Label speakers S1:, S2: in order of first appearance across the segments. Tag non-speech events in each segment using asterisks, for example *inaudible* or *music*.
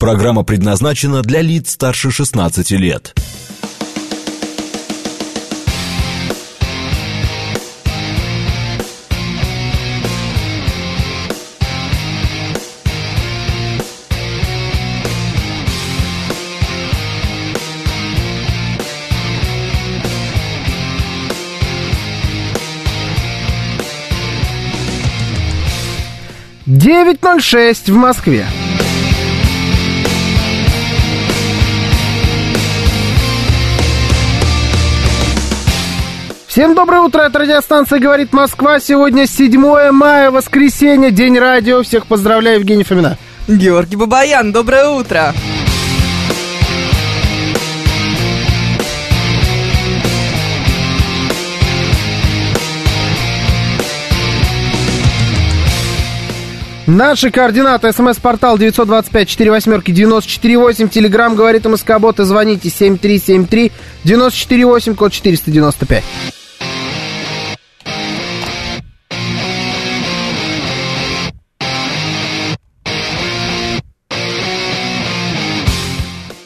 S1: Программа предназначена для лиц старше 16 лет.
S2: Девять ноль шесть в Москве. Всем доброе утро, это радиостанция «Говорит Москва». Сегодня 7 мая, воскресенье, День радио. Всех поздравляю, Евгений Фомина.
S3: Георгий Бабаян, доброе утро.
S2: Наши координаты. СМС-портал 925-48-94-8. Телеграмм «Говорит Москобот» и звоните 7373-94-8, код 495.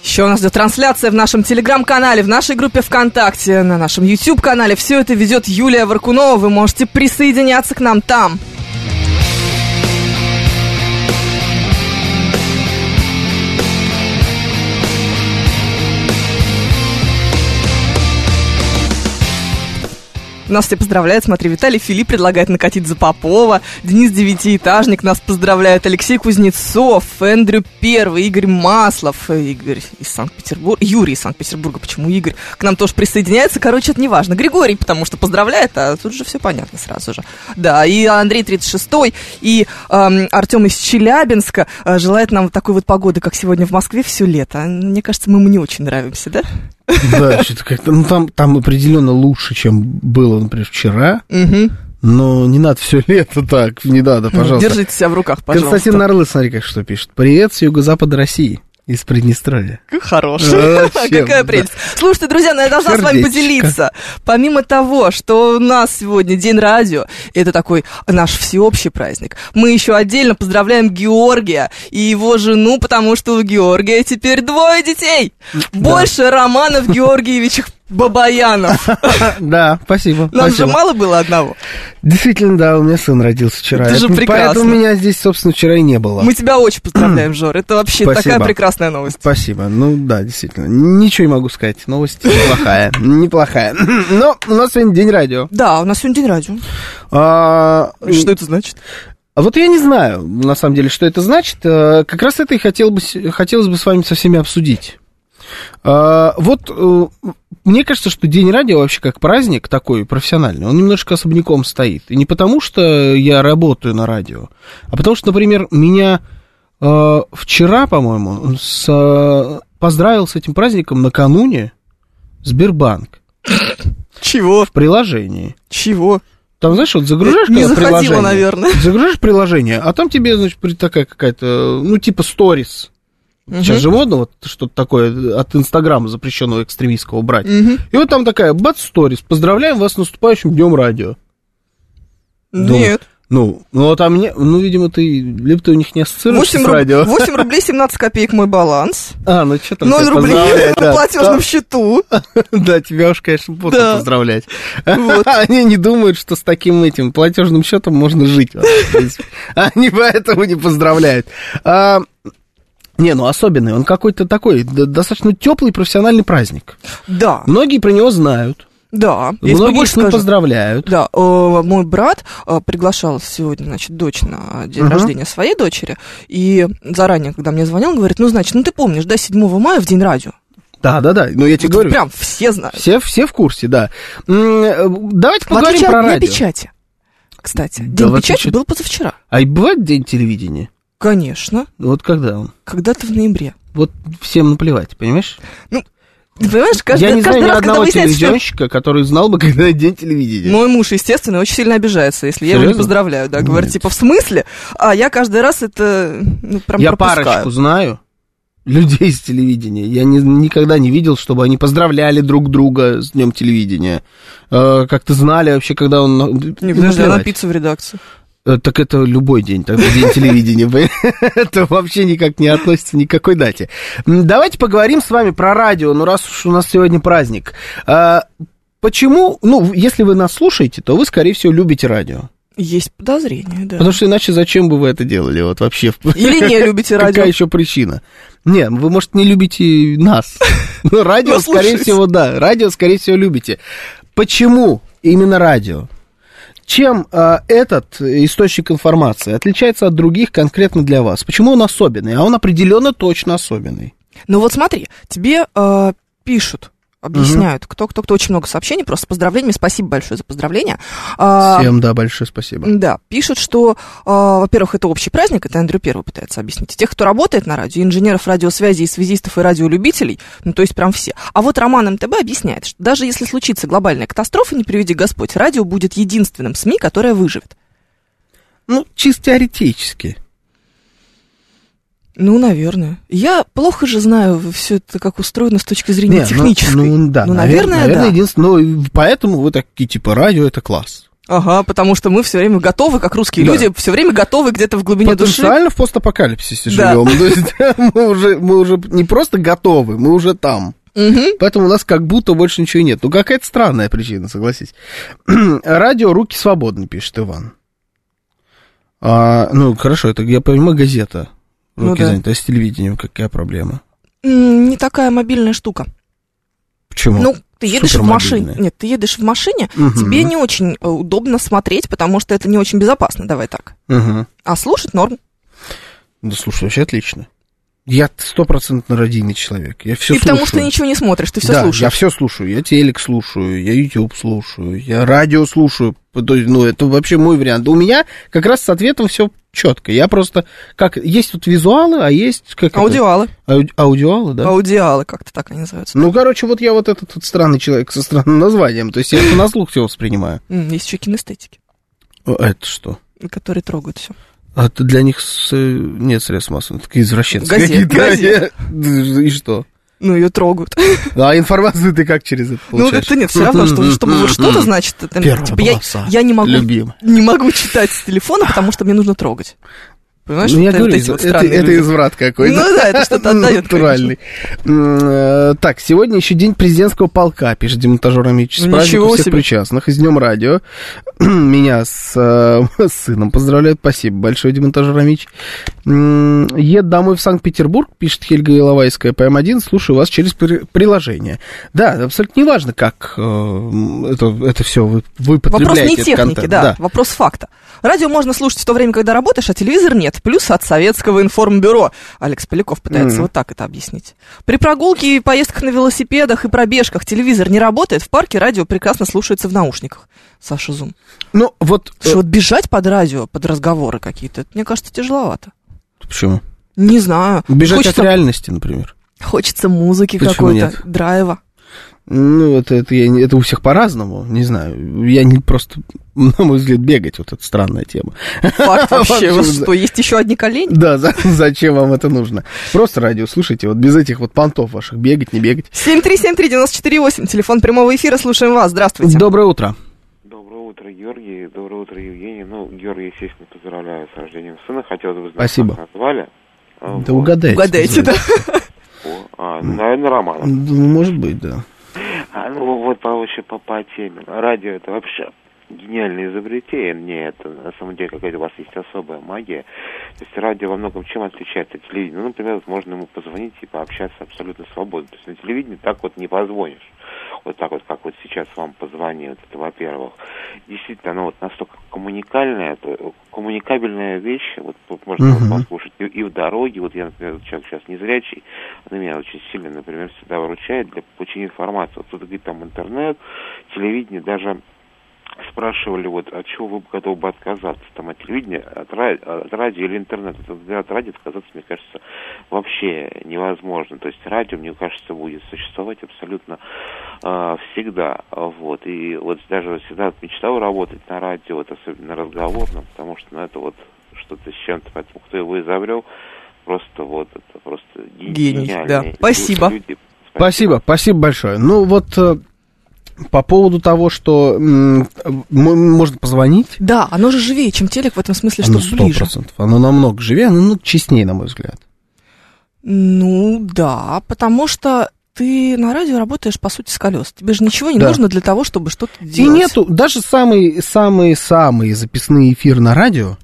S3: Еще у нас идет трансляция в нашем телеграм-канале, в нашей группе ВКонтакте, на нашем YouTube-канале. Все это ведет Юлия Варкунова. Вы можете присоединяться к нам там. Нас все поздравляют, смотри, Виталий Фили предлагает накатить за Попова, Денис Девятиэтажник нас поздравляет, Алексей Кузнецов, Эндрю Первый, Игорь Маслов, э, Игорь из Санкт-Петербурга, Юрий из Санкт-Петербурга, почему Игорь к нам тоже присоединяется, короче, это не важно, Григорий, потому что поздравляет, а тут же все понятно сразу же. Да, и Андрей 36-й, и эм, Артем из Челябинска э, желает нам вот такой вот погоды, как сегодня в Москве все лето. Мне кажется, мы ему не очень нравимся, да?
S2: Да, что-то как-то, ну там, там определенно лучше, чем было, например, вчера.
S3: Мгм.
S2: Но не надо все лето так, не надо, пожалуйста.
S3: Держите себя в руках, пожалуйста.
S2: Константин Нарлы, смотри, как что пишет. Привет с юго-запада России, из
S3: *laughs*
S2: Приднестровья.
S3: Какой хороший. *laughs*
S2: Вообще,
S3: Какая
S2: да.
S3: прелесть. Слушайте, друзья, ну я должна с вами
S2: Сердечко.
S3: поделиться. Помимо того, что у нас сегодня День радио, это такой наш всеобщий праздник, мы еще отдельно поздравляем Георгия и его жену, потому что у Георгия теперь двое детей. Больше Романов Георгиевичах
S2: *laughs*
S3: Бабаянов.
S2: Да, спасибо.
S3: Нам же
S2: спасибо.
S3: мало было одного.
S2: Действительно, да, у меня сын родился вчера.
S3: Это же
S2: Поэтому-
S3: прекрасно.
S2: Поэтому меня здесь, собственно, вчера и не было.
S3: Мы тебя очень
S2: *clears throat*
S3: поздравляем, Жор. Это вообще
S2: Спасибо.
S3: такая прекрасная новость.
S2: Спасибо. Ну да, действительно. Ничего не могу сказать. Новость неплохая. Неплохая. *laughs* Но у нас сегодня день радио.
S3: Да, у нас сегодня День радио.
S2: А,
S3: Что это значит?
S2: А вот я не знаю, на самом деле, что это значит. Э, Как раз это и хотел бы, с- хотелось бы с вами со всеми обсудить. А, Вот э, мне кажется, что День радио вообще как праздник такой профессиональный, он немножко особняком стоит. И не потому, что я работаю на радио, а потому что, например, меня э, вчера, по-моему, с, э, поздравил с этим праздником накануне Сбербанк
S3: Чего?
S2: в приложении.
S3: Чего?
S2: Там, знаешь, вот загружаешь
S3: Не
S2: когда
S3: заходила,
S2: приложение,
S3: наверное.
S2: Загружаешь приложение, а там тебе, значит, при- такая какая-то, ну, типа сторис. Сейчас
S3: Мгм.
S2: же модно вот что-то такое от Инстаграма запрещенного экстремистского брать.
S3: Мгм.
S2: И вот там такая, бац, сторис, поздравляем вас с наступающим днем радио. Думаю,
S3: Нет.
S2: Ну, ну, а там, не, ну, видимо, ты, либо ты у них не ассоциируешься
S3: 8,
S2: с радио.
S3: рублей 17 копеек мой баланс.
S2: А, ну, что там
S3: 0
S2: тебя
S3: рублей *laughs*
S2: поздравляют,
S3: на
S2: да.
S3: платежном счету.
S2: Да, тебя уж, конечно, будут
S3: Да.
S2: поздравлять.
S3: Вот.
S2: *laughs* Они не думают, что с таким этим платежным счетом можно жить. вообще, в принципе. *laughs* Они поэтому не поздравляют. А, Не, ну особенный, он какой-то такой, д- достаточно теплый профессиональный праздник.
S3: Да,
S2: Многие про него знают,
S3: да. Я тебе
S2: многие
S3: больше
S2: с ним
S3: скажу.
S2: поздравляют.
S3: Да, э, мой брат э, приглашал сегодня, значит, дочь на день
S2: Мгм.
S3: рождения своей дочери. И заранее, когда мне звонил, он говорит, ну, значит, ну ты помнишь, да, 7 мая в день радио.
S2: Да, да, да, ну я тебе
S3: Вот
S2: говорю,
S3: Прям все знают.
S2: все, все в курсе, да. М, э, Давайте
S3: В
S2: поговорим
S3: отличие
S2: про
S3: от Дня
S2: радио.
S3: печати. Кстати,
S2: Да,
S3: День
S2: в
S3: печати
S2: отличие-
S3: был позавчера.
S2: А и бывает день телевидения?
S3: Конечно,
S2: Вот когда он?
S3: когда-то в ноябре.
S2: Вот всем наплевать, понимаешь?
S3: Ты Понимаешь, каждый,
S2: я не
S3: каждый
S2: знаю ни
S3: раз, когда
S2: одного
S3: выясняется, что Ну,
S2: телевизионщика, который знал бы, *laughs* когда день телевидения.
S3: Мой муж, естественно, очень сильно обижается, если я его не
S2: Серьезно?
S3: поздравляю. Да, говорит,
S2: Нет.
S3: типа, в смысле? А я каждый раз это ну, прям
S2: я
S3: пропускаю.
S2: парочку знаю людей с телевидения. Я ни- никогда не видел, чтобы они поздравляли друг друга с днем телевидения. Э, как-то знали вообще, когда он... на-
S3: Не, подожди, а на
S2: наплевать.
S3: пиццу в редакцию.
S2: Э, Так это любой день, так день телевидения. понимаешь? *laughs* Это вообще никак не относится ни к какой дате. М, Давайте поговорим с вами про радио, ну раз уж у нас сегодня праздник. А, Почему, ну, если вы нас слушаете, то вы, скорее всего, любите радио.
S3: Есть подозрение, да.
S2: Потому что иначе зачем бы вы это делали вот вообще?
S3: Или не любите радио.
S2: *laughs* Какая еще причина? Не, вы, может, не любите нас. *laughs* Но радио,
S3: Но
S2: скорее
S3: слушаете.
S2: всего, да. Радио, скорее всего, любите. Почему именно радио? Чем э, этот источник информации отличается от других конкретно для вас? Почему он особенный? А он определенно точно особенный.
S3: Ну вот смотри, тебе э, пишут, объясняют, кто, кто, кто, очень много сообщений, просто с поздравлениями, спасибо большое за поздравления. А,
S2: Всем, да, большое спасибо.
S3: Да, пишут, что, э, во-первых, это общий праздник, это Андрю Первый пытается объяснить. Тех, кто работает на радио, инженеров радиосвязи и связистов и радиолюбителей, ну, то есть прям все. А вот Роман МТБ объясняет, что даже если случится глобальная катастрофа, не приведи Господь, радио будет единственным СМИ, которое выживет.
S2: Ну, чисто теоретически.
S3: Ну, наверное. Я плохо же знаю все это, как устроено с точки зрения
S2: Не, ну,
S3: технической.
S2: Ну, да,
S3: Ну,
S2: навер-
S3: наверное,
S2: наверное,
S3: да.
S2: единственное. Ну, и поэтому вы такие, типа, радио это класс.
S3: Ага, потому что мы все время готовы, как русские
S2: Да.
S3: люди, все время готовы где-то в глубине души.
S2: Потенциально в постапокалипсисе
S3: Да.
S2: живем. То есть *laughs* да, мы уже, мы уже не просто готовы, мы уже там.
S3: Мгм.
S2: Поэтому у нас как будто больше ничего и нет. Ну, какая-то странная причина, согласись. *clears throat* Радио «Руки свободны», пишет Иван. А, ну, хорошо, это, я понимаю, газета.
S3: Ну
S2: Руки
S3: да.
S2: заняты. А с телевидением какая проблема?
S3: М, Не такая мобильная штука.
S2: Почему?
S3: Ну, ты едешь в машине.
S2: супермобильная.
S3: Нет, ты едешь в машине,
S2: Мгм.
S3: тебе не очень э, удобно смотреть, потому что это не очень безопасно, давай так.
S2: Мгм.
S3: А слушать норм.
S2: Да слушай, вообще отлично. Я стопроцентно радийный человек. Я все
S3: и потому что ты ничего не смотришь, ты все
S2: да, я
S3: слушаешь.
S2: все слушаю. Я телек слушаю, я YouTube слушаю, я радио слушаю. То есть, ну, это вообще мой вариант. У меня как раз с ответом все четко. Я просто... как Есть тут визуалы, а есть... Как это?
S3: Аудиалы.
S2: Ауди- Аудиалы, да?
S3: Аудиалы, как-то так они называются.
S2: Ну, короче, вот я вот этот вот странный человек со странным названием. То есть, я это на слух все воспринимаю.
S3: М, Есть еще кинестетики,
S2: О, а Это что?
S3: которые трогают все.
S2: А это для них с- э, нет средств массовых. Такие извращенцы.
S3: Газет,
S2: какие-то.
S3: газет.
S2: Да, И что?
S3: Ну, ее трогают. *laughs*
S2: А информацию ты как через это
S3: Ну,
S2: получаешь?
S3: как-то нет, все равно, что, чтобы вот что-то значит, это,
S2: Первого
S3: типа, я,
S2: класса.
S3: я не могу
S2: Любим.
S3: не могу читать с телефона, потому что мне нужно трогать. Понимаешь,
S2: Ну, я
S3: вот
S2: говорю,
S3: эти
S2: это,
S3: вот странные
S2: это
S3: люди.
S2: изврат какой-то.
S3: Ну да, это что-то отдаёт,
S2: Натуральный. М, э, Так, сегодня еще день президентского полка, пишет демонтажер Амич. С
S3: Ничего
S2: праздником всех
S3: себе.
S2: причастных, и с днем радио. *clears throat* Меня с, э, *laughs* с сыном поздравляют. Спасибо большое, демонтажер Амич. М, Еду домой в Санкт-Петербург, пишет Хельга Иловайская, ПМ-1, слушаю вас через при- приложение. Да, абсолютно неважно, как э, м, это, это все вы, вы
S3: Вопрос
S2: потребляете
S3: не
S2: этот
S3: техники,
S2: контент.
S3: да, вопрос факта. Радио можно слушать в то время, когда работаешь, а телевизор нет. Плюс от советского информбюро. Алекс Поляков пытается
S2: Мгм.
S3: вот так это объяснить. При прогулке и поездках на велосипедах и пробежках телевизор не работает, в парке радио прекрасно слушается в наушниках. Саша Зум.
S2: Ну, вот... э,
S3: Слушай, вот бежать под радио, под разговоры какие-то, это, мне кажется, тяжеловато.
S2: Почему?
S3: Не знаю.
S2: Бежать
S3: хочется,
S2: от реальности, например.
S3: хочется музыки
S2: Почему
S3: какой-то,
S2: нет?
S3: драйва.
S2: Ну, это, это, я не- это у всех по-разному, не знаю. Я не просто, *laughs* на мой взгляд, бегать, вот эта странная тема.
S3: Факт вообще, вот
S2: Вообще, да.
S3: что есть еще одни колени?
S2: Да, за- зачем вам это нужно? Просто радио, слушайте, вот без этих вот понтов ваших, бегать, не бегать.
S3: 7373948, телефон прямого эфира, слушаем вас, здравствуйте.
S2: Доброе утро.
S4: Доброе утро, Георгий. Доброе утро, Евгений. Ну, Георгий, естественно, поздравляю с рождением сына. Хотелось бы знать,
S2: Спасибо.
S4: как назвали. А,
S2: Да
S4: вот.
S2: угадайте.
S3: Угадайте, да.
S4: О, а, ну, наверное, Романом.
S2: Ну, Может быть, да.
S4: А, ну, вот повыше по, по теме. Радио это вообще гениальное изобретение. Мне это, на самом деле, какая-то у вас есть особая магия. То есть радио во многом чем отличается от телевидения. Ну, например, вот можно ему позвонить и пообщаться абсолютно свободно. То есть на телевидении так вот не позвонишь. Вот так вот, как вот сейчас вам позвонил, это во-первых. Действительно, оно вот настолько коммуникальная, то- коммуникабельная вещь, вот тут можно вот
S2: Мгм.
S4: послушать и, и в дороге, вот я, например, вот человек сейчас незрячий, она меня очень сильно, например, всегда выручает для получения информации. Вот тут говорит там интернет, телевидение, даже спрашивали, вот, от чего вы бы готовы бы отказаться, там, от телевидения, от, ра- от радио или интернета. Вот, например, от радио отказаться, мне кажется, вообще невозможно. То есть радио, мне кажется, будет существовать абсолютно э, всегда. А, Вот, и вот даже вот всегда мечтал работать на радио, вот, особенно разговорном, потому что, ну, это вот что-то с чем-то, поэтому кто его изобрел, просто вот, это просто ге-
S3: Гений, да.
S4: гениальные
S3: Спасибо.
S4: люди.
S2: Спасибо, спасибо большое. Ну, вот э, по поводу того, что м, э, м, можно позвонить.
S3: Да, оно же живее, чем телек в этом смысле, что
S2: оно
S3: ближе.
S2: процентов. Оно намного живее, оно ну, честнее, на мой взгляд.
S3: Ну да, потому что ты на радио работаешь, по сути, с колес. Тебе же ничего не
S2: Да.
S3: нужно для того, чтобы что-то делать.
S2: И нету, даже самые-самые-самые записные эфиры на радио,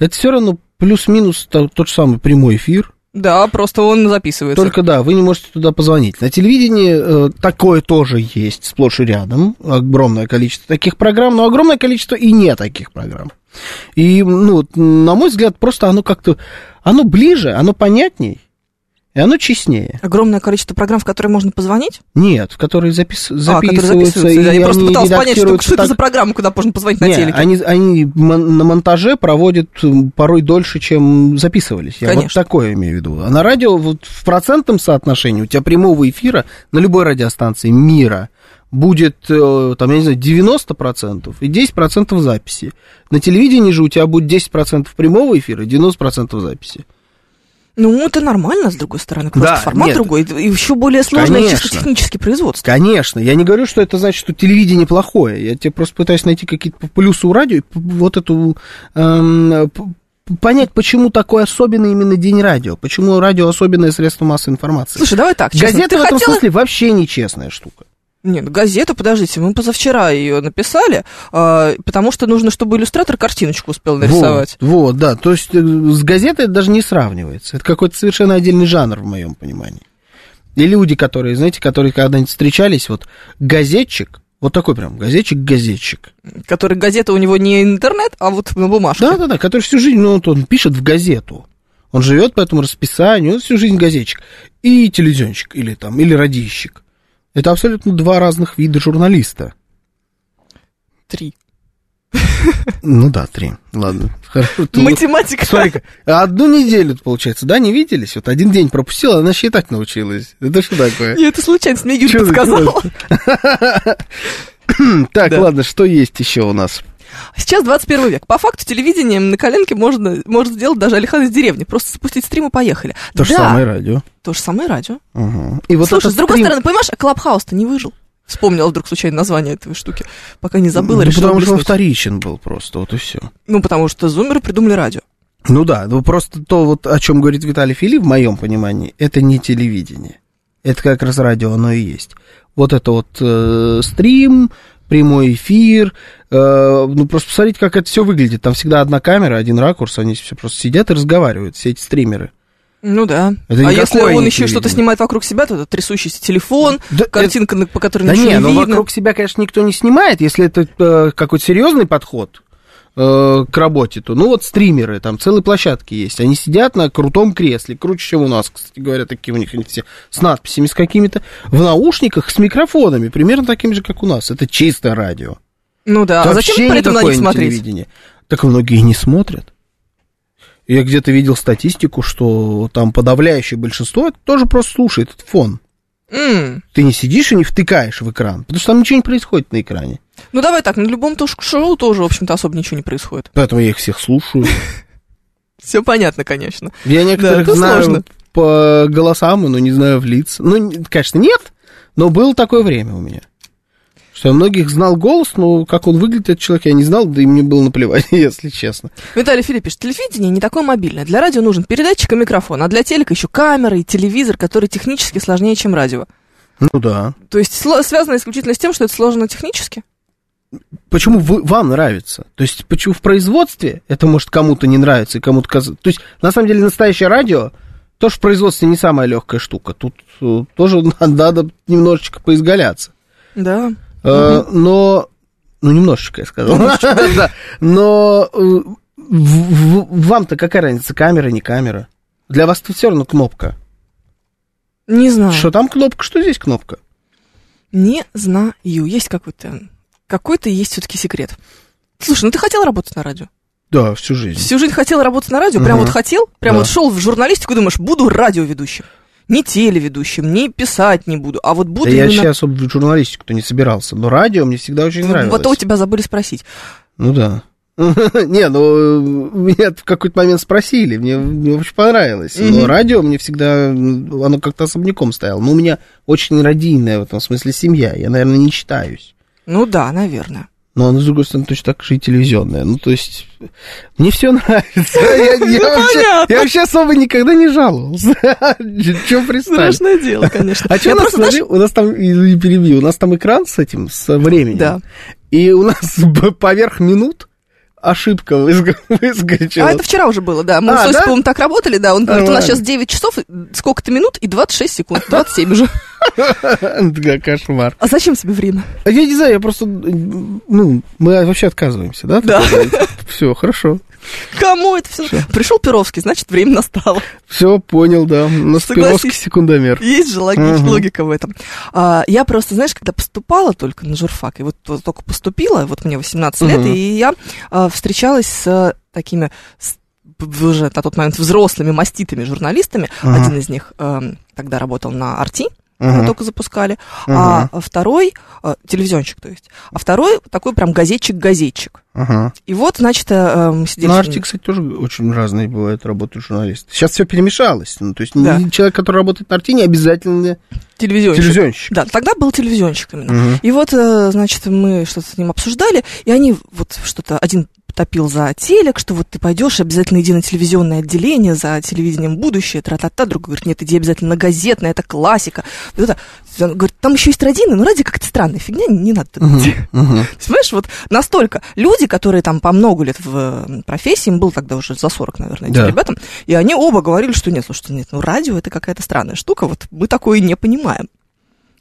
S2: это все равно плюс-минус то- тот же самый прямой эфир.
S3: Да, просто он записывается.
S2: Только да, вы не можете туда позвонить. На телевидении э, такое тоже есть, сплошь и рядом. Огромное количество таких программ, но огромное количество и не таких программ. И, ну, вот, на мой взгляд, просто оно как-то, оно ближе, оно понятней, и оно честнее.
S3: Огромное количество программ, в которые можно позвонить.
S2: Нет, в которые запис,
S3: А, которые
S2: записываются, и
S3: записываются. Я просто
S2: они
S3: пыталась понять, что,
S2: редактируются
S3: что это
S2: так-
S3: за программа, куда можно позвонить на
S2: Не,
S3: телеке.
S2: они, они мон- на монтаже проводят м, порой дольше, чем записывались. Я вот
S3: Конечно.
S2: такое имею в виду. А на радио вот в процентном соотношении у тебя прямого эфира на любой радиостанции мира будет, э, там, я не знаю, 90% и 10% записи. На телевидении же у тебя будет 10% прямого эфира и 90% записи.
S3: Ну, это нормально, с другой стороны. Просто
S2: Да,
S3: формат
S2: нет.
S3: другой. И еще более сложное
S2: Конечно.
S3: чисто технически производство.
S2: Конечно, я не говорю, что это значит, что телевидение плохое. Я тебе просто пытаюсь найти какие-то плюсы у радио и п- вот эту эм, п- понять, почему такой особенный именно день радио, почему радио особенное средство массовой информации.
S3: Слушай, давай так, честно,
S2: Газеты
S3: ты
S2: в этом
S3: хотела-
S2: смысле вообще нечестная штука.
S3: Нет, газету, ну, подождите, мы позавчера ее написали, а, потому что нужно, чтобы иллюстратор картиночку успел нарисовать.
S2: Вот, вот, да. То есть э, с газетой это даже не сравнивается. Это какой-то совершенно отдельный жанр, в моем понимании. И люди, которые, знаете, которые когда-нибудь встречались, вот газетчик, вот такой прям газетчик-газетчик.
S3: Который газета у него не интернет, а вот на бумажке.
S2: Да, да, да, который всю жизнь, ну, вот он пишет в газету. Он живет по этому расписанию, он всю жизнь газетчик. И телевизионщик, или там, или радищик. Это абсолютно два разных вида журналиста.
S3: Три.
S2: Ну да, три. Ладно. Хорошо. ты вот-
S3: Ну, Математика.
S2: Смотри-ка, одну неделю, получается, да, не виделись? Вот один день пропустила, она считать научилась. Это что такое?
S3: Нет, это случайно, мне Юрий
S2: Чё за
S3: подсказал.
S2: класс? *clears throat* Так,
S3: Да.
S2: ладно, что есть еще у нас?
S3: Сейчас 21 век. По факту телевидением на коленке можно, может сделать даже Алихан из деревни. Просто запустить стрим и поехали.
S2: То же
S3: Да,
S2: самое радио.
S3: То же самое радио.
S2: Ага. И вот
S3: Слушай,
S2: этот
S3: с другой
S2: стрим-
S3: стороны, понимаешь, Клабхаус-то не выжил. Вспомнила вдруг случайно название этой штуки. Пока не забыла,
S2: Ну,
S3: решила
S2: Потому что он
S3: блеснуть.
S2: вторичен был просто, вот и все.
S3: Ну, потому что зумеры придумали радио.
S2: Ну да, ну просто то, вот, о чем говорит Виталий Фили, в моем понимании, это не телевидение. Это как раз радио, оно и есть. Вот это вот э, стрим, прямой эфир. э, ну, просто посмотрите, как это все выглядит. Там всегда одна камера, один ракурс, они все просто сидят и разговаривают, все эти стримеры.
S3: Ну да.
S2: Это
S3: а
S2: никакое
S3: если
S2: не
S3: он еще
S2: телевидение.
S3: что-то снимает вокруг себя, то это трясущийся телефон,
S2: Да,
S3: картинка, на- по которой
S2: Да
S3: ничего
S2: не,
S3: не
S2: ну
S3: видно.
S2: вокруг себя, конечно, никто не снимает, если это э, какой-то серьезный подход э, к работе, то, ну вот стримеры, там целые площадки есть, они сидят на крутом кресле, круче, чем у нас, кстати говоря, такие у них они все с надписями, с какими-то, в наушниках, с микрофонами, примерно такими же, как у нас, это чистое радио.
S3: Ну да, а
S2: Это
S3: зачем
S2: вообще
S3: при этом на
S2: никакое
S3: них
S2: не
S3: смотреть?
S2: телевидение. Так многие и не смотрят. Я где-то видел статистику, что там подавляющее большинство это тоже просто слушает этот фон.
S3: М.
S2: Ты не сидишь и не втыкаешь в экран, потому что там ничего не происходит на экране.
S3: Ну давай так, на любом тушь- шоу тоже, в общем-то, особо ничего не происходит.
S2: Поэтому я их всех слушаю.
S3: Все понятно, конечно.
S2: Я некоторых
S3: это
S2: знаю
S3: сложно.
S2: по голосам, но не знаю в лица. Ну, н- конечно, нет, но было такое время у меня. Что я многих знал голос, но как он выглядит, этот человек, я не знал, да и мне было наплевать, *laughs* если честно.
S3: Виталий Филиппович, телевидение не такое мобильное. Для радио нужен передатчик и микрофон, а для телека еще камера и телевизор, который технически сложнее, чем радио.
S2: Ну да.
S3: То есть сло- связано исключительно с тем, что это сложно технически?
S2: Почему вы, вам нравится? То есть, почему в производстве это может кому-то не нравится и кому-то казаться. То есть, на самом деле, настоящее радио тоже в производстве не самая легкая штука. Тут э, тоже *laughs* надо немножечко поизгаляться.
S3: Да.
S2: Э, Но, ну немножечко, я сказал. *laughs* Да. Но э, в- в- вам-то какая разница, камера, не камера? Для вас тут все равно кнопка.
S3: Не знаю.
S2: Что там кнопка, что здесь кнопка?
S3: Не знаю. Есть какой-то... Какой-то есть все-таки секрет. Слушай, ну ты хотел работать на радио?
S2: Да, всю жизнь.
S3: Всю жизнь хотел работать на радио? Прям
S2: Мгм.
S3: вот хотел? Прям
S2: Да.
S3: вот шел в журналистику и думаешь, буду радиоведущим. Не телеведущим, не писать не буду, а вот буду
S2: Да я
S3: именно...
S2: вообще особо в журналистику-то не собирался, но радио мне всегда очень
S3: Вот
S2: нравилось.
S3: у тебя забыли спросить.
S2: Ну да. *laughs* Не, ну, меня в какой-то момент спросили, мне, мне очень понравилось. Но
S3: Мгм.
S2: радио мне всегда, м, оно как-то особняком стояло. Но у меня очень родийная в этом смысле семья, я, наверное, не читаюсь.
S3: Ну да, наверное.
S2: Но оно, с другой стороны, точно так же и телевизионное. Ну, то есть, мне все *laughs* нравится. Я, я
S3: Ну,
S2: вообще,
S3: понятно. Ну,
S2: я вообще особо никогда не жаловался. *laughs* Че представь?
S3: Страшное дело, конечно.
S2: *laughs* А что
S3: Я
S2: у нас,
S3: просто, знаешь,
S2: смотри, у нас там, и- и перебью, у нас там экран с этим, с э, временем.
S3: Да.
S2: И у нас *laughs* б- поверх минут ошибка выск- *laughs* выскочила.
S3: А
S2: *laughs*
S3: это вчера уже было, да. Мы
S2: А,
S3: с
S2: да?
S3: Осиповым так работали, да. Он говорит, у нас
S2: Нормально.
S3: сейчас 9 часов, и сколько-то минут и 26 секунд, 27 уже.
S2: Да, Кошмар.
S3: А зачем себе время?
S2: А Я не знаю, я просто, ну, мы вообще отказываемся, да?
S3: Да.
S2: Все, хорошо.
S3: Кому это все? Пришел Перовский, значит, время настало.
S2: Все, понял, да. У нас
S3: Согласись.
S2: пирожки секундомер.
S3: Есть же логи-
S2: Мгм.
S3: логика в этом. А, я просто, знаешь, когда поступала только на журфак, и вот, вот только поступила, вот мне 18 лет,
S2: Мгм.
S3: и я а, встречалась с а, такими с- в- уже на тот момент взрослыми маститыми журналистами.
S2: Ага.
S3: Один из них эм, тогда работал на «Арти»,
S2: Ага,
S3: только запускали,
S2: ага,
S3: а второй, э, телевизионщик, то есть, а второй такой прям газетчик-газетчик.
S2: ага.
S3: И вот, значит, э, э, мы сидели...
S2: На
S3: с ним-
S2: Арте, кстати, тоже очень разные бывают работы журналистов. Сейчас все перемешалось. Ну, то есть
S3: Да.
S2: не- человек, который работает на Арте, не обязательно
S3: телевизионщик.
S2: телевизионщик.
S3: Да, тогда был телевизионщик именно.
S2: Мгм.
S3: И вот, э, значит, мы что-то с ним обсуждали, и они вот что-то, один топил за телек, что вот ты пойдешь, обязательно иди на телевизионное отделение, за телевидением будущее, тра-та-та, другой говорит, нет, иди обязательно на газетное, это классика. Вот это. Он говорит, там еще есть родины, но ради как-то странная фигня, не надо туда идти».
S2: Мгм.
S3: То есть, Понимаешь, вот настолько люди, которые там по много лет в э, профессии, им было тогда уже за 40, наверное, этим
S2: Да.
S3: ребятам, и они оба говорили, что нет, слушайте, нет, ну радио это какая-то странная штука, вот мы такое не понимаем.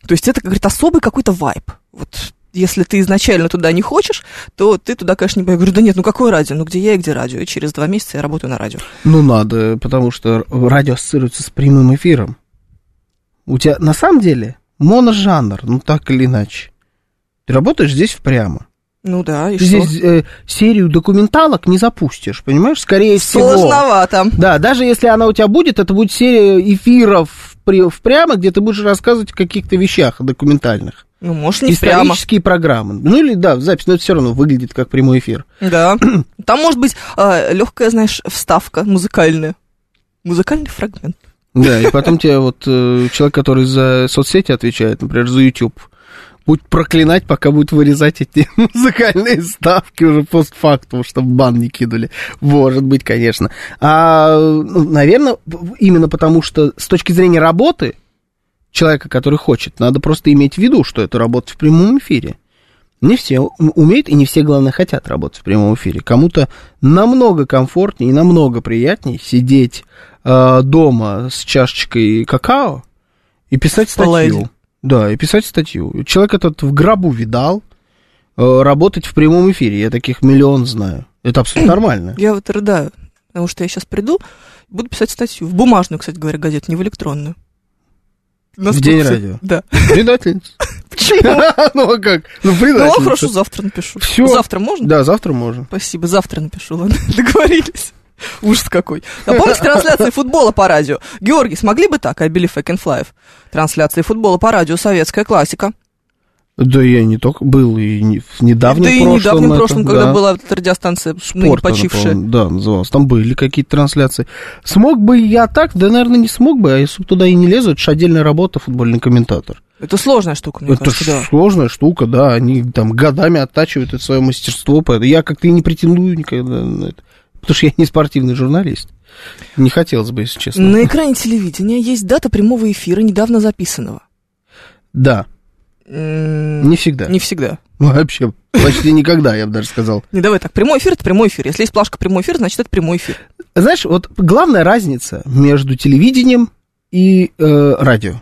S3: То есть это, как говорит, особый какой-то вайб. Вот если ты изначально туда не хочешь, то ты туда, конечно, не пойдёшь. Я говорю, да нет, ну какое радио, ну где я и где радио, и через два месяца я работаю на радио.
S2: Ну, надо, потому что р- радио ассоциируется с прямым эфиром. У тебя на самом деле моножанр, ну так или иначе. Ты работаешь здесь впрямо.
S3: Ну да, и
S2: Ты
S3: что?
S2: здесь э, серию документалок не запустишь, понимаешь? Скорее всего.
S3: Сложновато.
S2: Да, даже если она у тебя будет, это будет серия эфиров впря- впрямо, где ты будешь рассказывать о каких-то вещах документальных.
S3: Ну, может, не прямо.
S2: Исторические программы. Ну или да, запись, но это все равно выглядит как прямой эфир. *clears throat*
S3: Да. Там может быть легкая, знаешь, вставка музыкальная. Музыкальный фрагмент.
S2: Да, и потом тебе вот э, человек, который за соцсети отвечает, например, за YouTube, будет проклинать, пока будет вырезать эти музыкальные ставки уже постфактум, чтобы бан не кинули. Может быть, конечно. А, наверное, именно потому что с точки зрения работы человека, который хочет, надо просто иметь в виду, что это работа в прямом эфире. Не все у- умеют и не все, главное, хотят работать в прямом эфире. Кому-то намного комфортнее и намного приятнее сидеть э, дома с чашечкой какао и писать статью.
S3: Полазить.
S2: Да, и писать статью. Человек этот в гробу видал э, работать в прямом эфире. Я таких миллион знаю. Это абсолютно
S3: *coughs*
S2: нормально.
S3: Я вот рыдаю, потому что я сейчас приду, буду писать статью. В бумажную, кстати говоря, газету, не в электронную. На
S2: В день
S3: скупсе.
S2: радио.
S3: *laughs* Да.
S2: *laughs* Предательница.
S3: Почему?
S2: Ну а как? Ну,
S3: Ну,
S2: предательница.
S3: хорошо, завтра напишу.
S2: Всё.
S3: Завтра можно?
S2: Да, завтра можно.
S3: Спасибо, завтра напишу, ладно, *laughs* договорились. Ужас какой. А помните трансляции футбола по радио? Георгий, смогли бы так, I believe I can fly? Трансляции футбола по радио, советская классика.
S2: Да я не только был и не- в недавнем
S3: да и
S2: прошлом.
S3: недавним
S2: это,
S3: прошлом, когда
S2: да.
S3: была эта радиостанция, ныне
S2: Порт она,
S3: почившая.
S2: по-моему, да, называлась. Там были какие-то трансляции. Смог бы я так? Да, наверное, не смог бы. А если бы туда и не лезу, это же отдельная работа, футбольный комментатор.
S3: Это сложная штука, мне
S2: это
S3: кажется,
S2: же
S3: да.
S2: сложная штука, да. Они там годами оттачивают это свое мастерство. Поэтому я как-то и не претендую никогда на это. Потому что я не спортивный журналист. Не хотелось бы, если честно.
S3: На экране телевидения есть дата прямого эфира, недавно записанного.
S2: Да,
S3: М,
S2: не всегда.
S3: Не всегда.
S2: *laughs* Вообще, почти никогда, я бы даже сказал.
S3: Не, давай так, прямой эфир – это прямой эфир. Если есть плашка прямой эфир, значит, это прямой эфир.
S2: Знаешь, вот главная разница между телевидением и э, радио.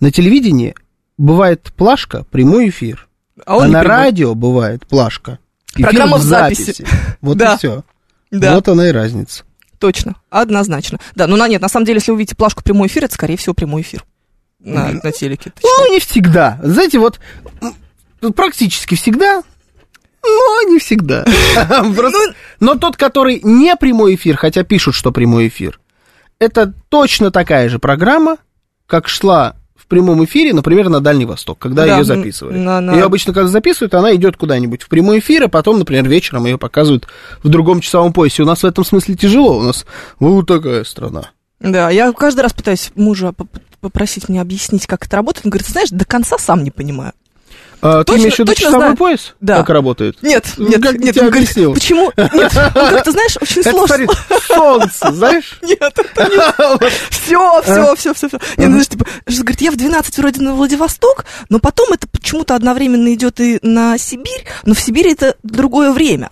S2: На телевидении бывает плашка, прямой эфир,
S3: А он
S2: а
S3: не
S2: на
S3: прямой.
S2: радио бывает плашка. эфир
S3: Программа
S2: в
S3: в
S2: записи.
S3: записи.
S2: Вот
S3: *laughs* Да.
S2: и все.
S3: Да,
S2: Вот она и разница.
S3: точно, однозначно. Да, ну на нет, на самом деле, если вы увидите плашку прямой эфир, это, скорее всего, прямой эфир на, на телеке.
S2: Ну, не всегда. Знаете, вот м, практически всегда, но не всегда. *laughs* Просто-
S3: Ну,
S2: Но тот, который не прямой эфир, хотя пишут, что прямой эфир, это точно такая же программа, как шла в прямом эфире, например, на Дальний Восток, когда
S3: Да,
S2: ее
S3: м,
S2: записывают.
S3: на- на-
S2: Ее обычно когда записывают, она идет куда-нибудь в прямой эфир, а потом, например, вечером ее показывают в другом часовом поясе. У нас в этом смысле тяжело, у нас вот такая страна.
S3: Да, я каждый раз пытаюсь мужа поп- попросить мне объяснить, как это работает. Он говорит, знаешь, до конца сам не понимаю.
S2: А, ты
S3: Точно-
S2: имеешь в виду
S3: точно
S2: часовой
S3: знаю.
S2: пояс?
S3: Да.
S2: Как работает?
S3: Нет,
S2: Ну,
S3: нет,
S2: как
S3: нет.
S2: я
S3: Он говорит,
S2: объяснил?
S3: почему? Нет, он говорит, ты знаешь, очень
S2: Это,
S3: сложно.
S2: смотри, солнце, знаешь?
S3: Нет, это
S2: *laughs*
S3: не...
S2: А.
S3: Все, все, все, все, все. Нет, знаешь, типа, что говорит, я в 12 вроде на Владивосток, но потом это почему-то одновременно идет и на Сибирь, но в Сибири это другое время.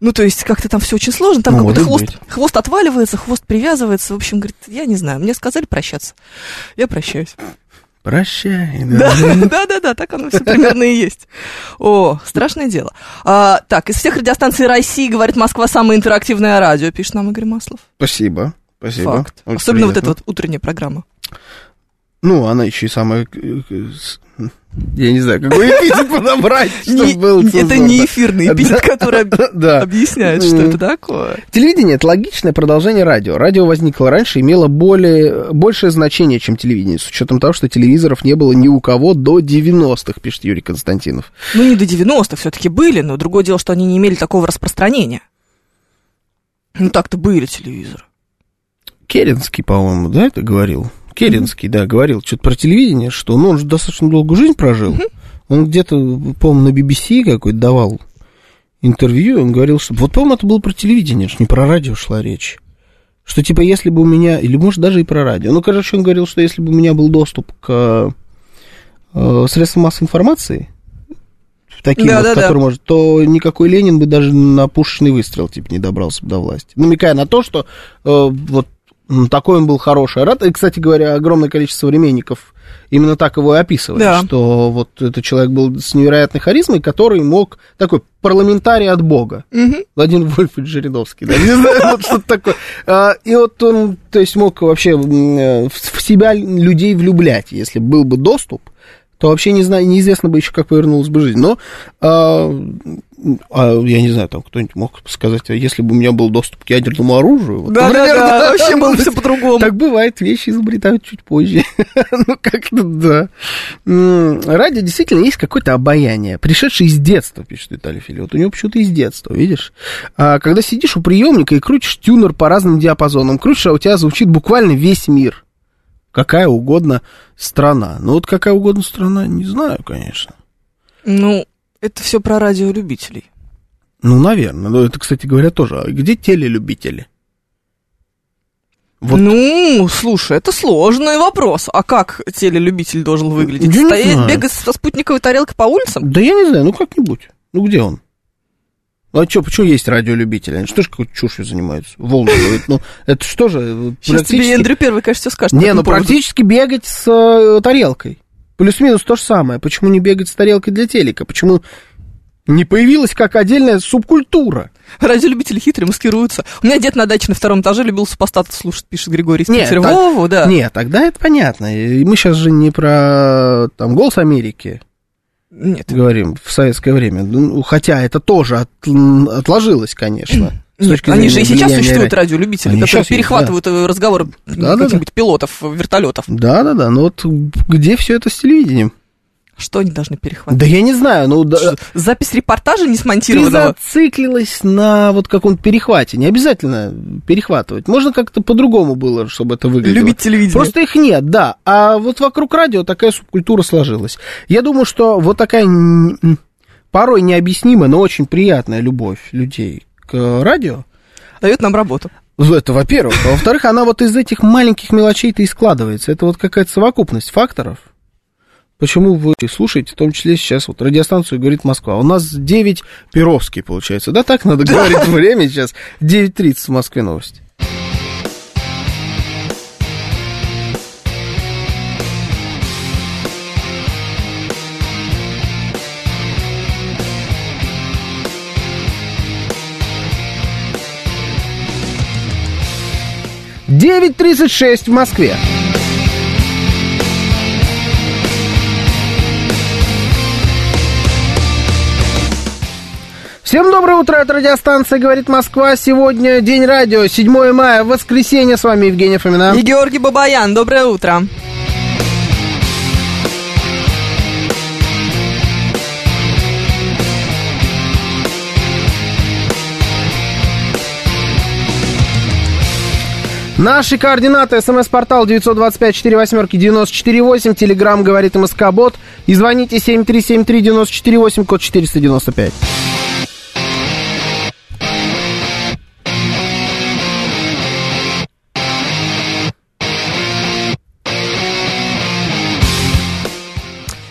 S3: Ну, то есть, как-то там все очень сложно, там
S2: Ну,
S3: какой-то
S2: может
S3: хвост, хвост отваливается, хвост привязывается. В общем, говорит, я не знаю, мне сказали прощаться. Я прощаюсь.
S2: Прощай.
S3: Да, *laughs* да, да, да, так оно все примерно и есть. О, страшное дело. А, так, из всех радиостанций России, говорит, Москва самое интерактивное радио, пишет нам Игорь Маслов.
S2: Спасибо. Спасибо.
S3: Факт.
S2: Очень
S3: Особенно вот
S2: приятно.
S3: эта вот утренняя программа.
S2: Ну, она еще и самая... к- к- с- Я не знаю, какой эпитет *laughs* подобрать, чтобы
S3: Не-
S2: было
S3: это
S2: цензурно.
S3: не эфирный эпитет, который об-
S2: *laughs* Да.
S3: объясняет, что
S2: Мгм.
S3: это такое.
S2: Телевидение – это логичное продолжение радио. Радио возникло раньше и имело более, большее значение, чем телевидение, с учетом того, что телевизоров не было ни у кого до 90-х, пишет Юрий Константинов.
S3: Ну, не до 90-х все-таки были, но другое дело, что они не имели такого распространения. Ну, так-то были телевизоры.
S2: Керенский, по-моему, да, это говорил? Керенский, да, говорил что-то про телевидение, что ну, он же достаточно долгую жизнь прожил. Он где-то, по-моему, на BBC какой-то давал интервью, и он говорил, что... Вот, по-моему, это было про телевидение, ж не про радио шла речь. Что, типа, если бы у меня... Или, может, даже и про радио. Ну, короче, он говорил, что если бы у меня был доступ к э, средствам массовой информации, таким вот,
S3: Да-да-да.
S2: который может, то никакой Ленин бы даже на пушечный выстрел, типа, не добрался бы до власти. Намекая на то, что э, вот м, Ну, такой он был хороший оратор. И, кстати говоря, огромное количество современников именно так его и описывали,
S3: Да.
S2: что вот этот человек был с невероятной харизмой, который мог такой парламентарий от бога. Владимир Вольфович Жириновский, да, не знаю, вот что-то такое. А, И вот он, то есть, мог вообще м, э, в в себя людей влюблять, если был бы доступ, то вообще не знаю, неизвестно бы еще, как повернулась бы жизнь. Но, а, м, а, я не знаю, там кто-нибудь мог сказать, а если бы у меня был доступ к ядерному оружию, вот, например,
S3: Да-да-да, вообще было
S2: ну,
S3: *laughs* все
S2: *laughs*
S3: по-другому.
S2: так бывает, вещи изобретают чуть позже. *laughs* ну, как-то да. М, Радио действительно есть какое-то обаяние, пришедшее из детства, пишет Виталий Фили. Вот у него почему-то из детства, видишь? А, когда сидишь у приемника и крутишь тюнер по разным диапазонам, крутишь, а у тебя звучит буквально весь мир. Какая угодно страна. Ну, вот какая угодно страна, не знаю, конечно.
S3: Ну, это все про радиолюбителей.
S2: Ну, наверное. Ну, это, кстати говоря, тоже. А где телелюбители? Вот.
S3: Ну, слушай, это сложный вопрос. А как телелюбитель должен выглядеть?
S2: Я не
S3: Стоять,
S2: знаю.
S3: бегать со спутниковой тарелкой по улицам?
S2: Да я не знаю, ну как-нибудь. Ну где он? Ну, а что, почему есть радиолюбители? Они что ж какой-то чушью занимаются? Волны ловят. Ну, это что же, э,
S3: *laughs* Сейчас тебе
S2: практически...
S3: Эндрю Первый, конечно, все скажет. по
S2: Не,
S3: этому
S2: ну
S3: поводу.
S2: практически бегать с э, тарелкой. Плюс-минус то же самое. Почему не бегать с тарелкой для телека? Почему не появилась как отдельная субкультура?
S3: Радиолюбители хитрые, маскируются. У меня дед на даче на втором этаже любил супостатов слушать, пишет Григорий из
S2: Нет,
S3: Питера.
S2: так-
S3: Вову, да.
S2: Не, тогда это понятно. И мы сейчас же не про там, голос Америки
S3: Нет.
S2: говорим в советское время. Ну, Хотя это тоже от- м, отложилось, конечно. с
S3: Нет,
S2: точки
S3: они
S2: зрения
S3: же и сейчас
S2: влияния
S3: существуют
S2: ра-
S3: радиолюбители,
S2: Они
S3: которые
S2: сейчас есть,
S3: перехватывают э, разговоры
S2: Да-да-да.
S3: каких-нибудь пилотов, э, вертолетов.
S2: Да, да, да. Ну вот где все это с телевидением?
S3: Что они должны перехватывать?
S2: Да я не знаю, ну да.
S3: Что, Запись репортажа не
S2: Ты
S3: смонтированного.
S2: зациклилась на вот каком-то перехвате. Не обязательно перехватывать. Можно как-то по-другому было, чтобы это выглядело.
S3: Любить телевидение.
S2: Просто их нет, да. А вот вокруг радио такая субкультура сложилась. Я думаю, что вот такая н- н- порой необъяснимая, но очень приятная любовь людей к радио,
S3: Дает нам работу.
S2: Ну, Это, во-первых. А во-вторых, она вот из этих маленьких мелочей-то и складывается. Это вот какая-то совокупность факторов. Почему вы слушаете, в том числе сейчас вот радиостанцию «Говорит Москва». У нас 9 Перовский, получается. Да, так надо говорить время сейчас. 9.30 в Москве новости. Девять тридцать шесть в Москве. Всем доброе утро, это радиостанция «Говорит Москва». Сегодня День радио, 7 мая, воскресенье. С вами Евгений Фомина.
S3: И Георгий Бабаян, доброе утро.
S2: Наши координаты. СМС-портал 925-48-94-8. Телеграмм говорит МСК-бот. И звоните 7373-94-8, код 495.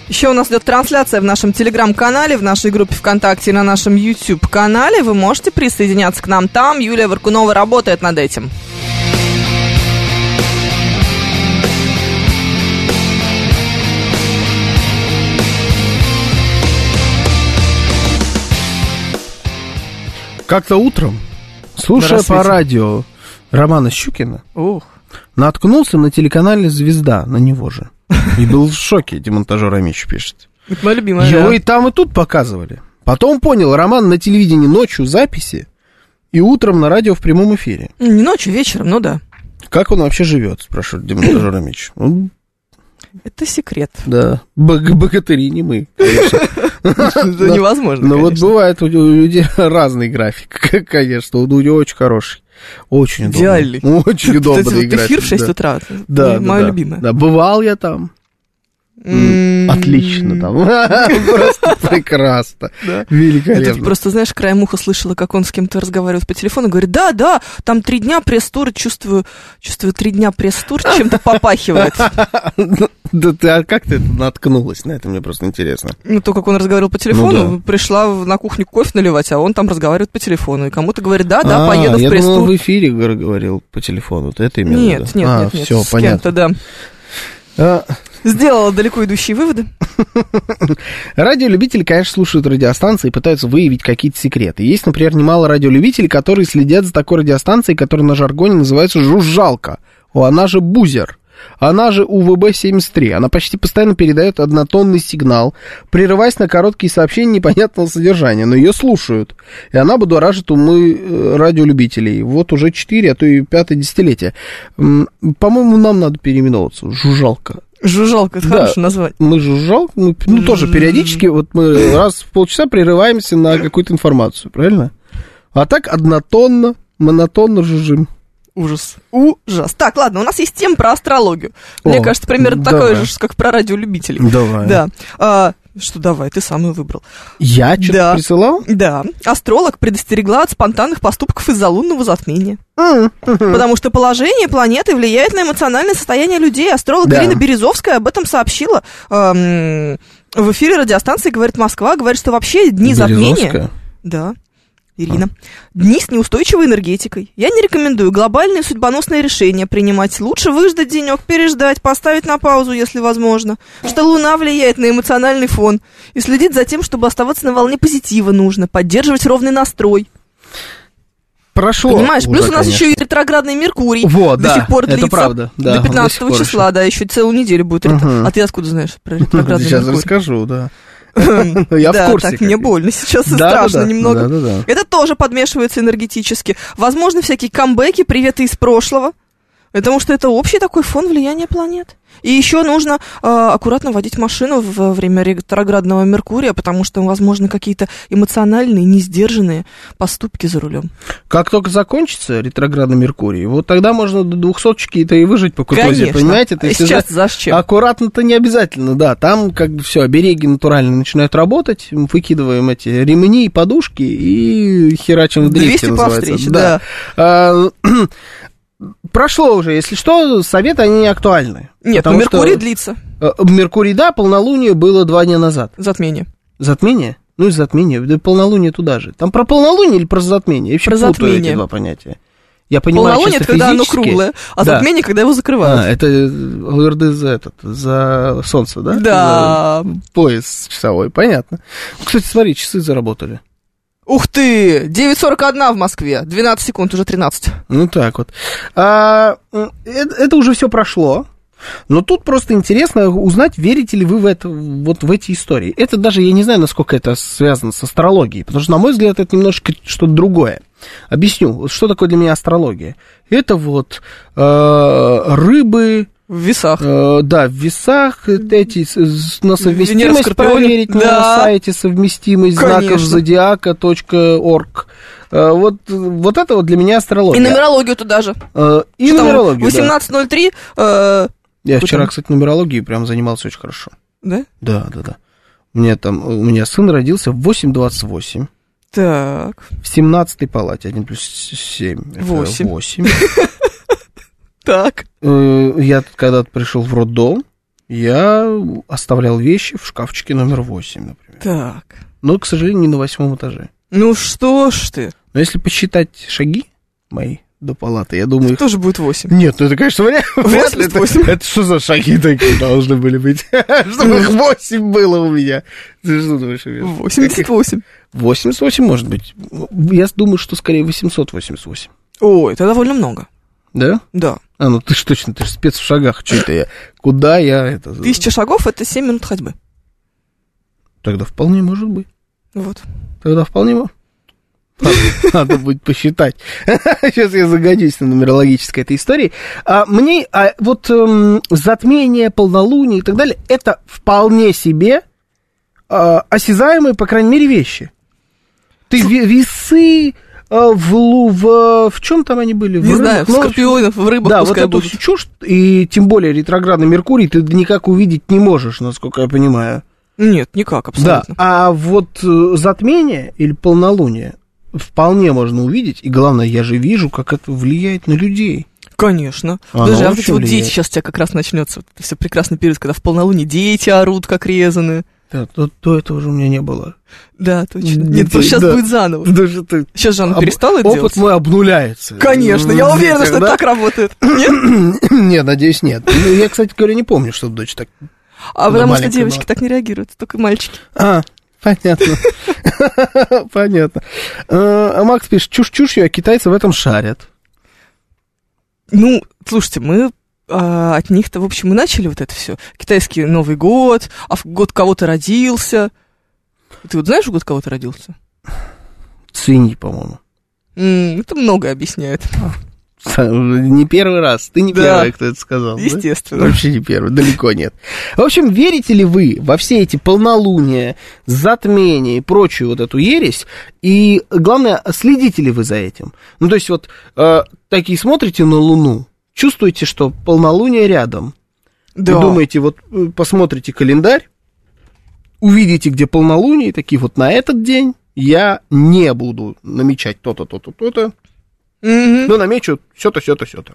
S3: Еще у нас идет трансляция в нашем телеграм-канале, в нашей группе ВКонтакте и на нашем YouTube-канале. Вы можете присоединяться к нам там. Юлия Варкунова работает над этим.
S2: Как-то утром, слушая
S3: рассвете.
S2: по радио Романа Щукина,
S3: Ух.
S2: наткнулся на телеканале «Звезда», на него же. И был в шоке, демонтажер Амич пишет.
S3: Это моя любимая.
S2: Его и там, и тут показывали. Потом понял, Роман на телевидении ночью записи и утром на радио в прямом эфире.
S3: да. Не ночью, вечером, ну да.
S2: Как он вообще живет, спрашивает демонтажер Амич. Он, *laughs*
S3: Это секрет.
S2: да, бог- богатыри не мы.
S3: Это невозможно,
S2: Но ну вот
S3: конечно.
S2: бывает у у людей разный график, *laughs* конечно. У Дудя очень хороший. Очень удобный.
S3: Идеальный.
S2: Очень
S3: Вот
S2: удобный
S3: эти вот
S2: график,
S3: эфир в 6
S2: да.
S3: утра.
S2: Да, да,
S3: Мое
S2: да.
S3: любимое.
S2: Да, бывал я там. М,
S3: М.
S2: Отлично там. *laughs*
S3: *laughs*
S2: Просто прекрасно.
S3: Да. Это ты
S2: Великолепно.
S3: просто, знаешь, краем уха слышала, как он с кем-то разговаривает по телефону, говорит, да, да, там три дня пресс-тур, чувствую, чувствую, три дня пресс-тур чем-то попахивает.
S2: *laughs* Да ты, а как ты наткнулась на это? Мне просто интересно.
S3: Ну, то, как он разговаривал по телефону,
S2: Ну
S3: пришла в- на кухню кофе наливать, а он там разговаривает по телефону. И кому-то говорит, да, да,
S2: А,
S3: поеду в
S2: я думал,
S3: пресс-тур.
S2: в эфире гор- говорил по телефону. Ты это имел в
S3: Нет,
S2: виду?
S3: нет, нет,
S2: А,
S3: нет,
S2: все,
S3: с
S2: понятно.
S3: кем-то, да.
S2: А,
S3: Сделала далеко идущие выводы.
S2: Радиолюбители, конечно, слушают радиостанции и пытаются выявить какие-то секреты. Есть, например, немало радиолюбителей, которые следят за такой радиостанцией, которая на жаргоне называется «жужжалка». О, она же «бузер». Она же УВБ-73. Она почти постоянно передает однотонный сигнал, прерываясь на короткие сообщения непонятного содержания, но ее слушают. И она будоражит умы э, радиолюбителей. Вот уже 4, а то и пятое десятилетие. М, По-моему, нам надо переименовываться. Жужжалка.
S3: Жужжалка, это
S2: Да.
S3: хорошее название.
S2: Мы жужжал, мы, ну тоже периодически, вот мы раз в полчаса прерываемся на какую-то информацию, правильно? А так однотонно, монотонно жужжим.
S3: Ужас. Ужас. Так, ладно, у нас есть тема про астрологию. Мне
S2: О, ну,
S3: кажется, примерно такое
S2: давай.
S3: же, как про радиолюбителей.
S2: Давай.
S3: Да. А, что давай, ты сам ее выбрал.
S2: Я что-то
S3: Да.
S2: присылал?
S3: Да, астролог предостерегла от спонтанных поступков из-за лунного затмения.
S2: М, мгм.
S3: Потому что положение планеты влияет на эмоциональное состояние людей. Астролог
S2: Да.
S3: Ирина Березовская об этом сообщила эм, в эфире радиостанции «Говорит Москва». Говорит, что вообще дни затмения...
S2: Березовская?
S3: Да.
S2: А.
S3: Ирина. Дни с неустойчивой энергетикой. Я не рекомендую глобальные судьбоносные решения принимать. Лучше выждать денек, переждать, поставить на паузу, если возможно. Что луна влияет на эмоциональный фон. И следить за тем, чтобы оставаться на волне позитива нужно. Поддерживать ровный настрой.
S2: Прошло.
S3: Понимаешь?
S2: уже,
S3: Плюс у нас
S2: конечно.
S3: еще и ретроградный Меркурий.
S2: Вот,
S3: до
S2: да,
S3: сих пор
S2: это
S3: длится.
S2: правда, да,
S3: до
S2: он до
S3: 15
S2: сих пор
S3: числа, да, еще целую неделю будет. ретро-
S2: Мгм.
S3: А ты откуда знаешь про ретроградный
S2: Сейчас
S3: Меркурий?
S2: расскажу, да. *laughs* Я
S3: да,
S2: в курсе.
S3: так, мне
S2: как-
S3: больно сейчас и
S2: Да, да,
S3: страшно
S2: да,
S3: немного.
S2: Да, да, да.
S3: Это тоже подмешивается энергетически. Возможно, всякие камбэки, приветы из прошлого. Потому что это общий такой фон влияния планет. И еще нужно э, аккуратно водить машину во время ретроградного Меркурия, потому что, возможно, какие-то эмоциональные, несдержанные поступки за рулем.
S2: Как только закончится ретроградный Меркурий, вот тогда можно до двухсоточки-то и выжить по кукурузе,
S3: Конечно.
S2: понимаете? То
S3: а
S2: есть уже-
S3: сейчас зачем?
S2: Аккуратно-то не обязательно, да. Там как бы все, обереги натурально начинают работать. Мы Выкидываем эти ремни и подушки и херачим в дрифте
S3: 200 по
S2: называется.
S3: встрече,
S2: А, *clears throat* Прошло уже, если что, советы, они не актуальны.
S3: Нет, но
S2: Потому
S3: Меркурий
S2: что,
S3: длится.
S2: э, Меркурий, да, полнолуние было два дня назад.
S3: Затмение.
S2: Затмение? Ну и затмение, да и полнолуние туда же. Там про полнолуние или про затмение? Я вообще
S3: Про
S2: путаю
S3: затмение.
S2: эти два понятия. Я понимаю,
S3: Полнолуние,
S2: чисто
S3: это когда оно
S2: физически.
S3: круглое, а
S2: Да.
S3: затмение, когда его
S2: А,
S3: закрывают.
S2: это ЛРД за этот, за солнце, да?
S3: да.
S2: За пояс часовой, понятно. Кстати, смотри, часы заработали.
S3: Ух ты! 9.41 в Москве. 12 секунд, уже 13.
S2: Ну так вот. А, м, это, это уже все прошло. Но тут просто интересно узнать, верите ли вы в это, вот в эти истории. Это даже, я не знаю, насколько это связано с астрологией, потому что, на мой взгляд, это немножко что-то другое. Объясню, вот что такое для меня астрология. Это вот э, рыбы,
S3: В весах.
S2: Э, да, в весах э, эти с- с- на
S3: Венера в
S2: совместимость
S3: Скорпионе.
S2: проверить
S3: Да.
S2: на сайте совместимость
S3: Конечно.
S2: знаков зодиака.орг. Э, Вот, э, вот это вот для меня
S3: И
S2: астрология.
S3: нумерологию туда же.
S2: Э, И
S3: Что там,
S2: нумерологию, да.
S3: 18.03, э,
S2: Я
S3: Какой
S2: вчера,
S3: там?
S2: кстати, нумерологией прям занимался очень хорошо.
S3: да?
S2: Да, да, да. У меня там, у меня сын родился в 8.28,
S3: Так,
S2: в 17 палате, 1 плюс 7,
S3: Восемь.
S2: 8.
S3: так.
S2: Э, Я тут когда-то пришел в роддом, я оставлял вещи в шкафчике номер 8, например.
S3: Так.
S2: Но, к сожалению, не на восьмом этаже.
S3: Ну что ж ты,
S2: Но если посчитать шаги мои до палаты, я думаю, их...
S3: тоже будет 8.
S2: Нет, ну это, конечно, вряд вряд ли. Это,
S3: 88.
S2: это что за шаги такие должны были быть? *laughs* Чтобы их 8 было у меня. Ты что думаешь, Ивет?
S3: 88.
S2: 88, может быть. Я думаю, что скорее 888.
S3: Ой, это довольно много.
S2: Да?
S3: Да.
S2: А, ну ты ж точно, ты же спец в шагах. Что это я? Куда я это?
S3: Тысяча шагов — это 7 минут ходьбы.
S2: Тогда вполне может быть.
S3: Вот.
S2: Тогда вполне мо- *laughs* Надо, надо будет посчитать. *laughs* Сейчас я загодюсь на нумерологической этой истории. А, мне а, вот эм, затмение, полнолуние и так далее, это вполне себе а, осязаемые, по крайней мере, вещи. Ты ве- весы а, в, лу- в, в чем там они были? В
S3: Не
S2: рыб-
S3: знаю, в
S2: ну, в общем,
S3: скорпионов, в рыбах
S2: да, вот
S3: пускай
S2: эту
S3: будут.
S2: всю чушь, и тем более ретроградный Меркурий ты никак увидеть не можешь, насколько я понимаю.
S3: Нет, никак,
S2: Да,
S3: абсолютно.
S2: а вот э, затмение или полнолуние вполне можно увидеть, и главное, я же вижу, как это влияет на людей.
S3: Конечно.
S2: Оно
S3: Даже а вот
S2: очень
S3: эти вот дети
S2: влияет.
S3: сейчас у тебя как раз начнется. Вот все прекрасный период, когда в полнолуние дети орут, как резаны.
S2: Да, то, то этого же у меня не было.
S3: Да, точно.
S2: М,
S3: Нет,
S2: детей,
S3: сейчас
S2: да.
S3: будет заново.
S2: Даже ты...
S3: Сейчас же она
S2: Об-
S3: перестала это
S2: Опыт
S3: делать.
S2: мой обнуляется.
S3: Конечно, я
S2: М,
S3: уверена, что это
S2: да?
S3: так работает.
S2: *coughs*
S3: Нет?
S2: Нет, надеюсь, нет. Ну, я, кстати говоря, не помню, что дочь так...
S3: А потому что
S2: маленькая
S3: девочки
S2: была.
S3: так не реагируют, только мальчики.
S2: А, понятно. *laughs* Понятно. Э, А Макс пишет, чушь-чушью, а китайцы в этом шарят.
S3: Ну, слушайте, мы а, от них-то, в общем, и начали вот это все. Китайский Новый год, а в год кого-то родился. Ты вот знаешь, в год кого-то родился?
S2: Свиньи, по-моему.
S3: М, это многое объясняет,
S2: Не первый раз. Ты не
S3: Да.
S2: первый, кто это сказал. да?
S3: естественно.
S2: Вообще не первый, далеко нет. В общем, верите ли вы во все эти полнолуния, затмения и прочую вот эту ересь? И главное, следите ли вы за этим? Ну, то есть вот э, такие смотрите на Луну, чувствуете, что полнолуние рядом.
S3: Да.
S2: И думаете, вот э, посмотрите календарь, увидите, где полнолуние, и такие вот на этот день я не буду намечать то-то, то-то, то-то,
S3: Мгм.
S2: но намечу все-то, все-то, все-то.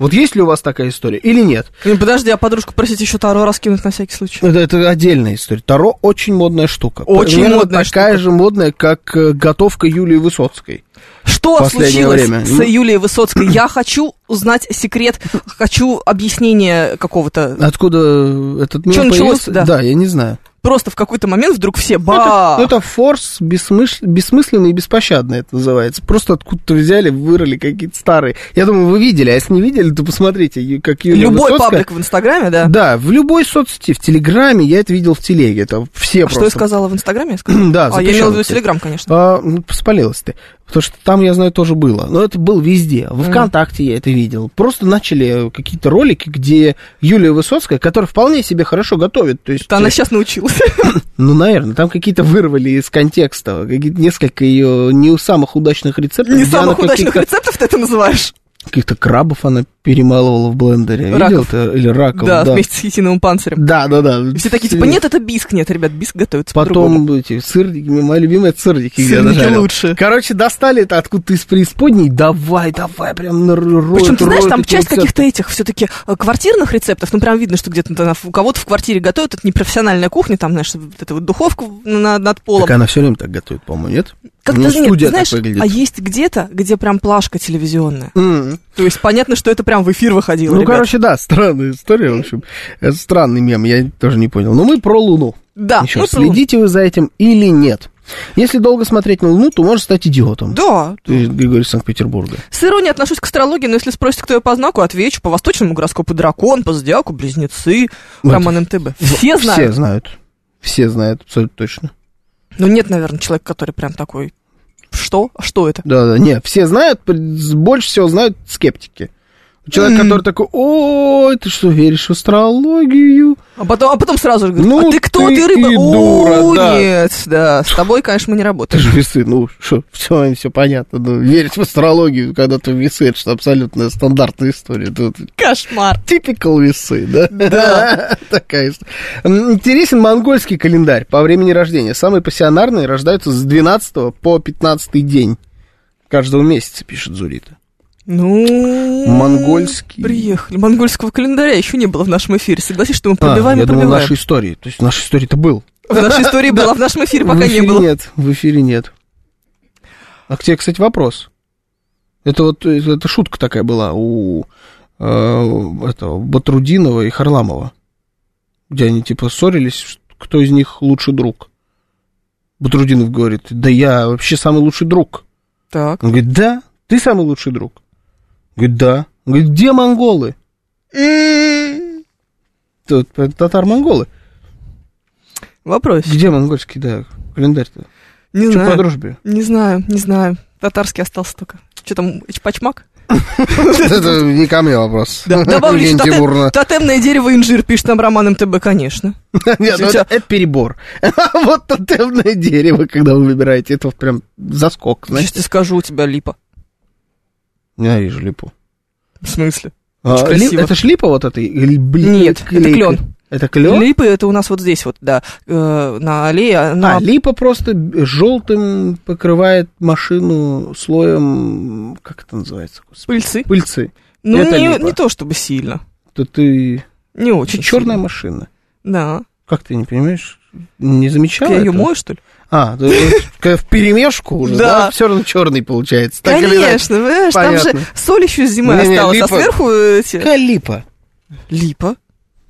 S2: Вот есть ли у вас такая история или нет?
S3: Ну, Подожди, а подружку просить еще Таро раскинуть на всякий случай.
S2: Это, это отдельная история. Таро очень модная штука.
S3: Очень
S2: Примерно
S3: модная
S2: такая
S3: штука.
S2: же модная, как э, готовка Юлии Высоцкой.
S3: Что
S2: Последнее
S3: случилось
S2: время.
S3: с
S2: Ну. *clears throat*
S3: Юлией Высоцкой? Я хочу узнать секрет, хочу объяснение какого-то.
S2: Откуда этот мем
S3: Чё началось,
S2: появился?
S3: да?
S2: Да. я не знаю.
S3: Просто в какой-то момент вдруг все
S2: Ну, Это,
S3: ба.
S2: это форс бессмыш- бессмысленный и беспощадный, это называется. Просто откуда-то взяли, вырыли какие-то старые. Я думаю, вы видели, а если не видели, то посмотрите, ю- как Юлия
S3: Любой
S2: Высоцкая...
S3: паблик в Инстаграме, да.
S2: Да, в любой соцсети, в Телеграме, я это видел в Телеге, это все
S3: А что я
S2: просто...
S3: сказала в Инстаграме? Я сказала?
S2: *clears throat* Да,
S3: а, я имела в виду
S2: запрещенки.
S3: Телеграм, конечно.
S2: А, ну, Вспалилась ты. Потому что там, я знаю, тоже было. Но это было везде. Во ВКонтакте я это видел. Просто начали какие-то ролики, где Юлия Высоцкая, которая вполне себе хорошо готовит. То есть, э,
S3: Это она сейчас научилась.
S2: ну, наверное, там какие-то вырвали из контекста. Какие-то несколько ее не у самых удачных рецептов.
S3: Не
S2: где она
S3: самых удачных
S2: каких-то-
S3: рецептов ты это называешь.
S2: Каких-то крабов она перемалывала в блендере.
S3: Раков.
S2: Видел ты? Или раков,
S3: Да,
S2: да.
S3: вместе с хитиновым панцирем.
S2: Да, да, да.
S3: И Все такие, типа, нет, это биск. Нет, ребят, биск готовится по-другому.
S2: Потом эти сырники, моя любимая сырники, где она
S3: Сырники
S2: жарила.
S3: лучше.
S2: Короче, достали это откуда-то из преисподней, давай, давай, прям на роют,
S3: Причем, ты знаешь,
S2: роют
S3: там
S2: эти
S3: часть
S2: рецепты.
S3: каких-то этих все-таки квартирных рецептов, ну, прям видно, что где-то там у кого-то в квартире готовят, это непрофессиональная кухня, там, знаешь, вот эта вот духовка на- над полом.
S2: Так она все время так готовит, по-моему, нет?
S3: Как-то,
S2: У неё
S3: нет,
S2: студия
S3: знаешь,
S2: так выглядит.
S3: а есть где-то, где прям плашка телевизионная.
S2: М.
S3: То есть понятно, что это прям в эфир выходило,
S2: Ну,
S3: ребят.
S2: короче, да, странная история, в общем. Это странный мем, я тоже не понял. Но мы про Луну.
S3: Да, ну,
S2: Еще
S3: А, мы
S2: раз,
S3: про Луну.
S2: следите вы за этим или нет. Если долго смотреть на Луну, то можешь стать идиотом.
S3: Да.
S2: Ты Григорий из Санкт-Петербурга.
S3: С иронией отношусь к астрологии, но если спросите, кто я по знаку, отвечу. По восточному гороскопу дракон, по зодиаку близнецы,
S2: Вот. Ну,
S3: Роман МТБ. Все
S2: Все
S3: знают.
S2: знают. Все знают, абсолютно точно.
S3: Но нет, наверное, человека, который прям такой, что? А Что это?
S2: Да, да, нет, все знают, пр- больше всего знают скептики. Человек,
S3: Мгм.
S2: который такой, ой, ты что, веришь в астрологию?
S3: А потом, а потом сразу же говорит,
S2: Ну
S3: а ты кто,
S2: ты
S3: ты, рыба?
S2: и
S3: О,
S2: дура, да.
S3: нет, да. с тобой, конечно, мы не
S2: Ты *laughs*
S3: работаем.
S2: же весы, ну что, все, все понятно. Ну, верить в астрологию, когда ты весы, это же абсолютная стандартная история. Тут
S3: Кошмар.
S2: типикал весы, да? Да. *laughs* Такая история. М, Интересен монгольский календарь по времени рождения. Самые пассионарные рождаются с 12 по 15 день каждого месяца, пишет Зурита.
S3: Ну...
S2: Монгольский.
S3: Приехали. Монгольского календаря еще не было в нашем эфире. Согласись, что мы пробиваем
S2: А,
S3: и
S2: я думал, в
S3: пробиваем.
S2: нашей истории. То есть в нашей истории-то был.
S3: В
S2: *laughs*
S3: нашей истории было, а в нашем эфире
S2: в
S3: пока не
S2: эфире
S3: было.
S2: нет, в эфире нет. А к тебе, кстати, вопрос. Это вот, э, это шутка такая была у э, этого, Батрудинова и Харламова. Где они, типа, ссорились, ш- кто из них лучший друг. Батрудинов говорит, да я вообще самый лучший друг.
S3: Так.
S2: Он говорит, да, ты самый лучший друг. Говорит, да. Он говорит, где монголы? Тут, э, Татар-монголы.
S3: Вопрос.
S2: Где монгольский, да, календарь-то?
S3: Не
S2: Что по
S3: знаю. *laughs*
S2: дружбе?
S3: Не знаю, не знаю. Татарский остался только. Что там,
S2: *laughs*
S3: пачмак?
S2: Это не ко мне вопрос.
S3: Добавлю еще
S2: Евгения
S3: тотем-
S2: Тимуровна.
S3: тотемное дерево инжир, пишет нам Роман МТБ, конечно.
S2: *laughs* Нет, ну это
S3: Сейчас.
S2: это перебор. *laughs* Вот тотемное дерево, когда вы выбираете, это вот прям заскок,
S3: Сейчас
S2: значит.
S3: тебе скажу, у тебя липа.
S2: Ненавижу липу.
S3: В смысле?
S2: А,
S3: Очень
S2: ли-
S3: красиво.
S2: Это ж липа вот эта? или, блин,
S3: Нет, это
S2: клейка?
S3: клен.
S2: Это клен?
S3: Липы это у нас вот здесь вот, да, э, на аллее. на-
S2: А, липа просто желтым покрывает машину слоем, как это называется, господи,
S3: Пыльцы.
S2: пыльцы.
S3: Ну,
S2: Это
S3: не,
S2: липа.
S3: не то чтобы сильно.
S2: То ты...
S3: Не очень.
S2: Это черная
S3: сильно.
S2: машина.
S3: Да.
S2: Как ты не понимаешь? Не замечал
S3: Я ее
S2: этого?
S3: мою, что ли?
S2: А, то есть, *laughs* когда в перемешку уже,
S3: Да.
S2: да? Все равно черный получается. Так или иначе.
S3: Конечно, понимаешь, там
S2: Понятно.
S3: же соль еще с зимы
S2: Не-не,
S3: осталась, а
S2: липа-
S3: сверху эти...
S2: Какая липа?
S3: Липа.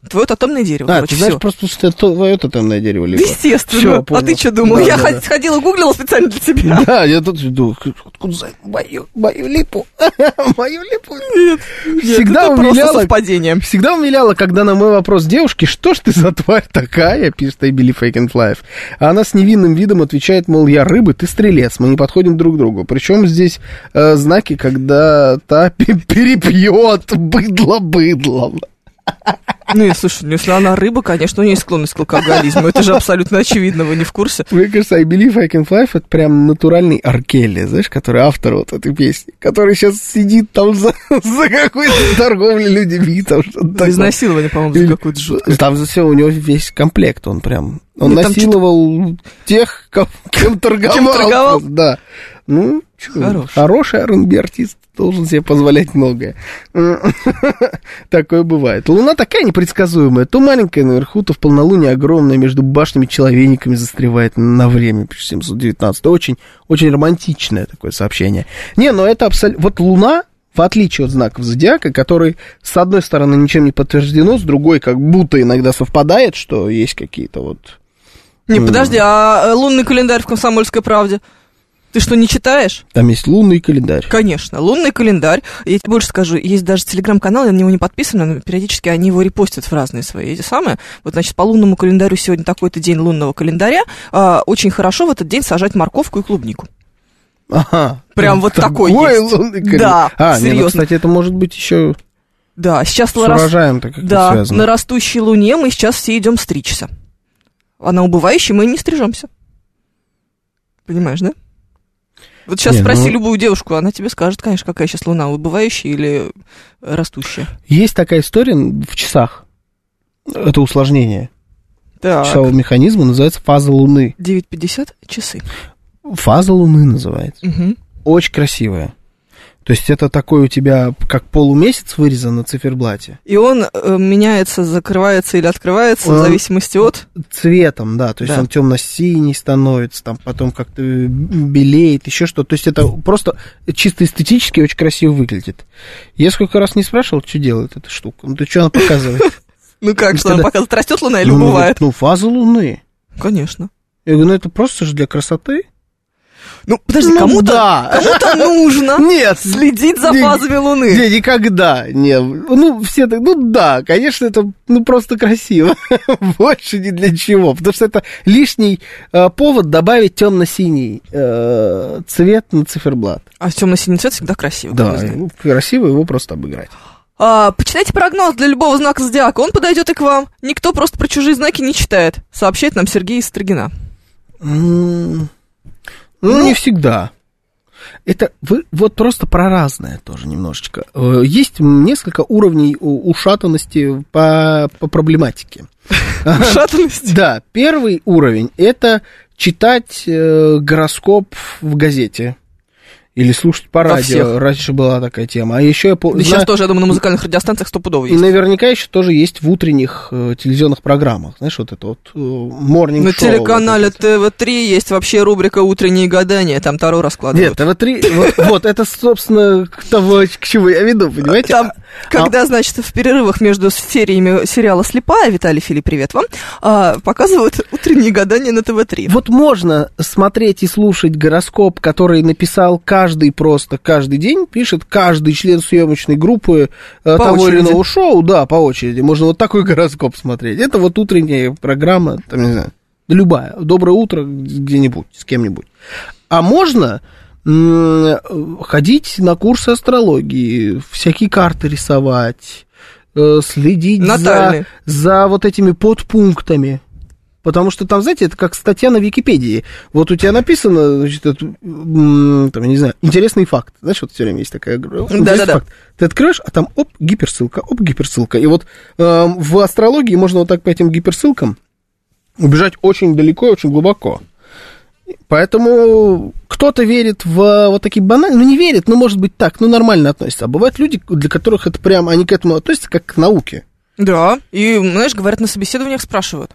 S3: Твое тотемное дерево,
S2: А,
S3: короче,
S2: ты знаешь,
S3: всё.
S2: просто что это твое тотемное дерево
S3: Да
S2: липа. Всё,
S3: естественно. а
S2: понял.
S3: ты что думал?
S2: Да,
S3: я
S2: да,
S3: ход- ходила гуглила специально для тебя.
S2: Да, я тут иду, хм, откуда за- мою, мою липу, *laughs* мою липу. Всегда
S3: *laughs* это просто
S2: умиляла,
S3: совпадение.
S2: всегда умиляла, когда на мой вопрос девушки, что ж ты за тварь такая, *laughs* пишет I believe I can fly. А она с невинным видом отвечает, мол, я рыбы, ты стрелец, мы не подходим друг к другу. Причем здесь э, знаки, когда та *laughs* пе- перепьет быдло быдлом.
S3: Ну, и, слушай, ну, если она рыба, конечно, у нее есть склонность к алкоголизму. Это же абсолютно очевидно, вы не в курсе.
S2: Мне кажется, I Believe I Can Fly это прям натуральный Аркелли, знаешь, который автор вот этой песни, который сейчас сидит там за, *laughs* за какой-то торговлей людьми, там что-то
S3: За
S2: такое.
S3: Изнасилование, по-моему, за
S2: Или- э,
S3: какую-то жутко.
S2: Там за все у него весь комплект, он прям, он
S3: Ну, там
S2: насиловал тех, ком- кем торговал.
S3: Кем торговал?
S2: Да. Ну, чё,
S3: Хорош.
S2: хороший R&B артист должен себе позволять многое. Такое бывает. Луна такая непредсказуемая. То маленькая наверху, то в полнолуние огромная между башнями человениками застревает на время. пишет 719. Очень, очень романтичное такое сообщение. Не, но это абсолютно... Вот Луна, в отличие от знаков зодиака, который, с одной стороны, ничем не подтверждено, с другой, как будто иногда совпадает, что есть какие-то вот...
S3: Не, подожди, а э, лунный календарь в «Комсомольской правде»? Ты что, не читаешь?
S2: Там есть лунный календарь.
S3: Конечно, лунный календарь. Я тебе больше скажу, есть даже телеграм-канал, я на него не подписана, но периодически они его репостят в разные свои эти самые. Вот, значит, по лунному календарю сегодня такой-то день лунного календаря. А, очень хорошо в этот день сажать морковку и клубнику.
S2: *laughs* Ага.
S3: Прям вот такой
S2: Такой
S3: есть.
S2: лунный календарь.
S3: Да,
S2: а, не, ну,
S3: серьезно.
S2: кстати, это может быть еще
S3: Да, сейчас
S2: с
S3: лорас-
S2: урожаем-то как-то
S3: Да,
S2: связано.
S3: на растущей луне мы сейчас все идем стричься. А на убывающей мы не стрижемся. Понимаешь, да? Вот сейчас
S2: Не,
S3: спроси
S2: ну-
S3: любую девушку, она тебе скажет, конечно, какая сейчас луна, убывающая или э, растущая.
S2: Есть такая история в часах. Это усложнение
S3: Так,
S2: часового механизма, называется фаза Луны.
S3: 9.50 часы.
S2: Фаза Луны называется.
S3: Мгм.
S2: Очень красивая. То есть это такой у тебя как полумесяц вырезан на циферблате.
S3: И он э, меняется, закрывается или открывается
S2: Он-
S3: в зависимости от...
S2: Цветом, да. То есть
S3: Да.
S2: он темно-синий становится, там потом как-то белеет, еще что. То есть это просто чисто эстетически очень красиво выглядит. Я сколько раз не спрашивал, что делает эта штука. Ну, ты что она показывает?
S3: *laughs* Ну как, что
S2: Когда-
S3: она показывает, растет луна или
S2: Ну, она
S3: убывает?
S2: говорит, Ну, фаза Луны.
S3: Конечно.
S2: Я говорю, ну это просто же для красоты.
S3: Ну, подожди,
S2: Ну,
S3: кому-то...
S2: да. Ну, *laughs*
S3: Кому-то нужно
S2: Нет,
S3: следить за
S2: Не-
S3: фазами луны.
S2: Не, никогда. Не, ну, все так, ну да, конечно, это ну, просто красиво. *laughs* Больше ни для чего. Потому что это лишний э, повод добавить темно-синий э, цвет на циферблат.
S3: А темно-синий цвет всегда красивый. как
S2: Да,
S3: мы знаем.
S2: ну, красиво его просто обыграть.
S3: А, почитайте прогноз для любого знака зодиака, он подойдет и к вам. Никто просто про чужие знаки не читает, сообщает нам Сергей
S2: *laughs*
S3: из Строгина.
S2: М, Ну, не всегда. Это вы вот просто про разное тоже немножечко. Э, Есть м, несколько уровней у- ушатанности по, по проблематике.
S3: Шатанность.
S2: Да, первый уровень это читать э, гороскоп в газете или слушать по
S3: Да,
S2: радио.
S3: всех.
S2: Раньше была такая тема. А еще я по-
S3: Сейчас
S2: знаю-
S3: тоже, я думаю, на музыкальных радиостанциях стопудово
S2: и
S3: есть.
S2: наверняка еще тоже есть в утренних э, телевизионных программах, знаешь, вот это вот э, morning
S3: На
S2: show вот
S3: телеканале
S2: это.
S3: ТВ-3 есть вообще рубрика «Утренние гадания», там Таро
S2: Нет,
S3: раскладывают.
S2: ТВ-3, вот, вот это, собственно, к того, к чему я веду, понимаете?
S3: Там,
S2: а-
S3: когда, значит, в перерывах между сериями сериала «Слепая», Виталий Фили, привет вам, а, показывают «Утренние гадания» на ТВ-3.
S2: Вот можно смотреть и слушать гороскоп, который написал каждый просто, каждый день, пишет каждый член съемочной группы э,
S3: По
S2: того
S3: очереди.
S2: или иного шоу, да, по очереди. Можно вот такой *laughs* гороскоп смотреть. Это вот утренняя программа, там, не знаю, да любая, «Доброе утро» где-нибудь, с кем-нибудь. А можно м, ходить на курсы астрологии, всякие карты рисовать, э, следить за
S3: Натальные.
S2: за вот этими подпунктами. Потому что там, знаете, это как статья на Википедии. Вот у тебя написано, значит, это, м, там, я не знаю, интересный факт. Знаешь, вот все время есть такая игра.
S3: Да-да-да.
S2: Интересный факт. Ты открываешь, а там оп, гиперссылка, оп, гиперссылка. И вот эм, в астрологии можно вот так по этим гиперссылкам убежать очень далеко и очень глубоко. Поэтому кто-то верит в вот такие банальные, ну не верит, ну может быть так, ну нормально относится. А бывают люди, для которых это прям, они к этому относятся как к науке.
S3: Да, и, знаешь, говорят, на собеседованиях спрашивают.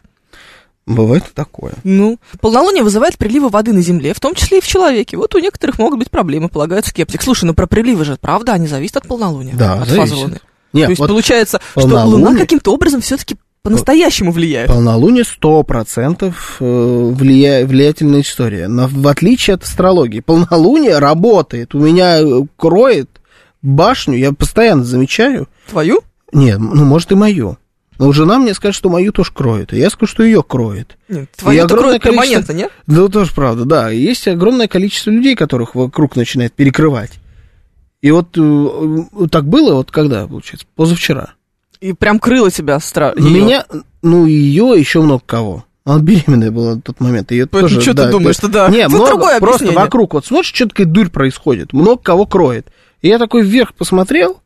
S2: Бывает и такое.
S3: Ну, полнолуние вызывает приливы воды на Земле, в том числе и в человеке. Вот у некоторых могут быть проблемы, полагает скептик. Слушай, ну про приливы же, правда, они зависят от полнолуния,
S2: Да,
S3: от
S2: зависит.
S3: фазы Луны.
S2: Нет,
S3: То есть
S2: вот
S3: получается, что
S2: полнолуние-
S3: Луна каким-то образом все-таки по-настоящему влияет.
S2: полнолуние 100% э, влия... влиятельная история. Но в отличие от астрологии, полнолуние работает. У меня э, кроет башню, я постоянно замечаю.
S3: Твою?
S2: Нет, ну может и мою. Но жена мне скажет, что мою тоже кроет, и я скажу, что ее кроет.
S3: Нет, твою
S2: огромное
S3: кроет
S2: количество-
S3: перманентно, нет?
S2: Да, тоже правда, да. И Есть огромное количество людей, которых вокруг начинает перекрывать. И вот э, э, так было, вот когда, получается, позавчера.
S3: И прям крыло тебя страшно.
S2: У меня, ну, ее еще много кого. Она беременная была на тот момент. Ее
S3: Поэтому
S2: тоже,
S3: что
S2: да,
S3: ты думаешь,
S2: то-
S3: что да?
S2: Не,
S3: Тут
S2: много,
S3: другое
S2: просто
S3: объяснение.
S2: вокруг. Вот смотришь, что такая дурь происходит. Много кого кроет. И я такой вверх посмотрел.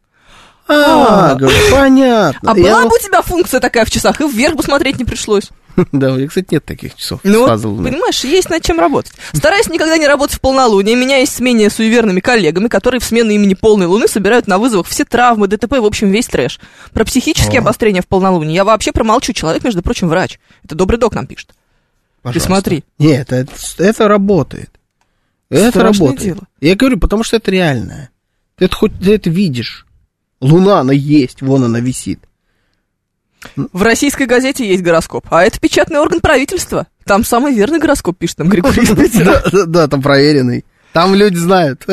S2: А,
S3: А.
S2: говорю, понятно.
S3: А
S2: И
S3: была
S2: оно-
S3: бы у тебя функция такая в часах, и вверх бы смотреть не пришлось.
S2: *laughs* Да, у меня, кстати, нет таких часов. с
S3: Ну, вот,
S2: фазой луны.
S3: понимаешь, есть над чем работать. Стараюсь никогда не работать в полнолуние, меняюсь с менее суеверными коллегами, которые в смену имени полной луны собирают на вызовах все травмы, ДТП, в общем, весь трэш. Про психические обострения в полнолуние я вообще промолчу. Человек, между прочим, врач. Это добрый док нам пишет.
S2: Пожалуйста.
S3: Ты смотри.
S2: Нет, это, это работает. Это
S3: Страшное
S2: работает.
S3: дело.
S2: Я говорю, потому что это реальное. Ты это хоть ты это видишь. Луна, она есть, вон она висит.
S3: В российской газете есть гороскоп, а это печатный орган правительства. Там самый верный гороскоп пишет нам Григорий из Питера.
S2: Да, да, да, там проверенный. Там люди знают.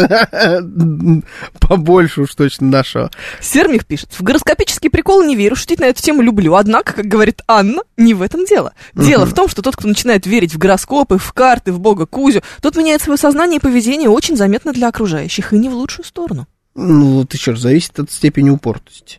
S2: *laughs* Побольше уж точно нашего.
S3: Сермих пишет, в гороскопические приколы не верю, шутить на эту тему люблю, однако, как говорит Анна, не в этом дело. Дело в том, что тот, кто начинает верить в гороскопы, в карты, в бога Кузю, тот меняет свое сознание и поведение очень заметно для окружающих, и не в лучшую сторону.
S2: Ну, вот еще раз, зависит от степени упортости.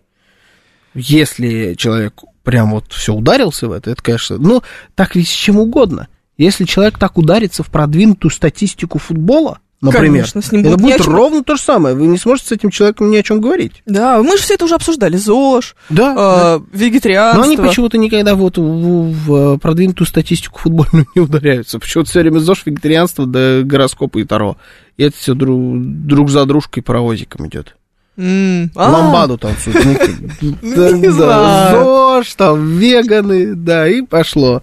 S2: Если человек прям вот все ударился в это, это, конечно, ну, так ведь с чем угодно. Если человек так ударится в продвинутую статистику футбола, например,
S3: Конечно, с ним
S2: это
S3: будет ни о
S2: будет
S3: чем-
S2: ровно то же самое. Вы не сможете с этим человеком ни о чем говорить. А,
S3: Да, мы же все это уже обсуждали, ЗОЖ,
S2: Да.
S3: э,
S2: да. Но
S3: вегетарианство.
S2: они почему-то никогда вот в, в- в продвинутую статистику футбольную не ударяются. Почему-то все время ЗОЖ, вегетарианство, да гороскопы и таро. И это все друг, друг за дружкой паровозиком идет.
S3: М, а,
S2: Ламбаду танцуют. ну, как- Да,
S3: не
S2: да,
S3: знаю.
S2: ЗОЖ, там веганы, да, и пошло.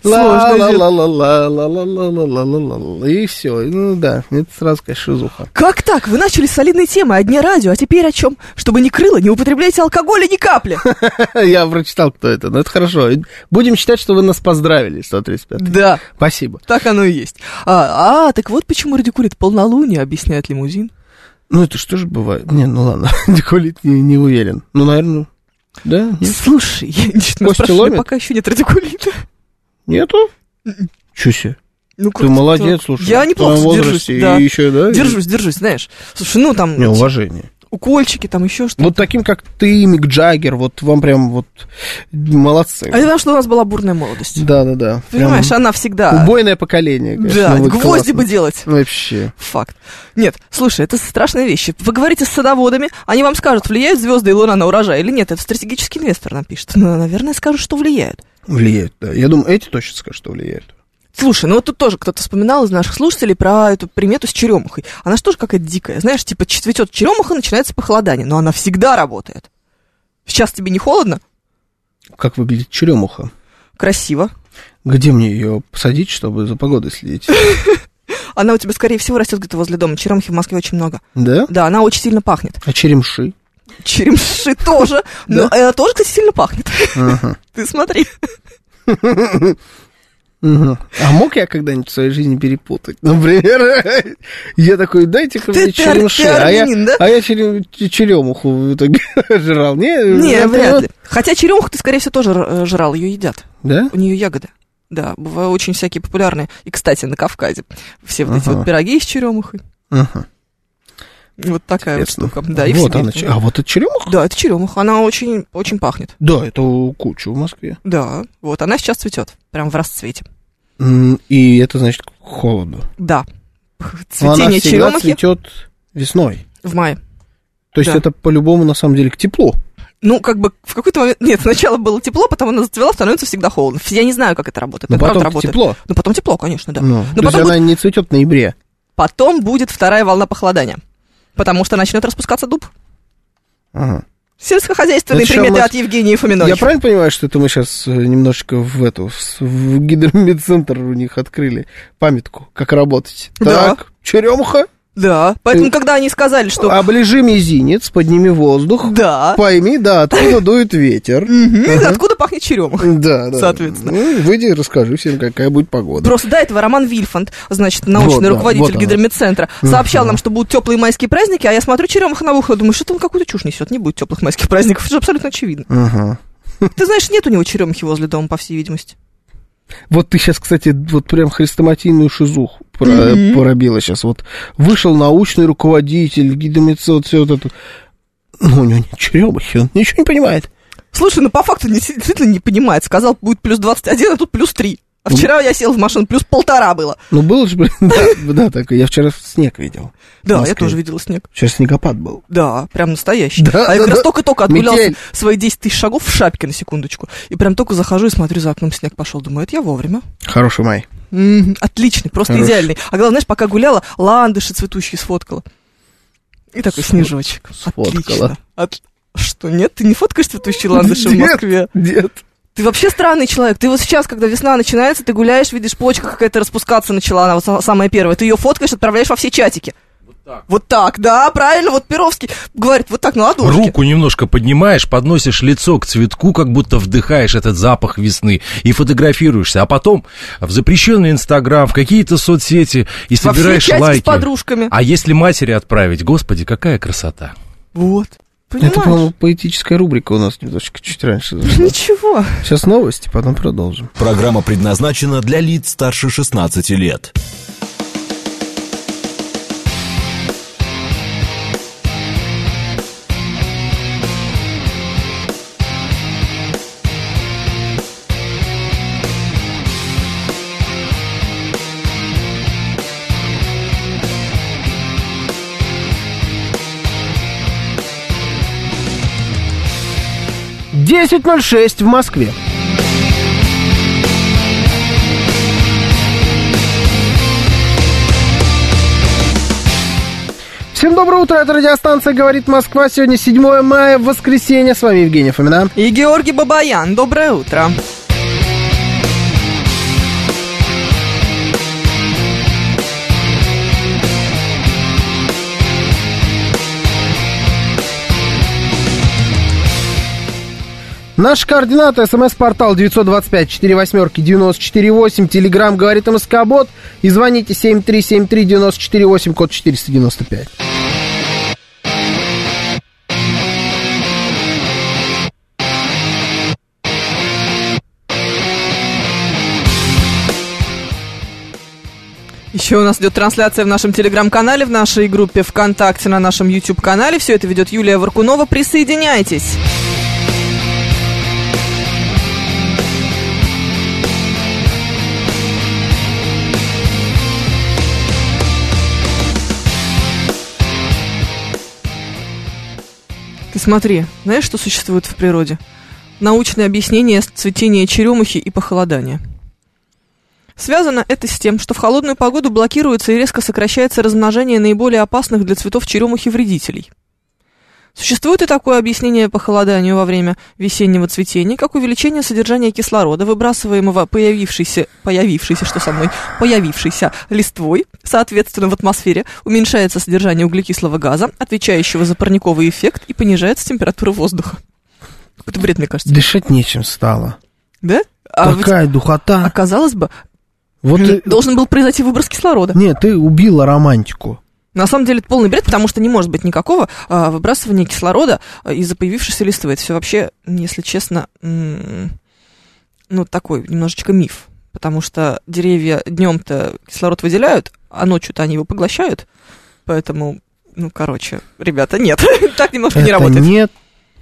S3: Сложное дело.
S2: Ла-ла-ла-ла-ла-ла-ла-ла-ла-ла-ла-ла-ла. И все. Ну да, это сразу, конечно, шизуха.
S3: Как так? Вы начали с солидной темы, одни радио, а теперь о чем? Чтобы не крыло, не употребляйте алкоголя
S2: *laughs*
S3: ни капли.
S2: Я прочитал, кто это, но это хорошо. Будем считать, что вы нас поздравили, 135.
S3: Да.
S2: Спасибо.
S3: Так оно и есть. А, а, так вот почему радикулит полнолуние, объясняет лимузин.
S2: Ну, это что же бывает? Не, ну ладно, *laughs* декулит не, не уверен. Ну, наверное, да? Нет?
S3: Слушай, я ничего
S2: Кости
S3: спрашиваю,
S2: ломит?
S3: пока еще нет радикулита.
S2: Нету? Чё себе?
S3: *laughs* Ну,
S2: Ты
S3: круто,
S2: молодец,
S3: чувак.
S2: слушай.
S3: Я
S2: в твоем
S3: неплохо держусь,
S2: возрасте
S3: да.
S2: И еще, да?
S3: Держусь, держусь, знаешь. Слушай, ну там...
S2: Не, уважение.
S3: укольчики, там еще что-то.
S2: Вот таким, как ты, Мик Джаггер, вот вам прям вот молодцы.
S3: А это потому, что у нас была бурная молодость.
S2: Да, да, да.
S3: Понимаешь, она всегда...
S2: Убойное поколение, конечно.
S3: да,
S2: вот
S3: гвозди
S2: классно.
S3: бы делать.
S2: Вообще.
S3: Факт. Нет, слушай, это страшные вещи. Вы говорите с садоводами, они вам скажут, влияют звезды и луна на урожай или нет. Это стратегический инвестор напишет. Ну, наверное, скажут, что влияют.
S2: Влияют, да. Я думаю, эти точно скажут, что влияют.
S3: Слушай, ну вот тут тоже кто-то вспоминал из наших слушателей про эту примету с черемухой. Она же тоже какая-то дикая. Знаешь, типа цветет черемуха, начинается похолодание, но она всегда работает. Сейчас тебе не холодно?
S2: Как выглядит черемуха?
S3: Красиво.
S2: Где мне ее посадить, чтобы за погодой
S3: *laughs*
S2: следить?
S3: Она у тебя, скорее всего, растет где-то возле дома. Черемухи в Москве очень много.
S2: Да?
S3: Да, она очень сильно пахнет.
S2: А черемши? *laughs*
S3: Черемши тоже. Но она тоже, кстати, сильно пахнет. *laughs*
S2: Ага.
S3: Ты смотри.
S2: Мгм. А мог я когда-нибудь в своей жизни перепутать? Например, я такой, дайте-ка
S3: Ты-
S2: мне
S3: ты ар-
S2: черемши,
S3: ты
S2: а я,
S3: армянин, да?
S2: а я черем- ч- черемуху в итоге *laughs* жрал. Не,
S3: Не,
S2: это
S3: вряд
S2: вот-
S3: ли. Хотя черемуху ты, скорее всего, тоже э, жрал, ее едят.
S2: Да?
S3: У нее ягоды. Да, бывают очень всякие популярные. И, кстати, на Кавказе все вот эти
S2: Ага.
S3: вот пироги с черемухой.
S2: Ага.
S3: Вот такая вот
S2: Интересно.
S3: штука. Да, и в
S2: вот
S3: Сибири
S2: она,
S3: тоже.
S2: че- а вот это черемуха?
S3: Да, это черемуха. Она очень, очень пахнет.
S2: Да, это куча в Москве.
S3: Да, вот она сейчас цветет, прям в расцвете.
S2: М, И это значит к холоду.
S3: Да.
S2: Но Ну, она
S3: Цветение
S2: всегда
S3: черемухи
S2: цветет весной.
S3: в мае.
S2: То есть
S3: Да.
S2: это по-любому на самом деле к теплу.
S3: Ну, как бы в какой-то момент... Нет, сначала было тепло, потом она зацвела, становится всегда холодно. Я не знаю, как это работает.
S2: Но
S3: это правда
S2: потом к
S3: работает.
S2: тепло.
S3: Ну, потом тепло, конечно, да.
S2: Ну,
S3: Но
S2: то есть
S3: потом,
S2: она
S3: будет...
S2: не цветет в ноябре.
S3: потом будет вторая волна похолодания. Потому что начнет распускаться дуб.
S2: Ага.
S3: Сельскохозяйственные
S2: Это что,
S3: приметы
S2: мы-
S3: от Евгения Фоминовича.
S2: Я правильно понимаю, что это мы сейчас немножечко в эту в с- в гидромедцентр у них открыли памятку, как работать.
S3: Да.
S2: Так, черемуха,
S3: Да,
S2: Э,
S3: поэтому,
S2: А.
S3: когда они сказали, что...
S2: оближи мизинец, подними воздух,
S3: Да,
S2: пойми, да,
S3: *laughs*
S2: откуда дует ветер.
S3: Мгм.
S2: Ага.
S3: откуда пахнет черемуха?
S2: Да, да.
S3: Соответственно.
S2: Ну, выйди и расскажи всем, какая будет погода.
S3: Просто до этого Роман Вильфанд, значит, научный
S2: Вот, да, вот
S3: руководитель
S2: она.
S3: гидромедцентра, сообщал
S2: Мгм.
S3: нам, что будут теплые майские праздники, а я смотрю черемуха на ухо, думаю, что-то он какую-то чушь несет, не будет теплых майских праздников, это же
S2: *laughs*
S3: абсолютно очевидно.
S2: Ага.
S3: Ты знаешь, нет у него черемухи возле дома, по всей видимости.
S2: Вот ты сейчас, кстати, вот прям хрестоматийную шизуху про- э,
S3: Мгм.
S2: поробила сейчас. Вот вышел научный руководитель, гидромедцентр, все вот это. Ну, у него нет черемухи, он ничего не понимает.
S3: Слушай, ну по факту не- действительно не понимает, сказал, будет плюс 21, а тут плюс 3. А вчера я сел в машину, плюс полтора было.
S2: Ну, было же, блин, *laughs* да, да, такое. Я вчера снег видел.
S3: Да, я
S2: Москве.
S3: тоже видела снег.
S2: Вчера снегопад был.
S3: Да, прям настоящий.
S2: Да,
S3: а я
S2: да,
S3: как раз
S2: да.
S3: только-только отгулял
S2: Метель.
S3: свои 10 тысяч шагов в шапке на секундочку. И прям только захожу и смотрю, за окном снег пошел. Думаю, это я вовремя.
S2: Хороший май.
S3: Мгм, отличный, просто
S2: Хорош.
S3: идеальный. А главное, знаешь, пока гуляла, ландыши цветущие сфоткала. И такой
S2: Сфо-
S3: снежочек.
S2: сфоткала.
S3: Отлично. От- Что, нет? Ты не фоткаешь цветущие ландыши в
S2: Нет.
S3: Москве?
S2: Нет.
S3: Ты вообще странный человек. Ты вот сейчас, когда весна начинается, ты гуляешь, видишь, почка какая-то распускаться начала, она вот са- самая первая. Ты ее фоткаешь, отправляешь во все чатики. Вот так. Вот так, да, правильно. Вот Перовский говорит, вот так ну, на ладошке.
S5: Руку немножко поднимаешь, подносишь лицо к цветку, как будто вдыхаешь этот запах весны и фотографируешься. А потом в запрещенный Инстаграм, в какие-то соцсети и
S3: Во все
S5: собираешь
S3: чатики с
S5: лайки.
S3: подружками.
S5: А если матери отправить, господи, какая красота.
S3: Вот. Понимаешь?
S2: Это, по-моему, поэтическая рубрика у нас немножечко чуть раньше. зашла.
S3: *laughs* Ничего.
S2: Сейчас новости, потом продолжим.
S1: Программа предназначена для лиц старше 16 лет.
S2: 10.06 в Москве. Всем доброе утро, это радиостанция «Говорит Москва». Сегодня 7 мая, воскресенье. С вами Евгений Фомина.
S3: И Георгий Бабаян. Доброе утро.
S2: Наши координаты. СМС-портал 925-48-94-8. Телеграмм «Говорит МСК-бот». И звоните 7373-94-8, код 495.
S3: Еще у нас идет трансляция в нашем телеграм-канале, в нашей группе ВКонтакте, на нашем YouTube-канале. Все это ведет Юлия Варкунова. Присоединяйтесь. Ты смотри, знаешь, что существует в природе? Научное объяснение цветения черемухи и похолодания. Связано это с тем, что в холодную погоду блокируется и резко сокращается размножение наиболее опасных для цветов черемухи вредителей. Существует и такое объяснение похолоданию во время весеннего цветения, как увеличение содержания кислорода, выбрасываемого появившейся, появившейся, что со мной, появившейся листвой, соответственно, в атмосфере уменьшается содержание углекислого газа, отвечающего за парниковый эффект, и понижается температура воздуха. Какой-то бред, мне кажется.
S2: Дышать нечем стало.
S3: Да? А Ну, ведь,
S2: Такая духота.
S3: а казалось бы,
S2: вот ты-
S3: должен был произойти выброс кислорода.
S2: Нет, ты убила романтику.
S3: На самом деле это полный бред, потому что не может быть никакого а, выбрасывания кислорода а, из-за появившейся листвы. Это все вообще, если честно, м, ну такой немножечко миф. Потому что деревья днем-то кислород выделяют, а ночью-то они его поглощают. Поэтому, ну, короче, ребята, нет, *laughs* так немножко не
S2: это
S3: работает.
S2: не,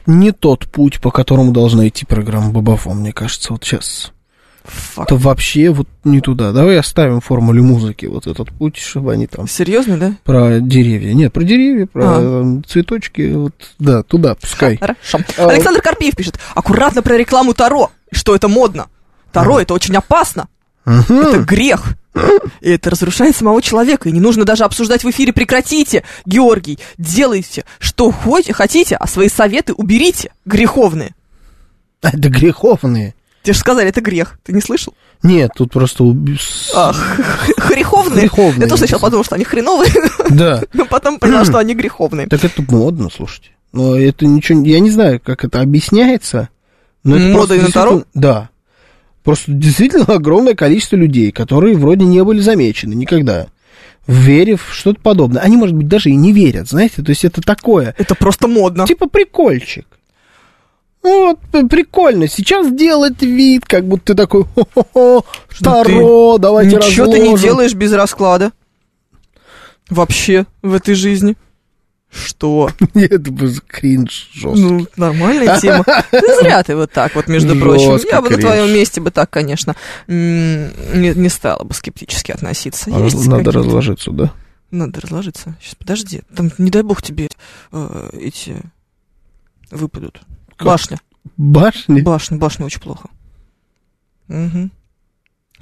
S2: не тот путь, по которому должна идти программа Бабафон, мне кажется, вот сейчас.
S3: Фак.
S2: Это вообще вот не туда. Давай оставим формуле музыки вот этот путь, чтобы они там
S3: Серьезно, да?
S2: про деревья. Нет, про деревья, про
S3: А.
S2: э, цветочки, вот, да, туда, пускай.
S3: Хорошо.
S2: А,
S3: Александр Карпиев пишет: аккуратно про рекламу Таро, что это модно. Таро это очень опасно.
S2: Мгм.
S3: Это грех. И это разрушает самого человека. И не нужно даже обсуждать в эфире. Прекратите, Георгий. Делайте, что хоть, хотите, а свои советы уберите. Греховные.
S2: Это *laughs* греховные.
S3: Тебе же сказали, это грех. Ты не слышал?
S2: Нет, тут просто уби- с-
S3: А, х- х- греховные.
S2: Греховные,
S3: Я тоже
S2: написано.
S3: сначала подумал, что они хреновые, *laughs*
S2: Да.
S3: но потом поняла, что они греховные.
S2: Так это модно, слушайте. Но это ничего... Я не знаю, как это объясняется. Но это
S3: Мода
S2: просто
S3: и на
S2: действительно-
S3: Таро?
S2: Да. Просто действительно *laughs* огромное количество людей, которые вроде не были замечены никогда, верив в что-то подобное. Они, может быть, даже и не верят, знаете? То есть это такое,
S3: Это просто модно.
S2: типа прикольчик. Ну, Вот, п- прикольно. Сейчас делать вид, как будто ты такой, хо-хо-хо,
S3: Да ты
S2: Таро, давайте
S3: Ничего ты не
S2: разложим».
S3: делаешь без расклада. Вообще в этой жизни. Что?
S2: *laughs* Нет, это просто кринж жесткий.
S3: Ну, нормальная тема. Ну, зря ты вот так вот, между прочим.
S2: Жёстко
S3: Я бы на
S2: кринж.
S3: твоем месте бы так, конечно, м, не, не стала бы скептически относиться. Есть
S2: А Раз- Надо
S3: какие-то-
S2: разложиться, да?
S3: Надо разложиться. Сейчас, подожди. Там, не дай бог тебе э, эти выпадут.
S2: Как?
S3: Башня.
S2: Башни?
S3: Башня, башня очень плохо.
S2: Ну,
S3: Мгм.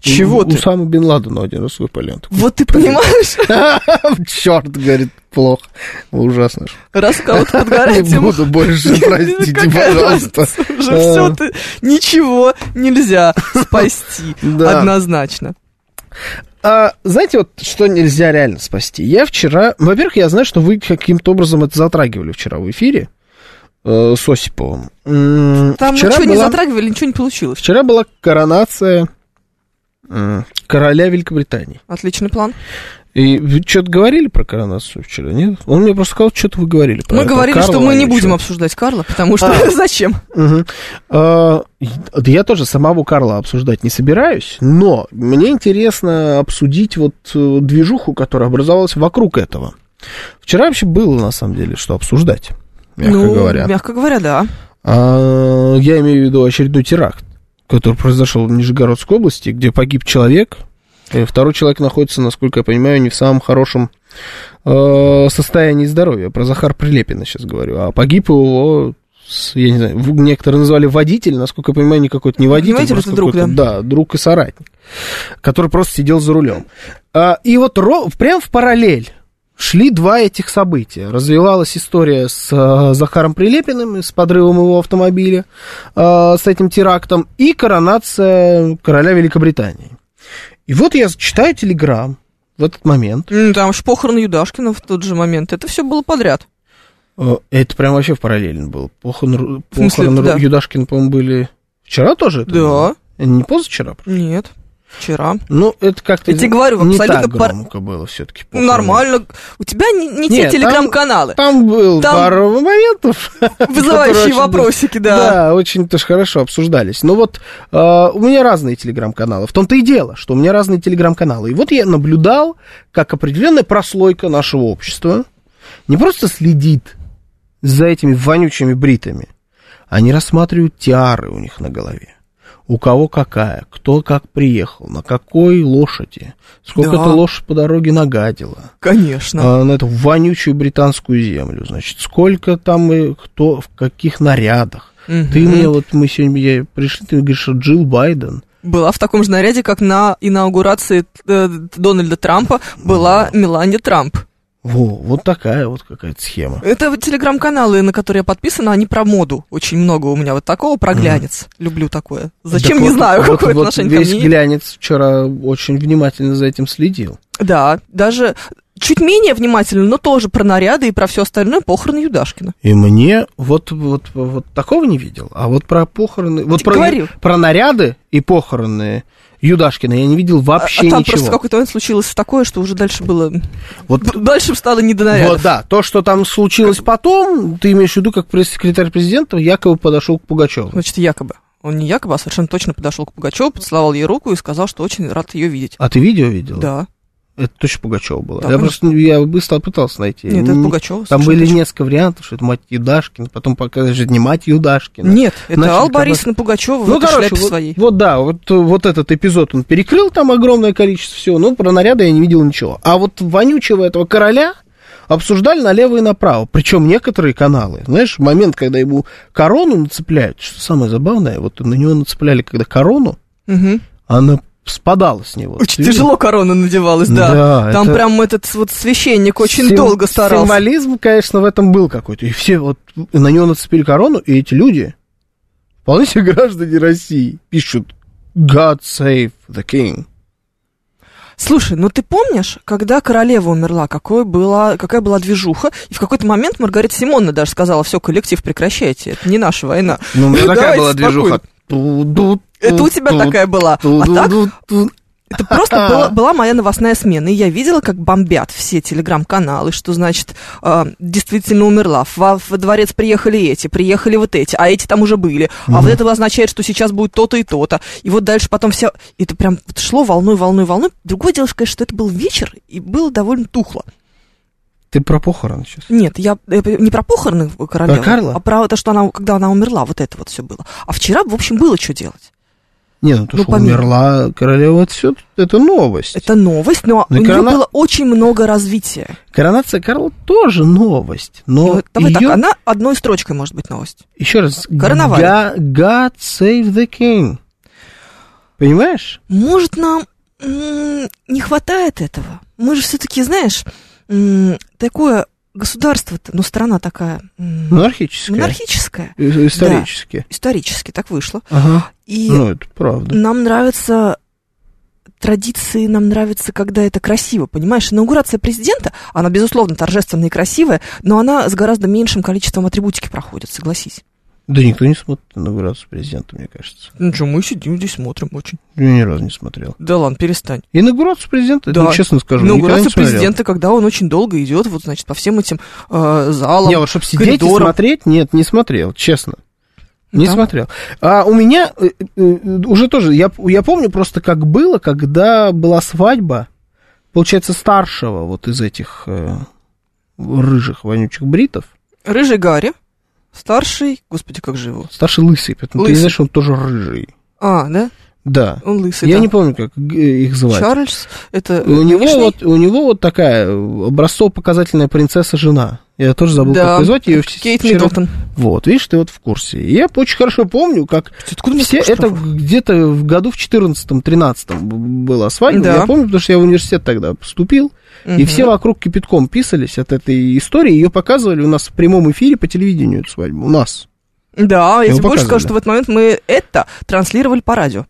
S3: Чего
S2: у,
S3: ты?
S2: Усама Бен Ладена один раз выпали. *laughs* Он такой,
S3: Вот ты понимаешь,
S2: Черт, говорит, плохо. Ужасно.
S3: раз у кого-то
S2: *laughs*
S3: подгорает
S2: Не
S3: тема,
S2: буду больше, простите,
S3: Ну, Какая
S2: пожалуйста.
S3: разница? *laughs* Уже
S2: А.
S3: все, ты, ничего
S2: *laughs*
S3: нельзя спасти.
S2: Да.
S3: Однозначно.
S2: А, знаете, вот что нельзя реально спасти? Я вчера... Во-первых, я знаю, что вы каким-то образом это затрагивали вчера в эфире э, с Осиповым. М,
S3: Там
S2: вчера
S3: ничего не
S2: была-
S3: затрагивали, ничего не получилось.
S2: Вчера была коронация м, короля Великобритании.
S3: Отличный план.
S2: И вы что-то говорили про коронацию вчера, нет? Он мне просто сказал, что-то вы говорили про
S3: мы
S2: этого
S3: говорили, что
S2: Карла,
S3: мы
S2: а
S3: не
S2: ничего.
S3: будем обсуждать Карла, потому что
S2: А.
S3: *laughs* зачем?
S2: Мгм. А, и- да я тоже самого Карла обсуждать не собираюсь, но мне интересно обсудить вот э, движуху, которая образовалась вокруг этого. Вчера вообще было, на самом деле, что обсуждать, мягко
S3: ну,
S2: говоря.
S3: мягко говоря, да.
S2: А, я имею в виду очередной теракт, который произошел в Нижегородской области, где погиб человек. Э, Второй человек находится, насколько я понимаю, не в самом хорошем э, состоянии здоровья. Про Захар Прилепина сейчас говорю. А погиб его, с- я не знаю, в- некоторые называли водитель, насколько я понимаю, никакой-то Ну, не водитель. а
S3: водитель,
S2: просто
S3: это друг,
S2: какой-то, Да, друг и соратник, который просто сидел за рулем. А, и вот ро- прям в параллель шли два этих события. Развивалась история с э, Захаром Прилепиным, и с подрывом его автомобиля, э, с этим терактом, и коронация короля Великобритании. И вот я читаю телеграм в этот момент.
S3: М, Там же похороны Юдашкина в тот же момент. Это все было подряд.
S2: Э, Это прям вообще в параллельно было. Похорон, Ру-
S3: В смысле,
S2: похорон Ру-
S3: да.
S2: Юдашкина, по-моему, были вчера тоже? это было?
S3: Да.
S2: Не позавчера?
S3: Нет. Вчера.
S2: Ну, это как-то
S3: Я тебе говорю,
S2: не
S3: абсолютно
S2: так
S3: пар-
S2: громко было все-таки.
S3: Нормально. У тебя не, не те
S2: Нет, там- *laughs*
S3: телеграм-каналы,
S2: Там был
S3: Там-
S2: пару моментов. которые
S3: вызывающие
S2: очень-
S3: вопросики, да.
S2: Да, очень тоже хорошо обсуждались. Но вот э, у меня разные телеграм-каналы. В том-то и дело, что у меня разные телеграм-каналы. И вот я наблюдал, как определенная прослойка нашего общества не просто следит за этими вонючими бритами, они рассматривают тиары у них на голове. У кого какая, кто как приехал, на какой лошади, сколько-то
S3: Да.
S2: лошадь по дороге нагадила
S3: Конечно.
S2: а, на эту вонючую британскую землю. Значит, сколько там и кто, в каких нарядах.
S3: Мгм.
S2: Ты мне, вот мы сегодня я- пришли, ты говоришь, что Джилл Байден.
S3: Была в таком же наряде, как на инаугурации э, Дональда Трампа была Мелания Трамп.
S2: Во, вот такая вот какая-то схема.
S3: Это вот телеграм-каналы, на которые я подписана, они про моду. Очень много у меня вот такого про глянец. Люблю такое. Зачем,
S2: Так
S3: не
S2: вот,
S3: знаю,
S2: вот-
S3: какое
S2: вот
S3: отношение
S2: Весь
S3: ко мне.
S2: глянец вчера очень внимательно за этим следил.
S3: Да, даже чуть менее внимательно, но тоже про наряды и про все остальное похороны Юдашкина.
S2: И мне вот, вот, вот такого не видел. А вот про похороны... Вот
S3: Ты
S2: про,
S3: говорил.
S2: про наряды и похороны Юдашкина я не видел
S3: А-
S2: вообще
S3: а, там
S2: ничего.
S3: просто в какой-то момент случилось такое, что уже дальше было...
S2: Вот
S3: *laughs* Дальше стало не до нарядов.
S2: Вот, да, то, что там случилось потом, ты имеешь в виду, как пресс-секретарь президента якобы подошел к Пугачеву.
S3: Значит, якобы. Он не якобы, а совершенно точно подошел к Пугачеву, поцеловал ей руку и сказал, что очень рад ее видеть.
S2: А ты видео видел?
S3: Да.
S2: Это точно Пугачева была.
S3: Да,
S2: я
S3: конечно.
S2: просто я быстро пытался найти.
S3: Нет, это
S2: Н- Там
S3: Пугачева. совершенно
S2: были
S3: точно.
S2: несколько вариантов, что это мать Юдашкина, потом показывают, что это не мать Юдашкина.
S3: Нет, это
S2: Начали
S3: Алла
S2: копать.
S3: Борисовна Пугачева в
S2: Ну,
S3: этой
S2: короче,
S3: шляпе
S2: вот,
S3: своей.
S2: вот да, вот, вот этот эпизод он перекрыл там огромное количество всего, но про наряды я не видел ничего. А вот вонючего этого короля обсуждали налево и направо. Причем некоторые каналы, знаешь, в момент, когда ему корону нацепляют, что самое забавное, вот на него нацепляли, когда корону,
S3: Мгм.
S2: она спадала с него.
S3: Очень
S2: Ты видел?
S3: тяжело корона надевалась, да.
S2: Да,
S3: Там
S2: это-
S3: прям этот вот священник очень
S2: Сим-
S3: долго старался.
S2: Символизм, конечно, в этом был какой-то. И все вот на него нацепили корону, и эти люди, вполне себе *laughs* граждане России, пишут «God save the king».
S3: Слушай, ну ты помнишь, когда королева умерла, какой была, какая была движуха? И в какой-то момент Маргарита Симонна даже сказала, все, коллектив, прекращайте, это не наша война.
S2: Ну,
S3: *laughs*
S2: у меня
S3: Ну,
S2: такая
S3: давайте
S2: была движуха. Ту-ду,
S3: Это у тебя
S2: ту-ду,
S3: такая была. А
S2: ту-ду,
S3: так,
S2: ту-ду. *laughs*
S3: Это просто была, была моя новостная смена, и я видела, как бомбят все телеграм-каналы, что, значит, э, действительно умерла. Во, во дворец приехали эти, приехали вот эти, а эти там уже были. А вот это означает, что сейчас будет то-то и то-то. И вот дальше потом все... Это прям вот шло волной, волной, волной. Другое дело, конечно, что это был вечер, и было довольно тухло.
S2: Ты про похороны сейчас.
S3: Нет, я, я про- не про похороны королевы,
S2: Про Карла?
S3: а про то, что она, когда она умерла, вот это вот все было. А вчера, в общем, было что делать.
S2: Не, ну то,
S3: Ну,
S2: что
S3: помимо.
S2: умерла королева, это всё- это новость.
S3: Это новость, но
S2: Ну,
S3: у нее
S2: корона-
S3: было очень много развития.
S2: Коронация Карла тоже новость,
S3: И
S2: но
S3: вот давай так,
S2: её-
S3: она одной строчкой может быть новость.
S2: еще раз,
S3: Короновали.
S2: Га- God save the king. Понимаешь?
S3: Может, нам м, не хватает этого? Мы же все-таки, знаешь, м, такое государство-то, ну, страна такая м,
S2: Монархическая.
S3: монархическая,
S2: И- Э, Исторически.
S3: исторически так вышло.
S2: Ага.
S3: И
S2: Ну, это правда.
S3: нам нравятся традиции, нам нравится, когда это красиво, понимаешь? Инаугурация президента, она, безусловно, торжественная и красивая, но она с гораздо меньшим количеством атрибутики проходит, согласись.
S2: Да никто не смотрит на инаугурацию президента, мне кажется.
S3: Ну что, мы сидим здесь, смотрим очень.
S2: Я ни разу не смотрел.
S3: Да ладно, перестань.
S2: Инаугурацию президента, это,
S3: Да.
S2: честно скажу,
S3: Ну,
S2: никогда не
S3: Инаугурация
S2: смотрел.
S3: президента, когда он очень долго идет, вот, значит, по всем этим э, залам.
S2: Не, вот чтобы сидеть
S3: коридором.
S2: и смотреть, нет, не смотрел, честно. Не
S3: Да.
S2: смотрел. А у меня э, э, уже тоже, я, я помню просто, как было, когда была свадьба, получается, старшего вот из этих э, рыжих вонючих бритов.
S3: Рыжий Гарри, старший, господи, как же его.
S2: Старший лысый, поэтому ты
S3: Лысый.
S2: не знаешь, он тоже рыжий.
S3: А, да?
S2: Да.
S3: Он лысый,
S2: я
S3: да.
S2: не помню, как э, их звать.
S3: Чарльз, это... э,
S2: У него,
S3: нынешний?
S2: вот, у него вот такая э, образцово-показательная принцесса-жена. Я тоже забыл,
S3: Да.
S2: как ее звать. Ее в-
S3: Кейт
S2: вчера-
S3: Миддлтон.
S2: Вот, видишь, ты вот в курсе. И я очень хорошо помню, как
S3: Откуда мне
S2: Все,
S3: столько
S2: это
S3: штрафов?
S2: где-то в году в 14-13 была свадьба.
S3: Да.
S2: Я помню, потому что я в университет тогда поступил. И
S3: Мгм.
S2: все вокруг кипятком писались от этой истории. Ее показывали у нас в прямом эфире по телевидению, эту свадьбу. У нас.
S3: Да, я
S2: Его
S3: тебе больше
S2: показывали.
S3: скажу, что в этот момент мы это транслировали по радио.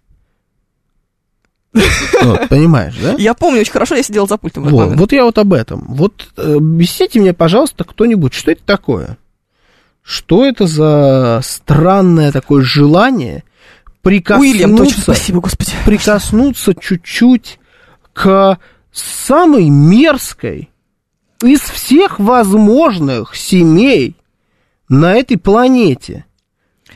S2: Ну, Вот, понимаешь, да?
S3: Я помню очень хорошо, я сидела за пультом в этот
S2: Вот,
S3: момент.
S2: вот я вот об этом. Вот э, объясните мне, пожалуйста, кто-нибудь, что это такое? Что это за странное такое желание прикоснуться...
S3: Уильям, точно, спасибо, господи.
S2: прикоснуться чуть-чуть к самой мерзкой из всех возможных семей на этой планете.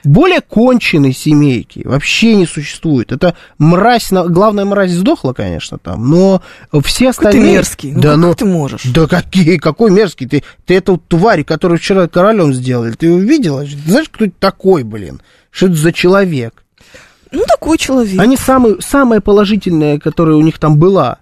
S2: Более конченой семейки вообще не существует. Это мразь, на- главная мразь сдохла, конечно, там, но все
S3: Какой ты
S2: остальные...
S3: мерзкий. Ну,
S2: Да,
S3: как
S2: ну,
S3: ты можешь?
S2: да какие, какой мерзкий ты, ты эту тварь, которую вчера королем сделали, ты увидела? Знаешь, кто это такой, блин? Что это за человек?
S3: Ну, такой человек.
S2: Они самые, самое положительное, которое у них там была.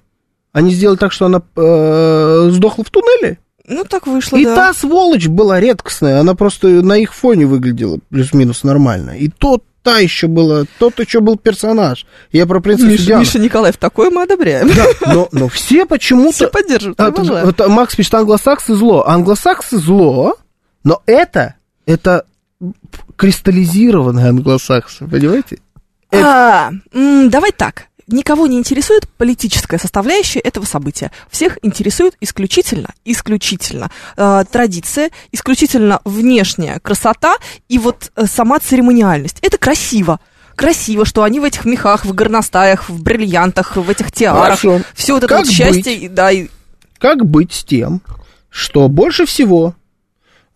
S2: Они сделали так, что она э, сдохла в туннеле.
S3: Ну, так вышло,
S2: и
S3: да.
S2: та сволочь была редкостная. Она просто на их фоне выглядела плюс-минус нормально. И тот та еще была, тот еще был персонаж. Я про принцессу
S3: Миша,
S2: Диану.
S3: Миша Николаев, такое мы одобряем.
S2: Да, но, но все
S3: Все
S2: почему-то...
S3: поддерживают,
S2: А,
S3: обожаю.
S2: вот, а, Макс пишет, англосаксы зло. Англосаксы зло, но это, это кристаллизированные англосаксы, понимаете? это-
S3: А, м, давай так. Никого не интересует политическая составляющая этого события. Всех интересует исключительно, исключительно э, традиция, исключительно внешняя красота и вот э, сама церемониальность. Это красиво. Красиво, что они в этих мехах, в горностаях, в бриллиантах, в этих тиарах.
S2: Хорошо.
S3: Все вот это
S2: Как
S3: вот счастье, и- да, и
S2: как быть с тем, что больше всего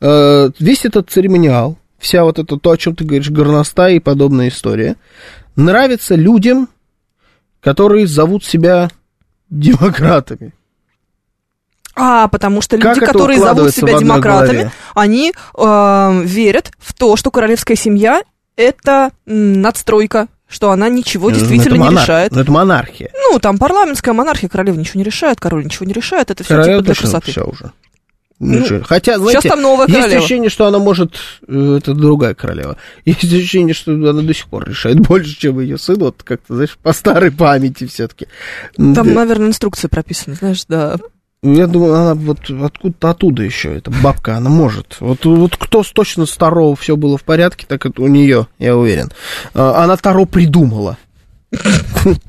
S2: э, весь этот церемониал, вся вот это то, о чем ты говоришь, горноста и подобная история, нравится людям, которые зовут себя демократами.
S3: А, потому что люди,
S2: Как это
S3: которые зовут
S2: укладывается в
S3: себя
S2: одной
S3: демократами,
S2: голове?
S3: они э, верят в то, что королевская семья это м, надстройка, что она ничего действительно
S2: Ну, это
S3: не
S2: монар-
S3: решает.
S2: ну, Это монархия.
S3: Ну, там парламентская монархия, королева ничего не решает, король ничего не решает, это все
S2: Королева
S3: типа для
S2: точно
S3: красоты.
S2: всё уже.
S3: Ну,
S2: Ничего. Хотя, знаете,
S3: Сейчас там новая
S2: есть
S3: королева.
S2: ощущение, что она может... э, Это другая королева. Есть ощущение, что она до сих пор решает больше, чем ее сын. Вот как-то, знаешь, по старой памяти все-таки.
S3: Там, наверное, инструкция прописана, знаешь, да.
S2: Я думаю, она вот откуда-то оттуда еще, эта бабка, она может. Вот, вот кто с точно с Таро все было в порядке, так это у нее, я уверен. А, Она Таро придумала. *laughs*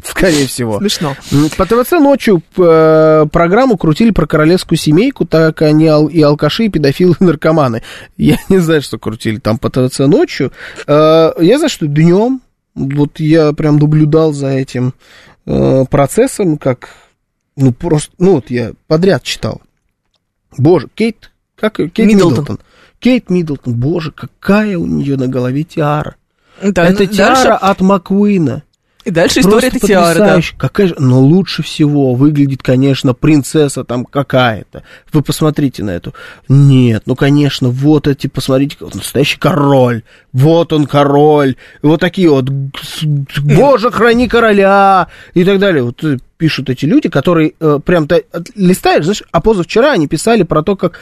S2: Скорее всего.
S3: Смешно.
S2: По ТВЦ ночью э, программу крутили про королевскую семейку, так они ал- и алкаши, и педофилы, и наркоманы. Я *laughs* не знаю, что крутили там по ТВЦ ночью. Э, я знаю, что днем, вот я прям наблюдал за этим э, процессом, как, ну, просто, ну, вот я подряд читал. Боже, Кейт, как ее? Кейт
S3: Миддлтон.
S2: Миддлтон. Кейт Миддлтон, боже, какая у нее на голове тиара.
S3: Да,
S2: Это
S3: ну,
S2: тиара
S3: дальше,
S2: от Маккуина.
S3: и дальше
S2: Просто
S3: история этой тиары, да.
S2: потрясающе. Какая же, но лучше всего выглядит, конечно, принцесса там какая-то. Вы посмотрите на эту. Нет, ну, конечно, вот эти, посмотрите, вот настоящий король. Вот он король. И Вот такие вот, с- боже, храни короля и так далее. Вот э, пишут эти люди, которые э, прям та- от- листаешь, знаешь, а позавчера они писали про то, как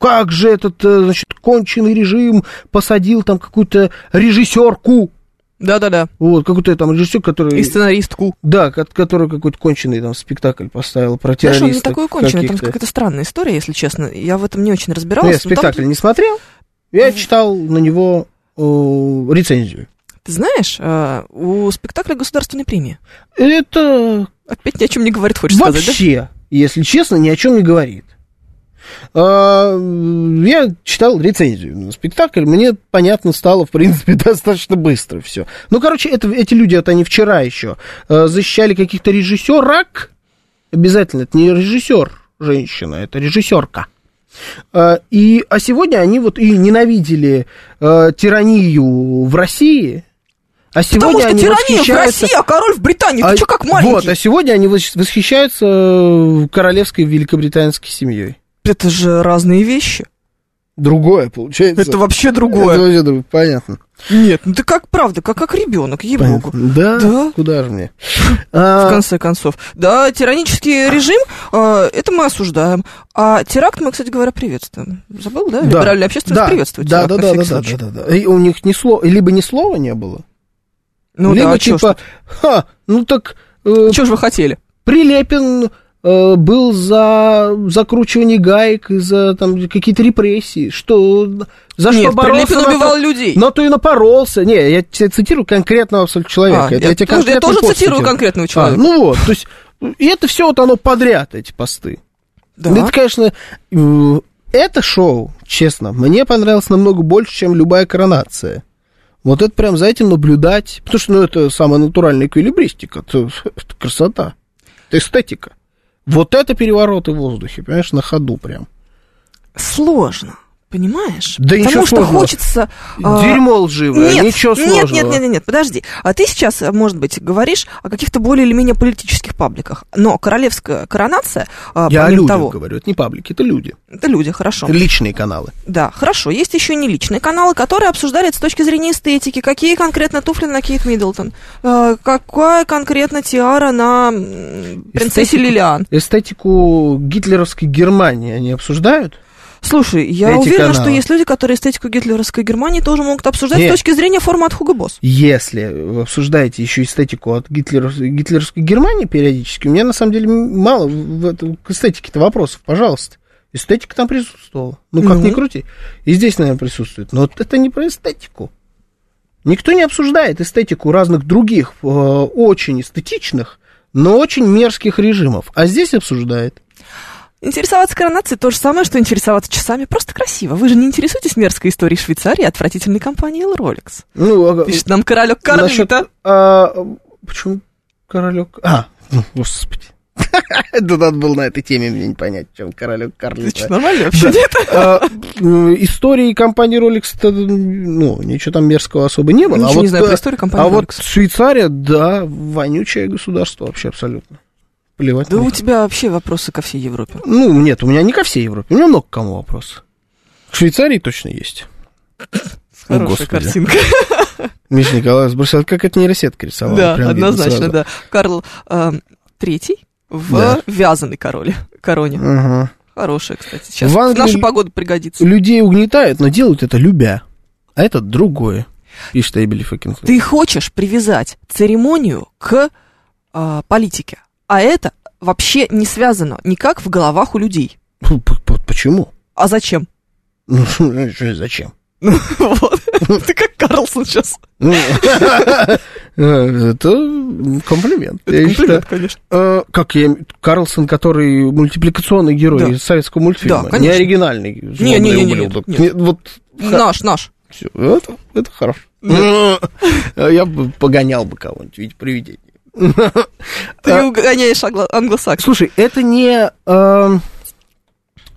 S2: как же этот, э, значит, конченый режим посадил там какую-то режиссерку,
S3: Да-да-да,
S2: вот, какую-то там режиссер, который...
S3: и сценаристку.
S2: Да, кот- который какой-то конченый там спектакль поставил про
S3: Знаешь,
S2: террористов.
S3: он не такой конченый, там
S2: каких-то.
S3: какая-то странная история, если честно. Я в этом не очень
S2: Ну, я
S3: разбиралась. но там-
S2: спектакль не смотрел, я читал на него э, рецензию.
S3: Ты знаешь, э, у спектакля государственной премии.
S2: Это
S3: Опять ни о чем не говорит, хочешь сказать,
S2: вообще, если честно, ни о чем не говорит. А, м, Я читал рецензию на спектакль, мне понятно стало, в принципе, *laughs* достаточно быстро все. Ну, короче, это, эти люди, это они вчера еще э, защищали каких-то режиссерок. Обязательно, это не режиссер женщина, это режиссерка. Э, И, а сегодня они вот и ненавидели э, тиранию в России, а
S3: да?
S2: сегодня они восхищаются...
S3: а король в Британии,
S2: А- Вот, а сегодня они восх- восхищаются э, королевской великобританской семьей.
S3: Это же разные вещи.
S2: Другое, получается.
S3: Это вообще
S2: Это
S3: другое.
S2: вообще друг- понятно.
S3: Нет, ну ты как правда, как как ребенок, ей-богу.
S2: Понятно. Да?
S3: Да.
S2: Куда же мне?
S3: В
S2: А,
S3: конце концов. Да, тиранический режим, э, это мы осуждаем. А теракт мы, кстати говоря, приветствуем. Забыл, да?
S2: да.
S3: Либеральная общественность
S2: да,
S3: приветствует
S2: да,
S3: теракт
S2: да,
S3: на
S2: да, да,
S3: всякий
S2: да,
S3: случай.
S2: да, да, да. И у них ни слова, либо ни слова не было,
S3: Ну
S2: либо
S3: да, а чё ж-
S2: типа, ха, ну так э,
S3: чё ж вы хотели?
S2: Прилепин э, был за закручивание гаек и за там какие-то репрессии, что за
S3: Нет,
S2: что Ну, боролся?
S3: Прилепин
S2: на то-
S3: убивал людей.
S2: Но ты и напоролся. Не, я тебе цитирую конкретного абсолютно человека.
S3: А,
S2: Это тебе
S3: я тоже- я
S2: конкретный
S3: тоже
S2: пост
S3: цитирую
S2: цитирую.
S3: конкретного
S2: А,
S3: человека.
S2: ну вот, то есть, и это все вот оно подряд, эти посты.
S3: Да.
S2: Ну, Это, конечно, э, это шоу, честно, мне понравилось намного больше, чем любая коронация. Вот это прям за этим наблюдать, потому что ну, это самая натуральная эквилибристика, это, это красота, это эстетика. Вот это перевороты в воздухе, понимаешь, на ходу прям.
S3: Сложно. Понимаешь?
S2: Да
S3: Потому
S2: ничего
S3: что
S2: сложного.
S3: хочется... а,
S2: Дерьмо лживое,
S3: нет,
S2: ничего сложного.
S3: Нет, нет, нет, нет, нет, подожди. А ты сейчас, может быть, говоришь о каких-то более или менее политических пабликах. Но королевская коронация, а,
S2: Я о
S3: помимо
S2: людях
S3: того...
S2: говорю, это не паблики, это люди,
S3: Это люди, хорошо.
S2: это личные каналы.
S3: Да, хорошо. Есть еще и не личные каналы, которые обсуждали это с точки зрения эстетики. Какие конкретно туфли на Кейт Миддлтон? Э, Какая конкретно тиара на м, принцессе
S2: Эстетику.
S3: Лилиан?
S2: Эстетику гитлеровской Германии они обсуждают?
S3: Слушай, я
S2: Эти
S3: уверена,
S2: каналы.
S3: что есть люди, которые эстетику гитлеровской Германии тоже могут обсуждать
S2: Нет.
S3: с точки зрения формы от Хуго Босс.
S2: Если вы обсуждаете еще эстетику от Гитлер, гитлерской Германии периодически, у меня на самом деле мало в этом, к эстетике-то вопросов, пожалуйста. Эстетика там присутствовала. Ну, как
S3: Ну.
S2: ни крути. И здесь, наверное, присутствует. Но вот это не про эстетику. Никто не обсуждает эстетику разных других, э, очень эстетичных, но очень мерзких режимов. А здесь обсуждает.
S3: Интересоваться коронацией то же самое, что интересоваться часами. Просто красиво. Вы же не интересуетесь мерзкой историей Швейцарии и отвратительной компании Rolex.
S2: Ну, а-
S3: Пишет нам королек
S2: Насчет,
S3: Карлита.
S2: а, почему королек? А, ну, господи. Да надо было на этой теме мне не понять, чем королек
S3: Ты что,
S2: Карлита.
S3: нормально вообще, нет?
S2: А, м, Истории компании Rolex, -то, ну, ничего там мерзкого особо не было. а
S3: Ну, Ничего
S2: вот,
S3: не знаю про
S2: э,
S3: историю компании
S2: А вот
S3: Rolex.
S2: Швейцария, да, вонючее государство вообще абсолютно. Плевать.
S3: Да
S2: на
S3: у
S2: них.
S3: тебя вообще вопросы ко всей Европе.
S2: Ну, нет, у меня не ко всей Европе, у меня много к кому вопрос. К Швейцарии точно есть. О,
S3: Хорошая
S2: Господи.
S3: картинка.
S2: Миша Николаевич бросил, как это нейросетка рисовала.
S3: Да,
S2: прям видно
S3: однозначно,
S2: сразу.
S3: да. Карл эм, Третий в
S2: Да.
S3: вязаной короле, короне.
S2: Ага.
S3: Хорошая, кстати. Сейчас
S2: В
S3: в
S2: Англии-
S3: нашу погоду пригодится.
S2: людей угнетают, но делают это любя. А это другое, пишет Эбели Фокинг.
S3: Ты хочешь привязать церемонию к а, политике, а это вообще не связано никак в головах у людей.
S2: П- п- п- Почему? *laughs*
S3: А зачем? *laughs*
S2: Ну, что, зачем?
S3: Вот. Ты как Карлсон сейчас.
S2: Ну, Это комплимент.
S3: Это
S2: я
S3: комплимент,
S2: считаю.
S3: конечно.
S2: Э, Как я... Карлсон, который мультипликационный герой
S3: Да.
S2: из советского мультфильма.
S3: Да,
S2: Не
S3: конечно.
S2: оригинальный. злобный
S3: не-не-не,
S2: ублюдок.
S3: нет,
S2: Нет, Вот ха-
S3: Наш, наш.
S2: всё, это это хорошо. *laughs* А Я бы погонял бы кого-нибудь, ведь привидение. А.
S3: Ты угоняешь англо- англосаксов.
S2: Слушай, это не... эм,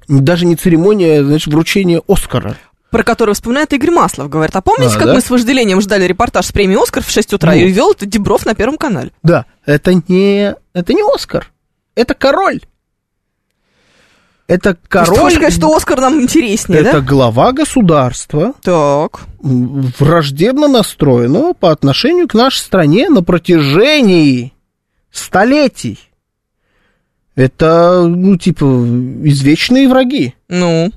S2: даже не церемония, значит, вручения Оскара.
S3: Про который вспоминает Игорь Маслов. Говорит, а помните,
S2: А,
S3: как
S2: да? Ну.
S3: мы с вожделением ждали репортаж с премии «Оскар» в 6 утра? И
S2: Вот.
S3: вел это Дебров на Первом канале.
S2: Да. Это не... Это не Оскар. Это король. Это
S3: То есть Ты
S2: король...
S3: хочешь сказать, что «Оскар» нам интереснее,
S2: это
S3: да?
S2: глава государства,
S3: Так.
S2: м, враждебно настроенного по отношению к нашей стране на протяжении столетий. Это, ну, типа, извечные враги.
S3: Ну,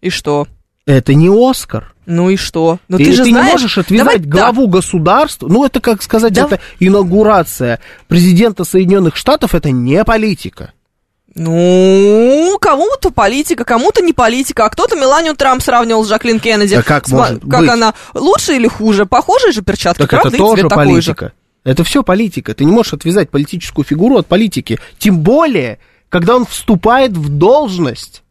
S3: и что?
S2: Это не Оскар.
S3: Ну и что? Но
S2: И
S3: ты же знаешь...
S2: не можешь отвязать
S3: Давай так.
S2: главу государства. Ну, это, как сказать,
S3: Дав-
S2: это инаугурация президента Соединенных Штатов, это не политика.
S3: Ну, кому-то политика, кому-то не политика, а кто-то Меланию Трамп сравнивал с Жаклин Кеннеди.
S2: Да как
S3: Сма-
S2: может
S3: Как
S2: быть?
S3: она, лучше или хуже? Похожие же перчатки,
S2: Так
S3: правда?
S2: это
S3: И цвет
S2: тоже
S3: такой же.
S2: политика. Это все политика. Ты не можешь отвязать политическую фигуру от политики. Тем более, когда он вступает в должность.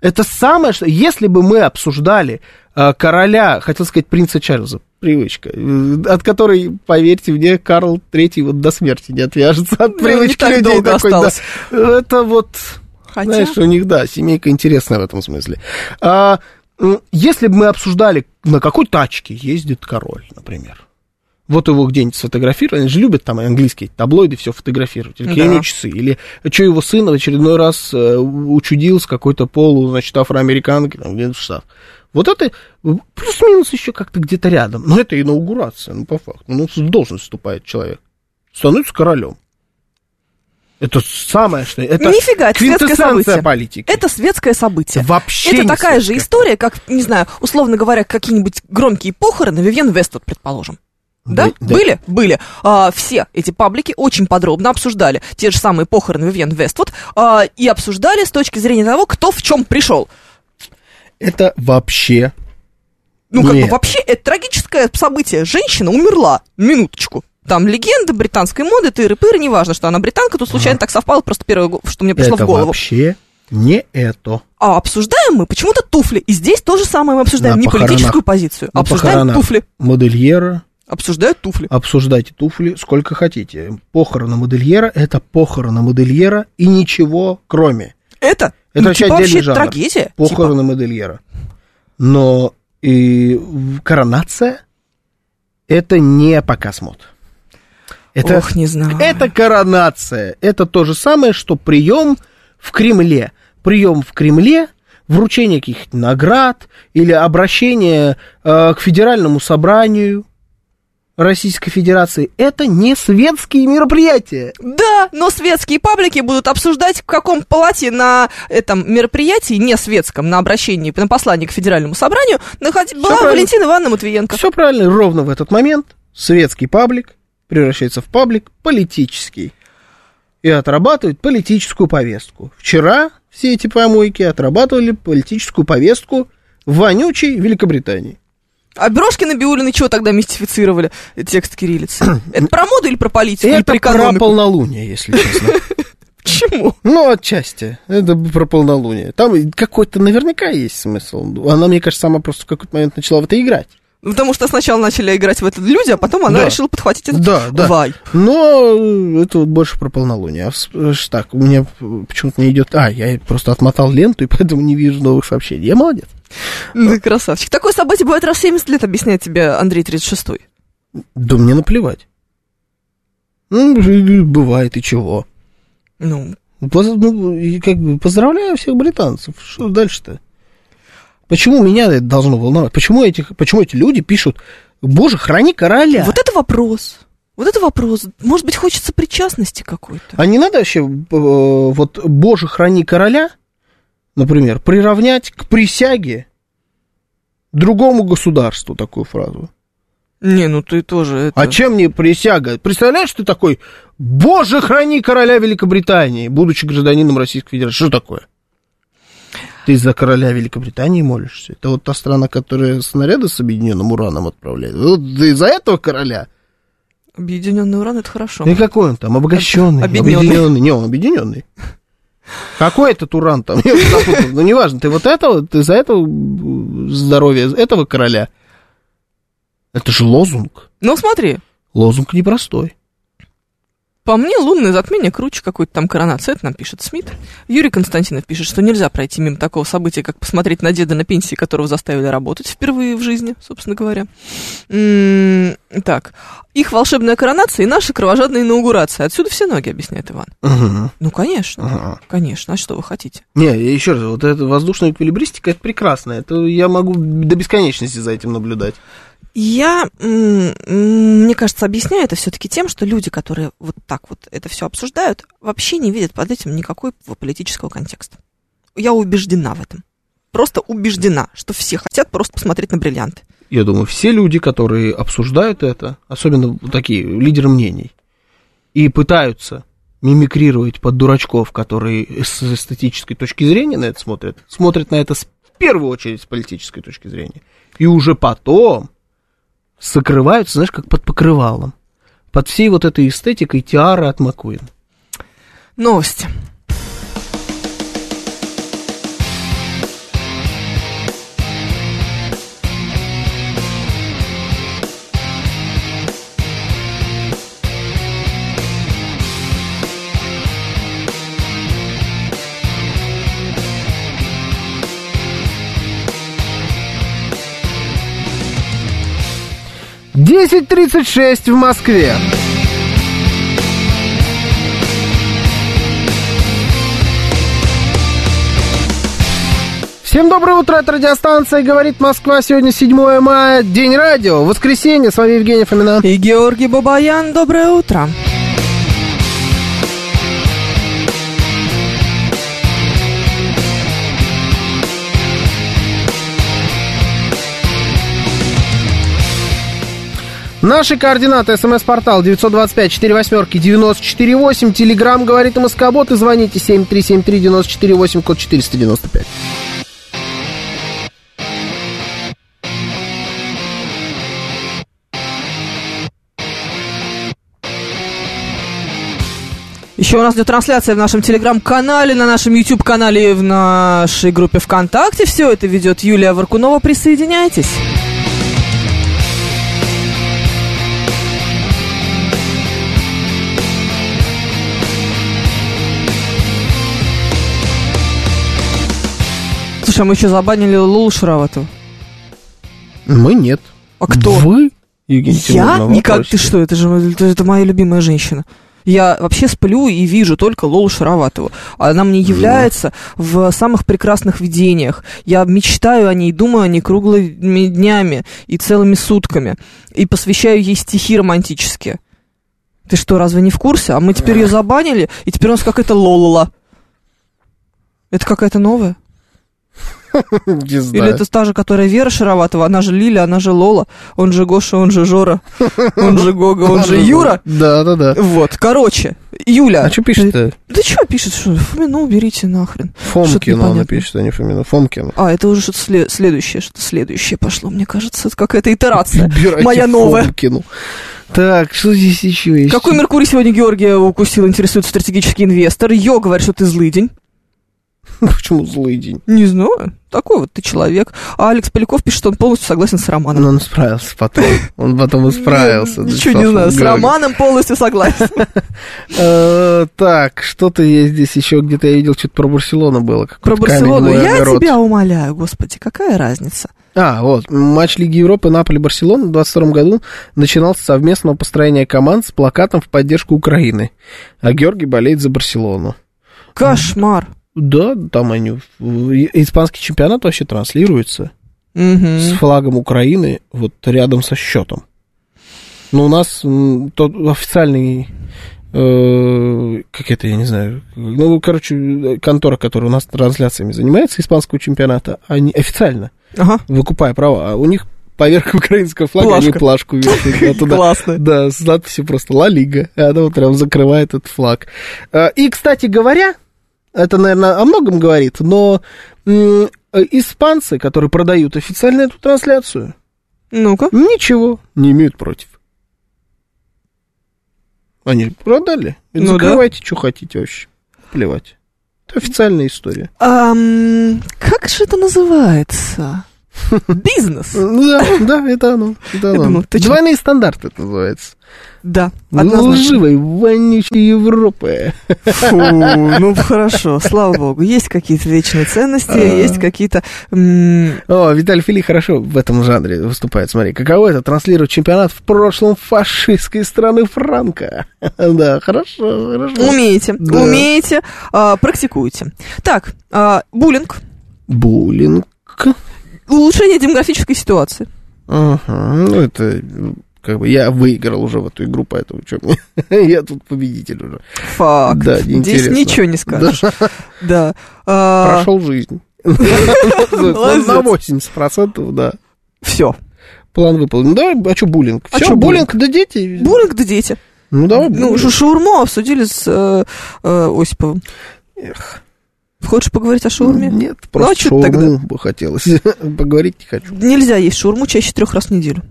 S2: Это самое, что... Если бы мы обсуждали э, короля, хотел сказать принца Чарльза, привычка, э, от которой, поверьте мне, Карл Третий вот до смерти не отвяжется от
S3: Ну, не
S2: привычки
S3: так
S2: людей.
S3: долго
S2: такой, да.
S3: осталось.
S2: Это вот...
S3: Хотя-
S2: Знаешь, у них, да, семейка интересная в этом смысле. А, м, если бы мы обсуждали, на какой тачке ездит король, например. Вот его где-нибудь сфотографировали, они же любят там английские таблоиды все фотографировать, или какие у него
S3: Да.
S2: часы, или что его сын в очередной раз э, учудил с какой-то полу, значит, афроамериканкой, там, где-то в Штатах. Вот это э, плюс-минус еще как-то где-то рядом, но это инаугурация, ну, по факту, ну, в должность вступает человек, становится королем. Это самое, что... Это
S3: Нифига, это светское
S2: квинтэссенция
S3: событие.
S2: политики.
S3: Это светское событие.
S2: вообще
S3: это
S2: не
S3: такая же
S2: светское.
S3: история, как, не знаю, условно говоря, какие-нибудь громкие похороны Вивьен Вествуд, предположим. Да?
S2: Бы- да.
S3: Были? Были. А, все эти паблики очень подробно обсуждали те же самые похороны Вивьен Вествуд а, и обсуждали с точки зрения того, кто в чем пришел.
S2: Это вообще
S3: Ну, как бы
S2: Нет.
S3: вообще, это трагическое событие. Женщина умерла. Минуточку. Там легенда британской моды, тыры-пыры, неважно, что она британка, тут случайно так совпало, просто первое, го- что мне пришло
S2: это
S3: в голову.
S2: вообще Не это.
S3: А обсуждаем мы почему-то туфли. И здесь то же самое мы обсуждаем.
S2: На
S3: не
S2: похоронах.
S3: политическую позицию,
S2: На
S3: обсуждаем
S2: похоронах.
S3: туфли.
S2: Модельера,
S3: Обсуждают туфли.
S2: обсуждайте туфли сколько хотите. Похороны модельера – это похороны модельера и ничего кроме.
S3: Это,
S2: Это
S3: ну,
S2: вообще
S3: типа,
S2: отдельный
S3: вообще
S2: жанр.
S3: трагедия. Типа,
S2: Похороны модельера. Но и в- коронация – это не показ мод.
S3: Это...
S2: Это,
S3: Ох, не знаю.
S2: это коронация. Это то же самое, что прием в Кремле. Прием в Кремле, вручение каких-то наград или обращение э, к Федеральному собранию Российской Федерации. Это не светские мероприятия.
S3: Да, но светские паблики будут обсуждать, в каком палате на этом мероприятии, не светском, на обращении, на послании к Федеральному собранию, находи- была
S2: правильно.
S3: Валентина Ивановна Матвиенко.
S2: Все правильно, ровно в этот момент светский паблик превращается в паблик политический и отрабатывает политическую повестку. Вчера все эти помойки отрабатывали политическую повестку в вонючей Великобритании.
S3: А Брошкина Биулина чего тогда мистифицировали э, текст *clears throat* кириллицы? Это про моду или про политику? или
S2: Это про
S3: про экономику?
S2: полнолуние, если честно.
S3: Почему?
S2: *laughs* Ну, отчасти. Это про полнолуние. Там какой-то наверняка есть смысл. Она, мне кажется, сама просто в какой-то момент начала в это играть.
S3: Ну, Потому что сначала начали играть в это люди, а потом она
S2: Да.
S3: решила подхватить этот
S2: Да, да.
S3: вайб.
S2: Но э, это вот больше про полнолуние. А вс- э, ж так, у меня э, почему-то не идет... А, я просто отмотал ленту, и *laughs* поэтому не вижу новых сообщений. Я молодец.
S3: Ну, красавчик. Такое событие бывает раз в 70 лет, объясняет тебе Андрей 36-й.
S2: Да мне наплевать. Ну, ж- бывает и чего.
S3: Ну,
S2: Поз- ну, и как бы поздравляю всех британцев. Что дальше-то? Почему меня это должно волновать? Почему, этих, почему эти люди пишут, боже, храни короля?
S3: вот это вопрос. Вот это вопрос. Может быть, хочется причастности какой-то.
S2: А не надо вообще, э, вот, Боже, храни короля, например, приравнять к присяге другому государству такую фразу.
S3: Не, ну ты тоже это...
S2: А чем мне присяга? Представляешь, ты такой, Боже, храни короля Великобритании, будучи гражданином Российской Федерации. Что такое? Ты за короля Великобритании молишься. Это вот та страна, которая снаряды с объединенным ураном отправляет. Вот ты за этого короля?
S3: Объединенный уран, это хорошо.
S2: И какой он там? Обогащенный.
S3: Объединенный.
S2: Объединенный. Не, он объединенный. Какой этот уран там? Я уже запутался. Ну, неважно, ты вот этого, ты за этого м, здоровье этого короля. Это же лозунг.
S3: Ну смотри,
S2: Лозунг непростой.
S3: по мне лунное затмение круче какой-то там коронации. Это нам пишет Смит. Юрий Константинов пишет, что нельзя пройти мимо такого события, как посмотреть на деда на пенсии, которого заставили работать впервые в жизни, собственно говоря. М, Так, их волшебная коронация и наша кровожадная инаугурация. Отсюда все ноги, объясняет Иван.
S2: Мгм.
S3: Ну, конечно,
S2: Ага.
S3: конечно. А что вы хотите?
S2: Не, еще раз, вот эта воздушная эквилибристика, это прекрасно. Это я могу до бесконечности за этим наблюдать.
S3: Я, м, м, мне кажется, объясняю это все-таки тем, что люди, которые вот так вот это все обсуждают, вообще не видят под этим никакого политического контекста. Я убеждена в этом. Просто убеждена, что все хотят просто посмотреть на бриллианты.
S2: Я думаю, все люди, которые обсуждают это, особенно вот такие лидеры мнений, и пытаются мимикрировать под дурачков, которые с эстетической точки зрения на это смотрят, смотрят на это с- в первую очередь с политической точки зрения. И уже потом сокрываются, знаешь, как под покрывалом. Под всей вот этой эстетикой тиары от Маккуина.
S3: Новости.
S2: Десять тридцать шесть в Москве. Всем доброе утро, это радиостанция «Говорит Москва». Сегодня 7 мая, День радио, воскресенье. С вами Евгений Фомина.
S3: И Георгий Бабаян, доброе утро.
S2: Наши координаты. СМС-портал 925-48-94-8. Телеграмм «Говорит Москобот» и звоните 7373-94-8, код 495.
S3: Еще у нас идет трансляция в нашем телеграм-канале, на нашем YouTube-канале и в нашей группе ВКонтакте. Все это ведет Юлия Варкунова. Присоединяйтесь. Слушай, а мы еще забанили Лулу Шароватову.
S2: Мы нет.
S3: А кто?
S2: Вы, Евгений
S3: Я?
S2: Тимуровна,
S3: Никак,
S2: вопросите.
S3: ты что, это же мо- это, это моя любимая женщина. Я вообще сплю и вижу только Лолу Шароватову. Она мне является в самых прекрасных видениях. Я мечтаю о ней, думаю о ней круглыми днями и целыми сутками. И посвящаю ей стихи романтические. Ты что, разве не в курсе? А мы теперь ее забанили, и теперь у нас какая-то Лолола. Это какая-то новая?
S2: *laughs* Не
S3: Или
S2: знаю.
S3: это та же, которая Вера Шароватова, она же Лиля, она же Лола, он же Гоша, он
S2: *laughs*
S3: же Жора, он же Гога, он же Юра.
S2: Да, да, да.
S3: Вот, короче, Юля.
S2: А что пишет-то?
S3: Да что пишет, что Фомину уберите нахрен. Что-то
S2: Фомкину она
S3: непонятно.
S2: пишет, а не Фомину. Фомкину.
S3: *laughs* А, это уже что-то сле- следующее, что-то следующее пошло, мне кажется. Это какая-то
S2: *laughs*
S3: итерация.
S2: Убирайте
S3: Моя новая.
S2: Фомкину. Так, что здесь еще есть?
S3: Какой Меркурий сегодня Георгия укусил, интересует стратегический инвестор. Йо говорит, что ты злый день.
S2: *laughs* Почему злый день?
S3: Не знаю. Такой вот ты человек. А Алекс Поляков пишет, что он полностью согласен с Романом.
S2: Но Ну, он справился потом. Он потом исправился.
S3: Я
S2: Вячеслав
S3: Ну, Ничего не знаю. С
S2: Георгиев.
S3: Романом полностью согласен.
S2: Э, Так, что-то я здесь еще где-то я видел, что-то про Барселону было.
S3: Про
S2: какой-то
S3: Барселону.
S2: камень, мой
S3: Я
S2: огород.
S3: тебя умоляю, господи, какая разница?
S2: А, вот. Матч Лиги Европы Наполи-Барселона в 22 году начинался с совместного построения команд с плакатом в поддержку Украины. А Георгий болеет за Барселону.
S3: Кошмар.
S2: Да, там они... в- в- и- Испанский чемпионат вообще транслируется
S3: Мгм.
S2: с флагом Украины вот рядом со счетом. Но у нас м, тот официальный... э, как это, я не знаю. Ну, короче, контора, которая у нас трансляциями занимается испанского чемпионата, они официально
S3: Ага.
S2: выкупая права, а у них поверх *laughs* украинского флага они
S3: Плашка.
S2: плашку вешают да, туда.
S3: Классно.
S2: Да, с надписью просто «Ла Лига», и она вот прям закрывает этот флаг. Э, И, кстати говоря, это, наверное, о многом говорит, но м, э, испанцы, которые продают официально эту трансляцию,
S3: Ну-ка.
S2: ничего не имеют против. Они продали.
S3: Ну да.
S2: Закрывайте, что хотите вообще. Плевать. Это официальная история.
S3: Ам, как же это называется? Бизнес.
S2: Да, да, это оно. Это
S3: Я
S2: оно.
S3: думала, ты чё?
S2: Двойные стандарты это называется.
S3: Да, однозначно.
S2: Лживой, вонючей Европы.
S3: Фу, ну хорошо, слава богу. Есть какие-то вечные
S2: А.
S3: ценности, есть какие-то... м,
S2: О, Виталий Фили хорошо в этом жанре выступает. Смотри, каково это транслировать чемпионат в прошлом фашистской страны Франка. *laughs* Да, хорошо, хорошо.
S3: Умеете,
S2: Да.
S3: умеете, а, практикуете. Так, а, буллинг,
S2: Буллинг.
S3: улучшение демографической ситуации.
S2: Ага, ну это как бы я выиграл уже в эту игру, поэтому что мне? *laughs* Я тут победитель уже.
S3: Факт.
S2: Да,
S3: Здесь
S2: неинтересно.
S3: ничего не скажешь. Да. А,
S2: Прошел жизнь. На 80%, да.
S3: Все.
S2: План выполнен. Давай, а что буллинг?
S3: А
S2: Все,
S3: чё
S2: буллинг, да дети.
S3: Буллинг да дети.
S2: Ну давай.
S3: Ну,
S2: буллинг.
S3: шу- шаурму обсудили с э, э, Осиповым. Хочешь поговорить о шаурме?
S2: Нет,
S3: Ну, а
S2: просто
S3: чё
S2: шаурму
S3: тогда?
S2: бы хотелось. *laughs* Поговорить не хочу.
S3: Нельзя есть шаурму чаще трех раз в неделю.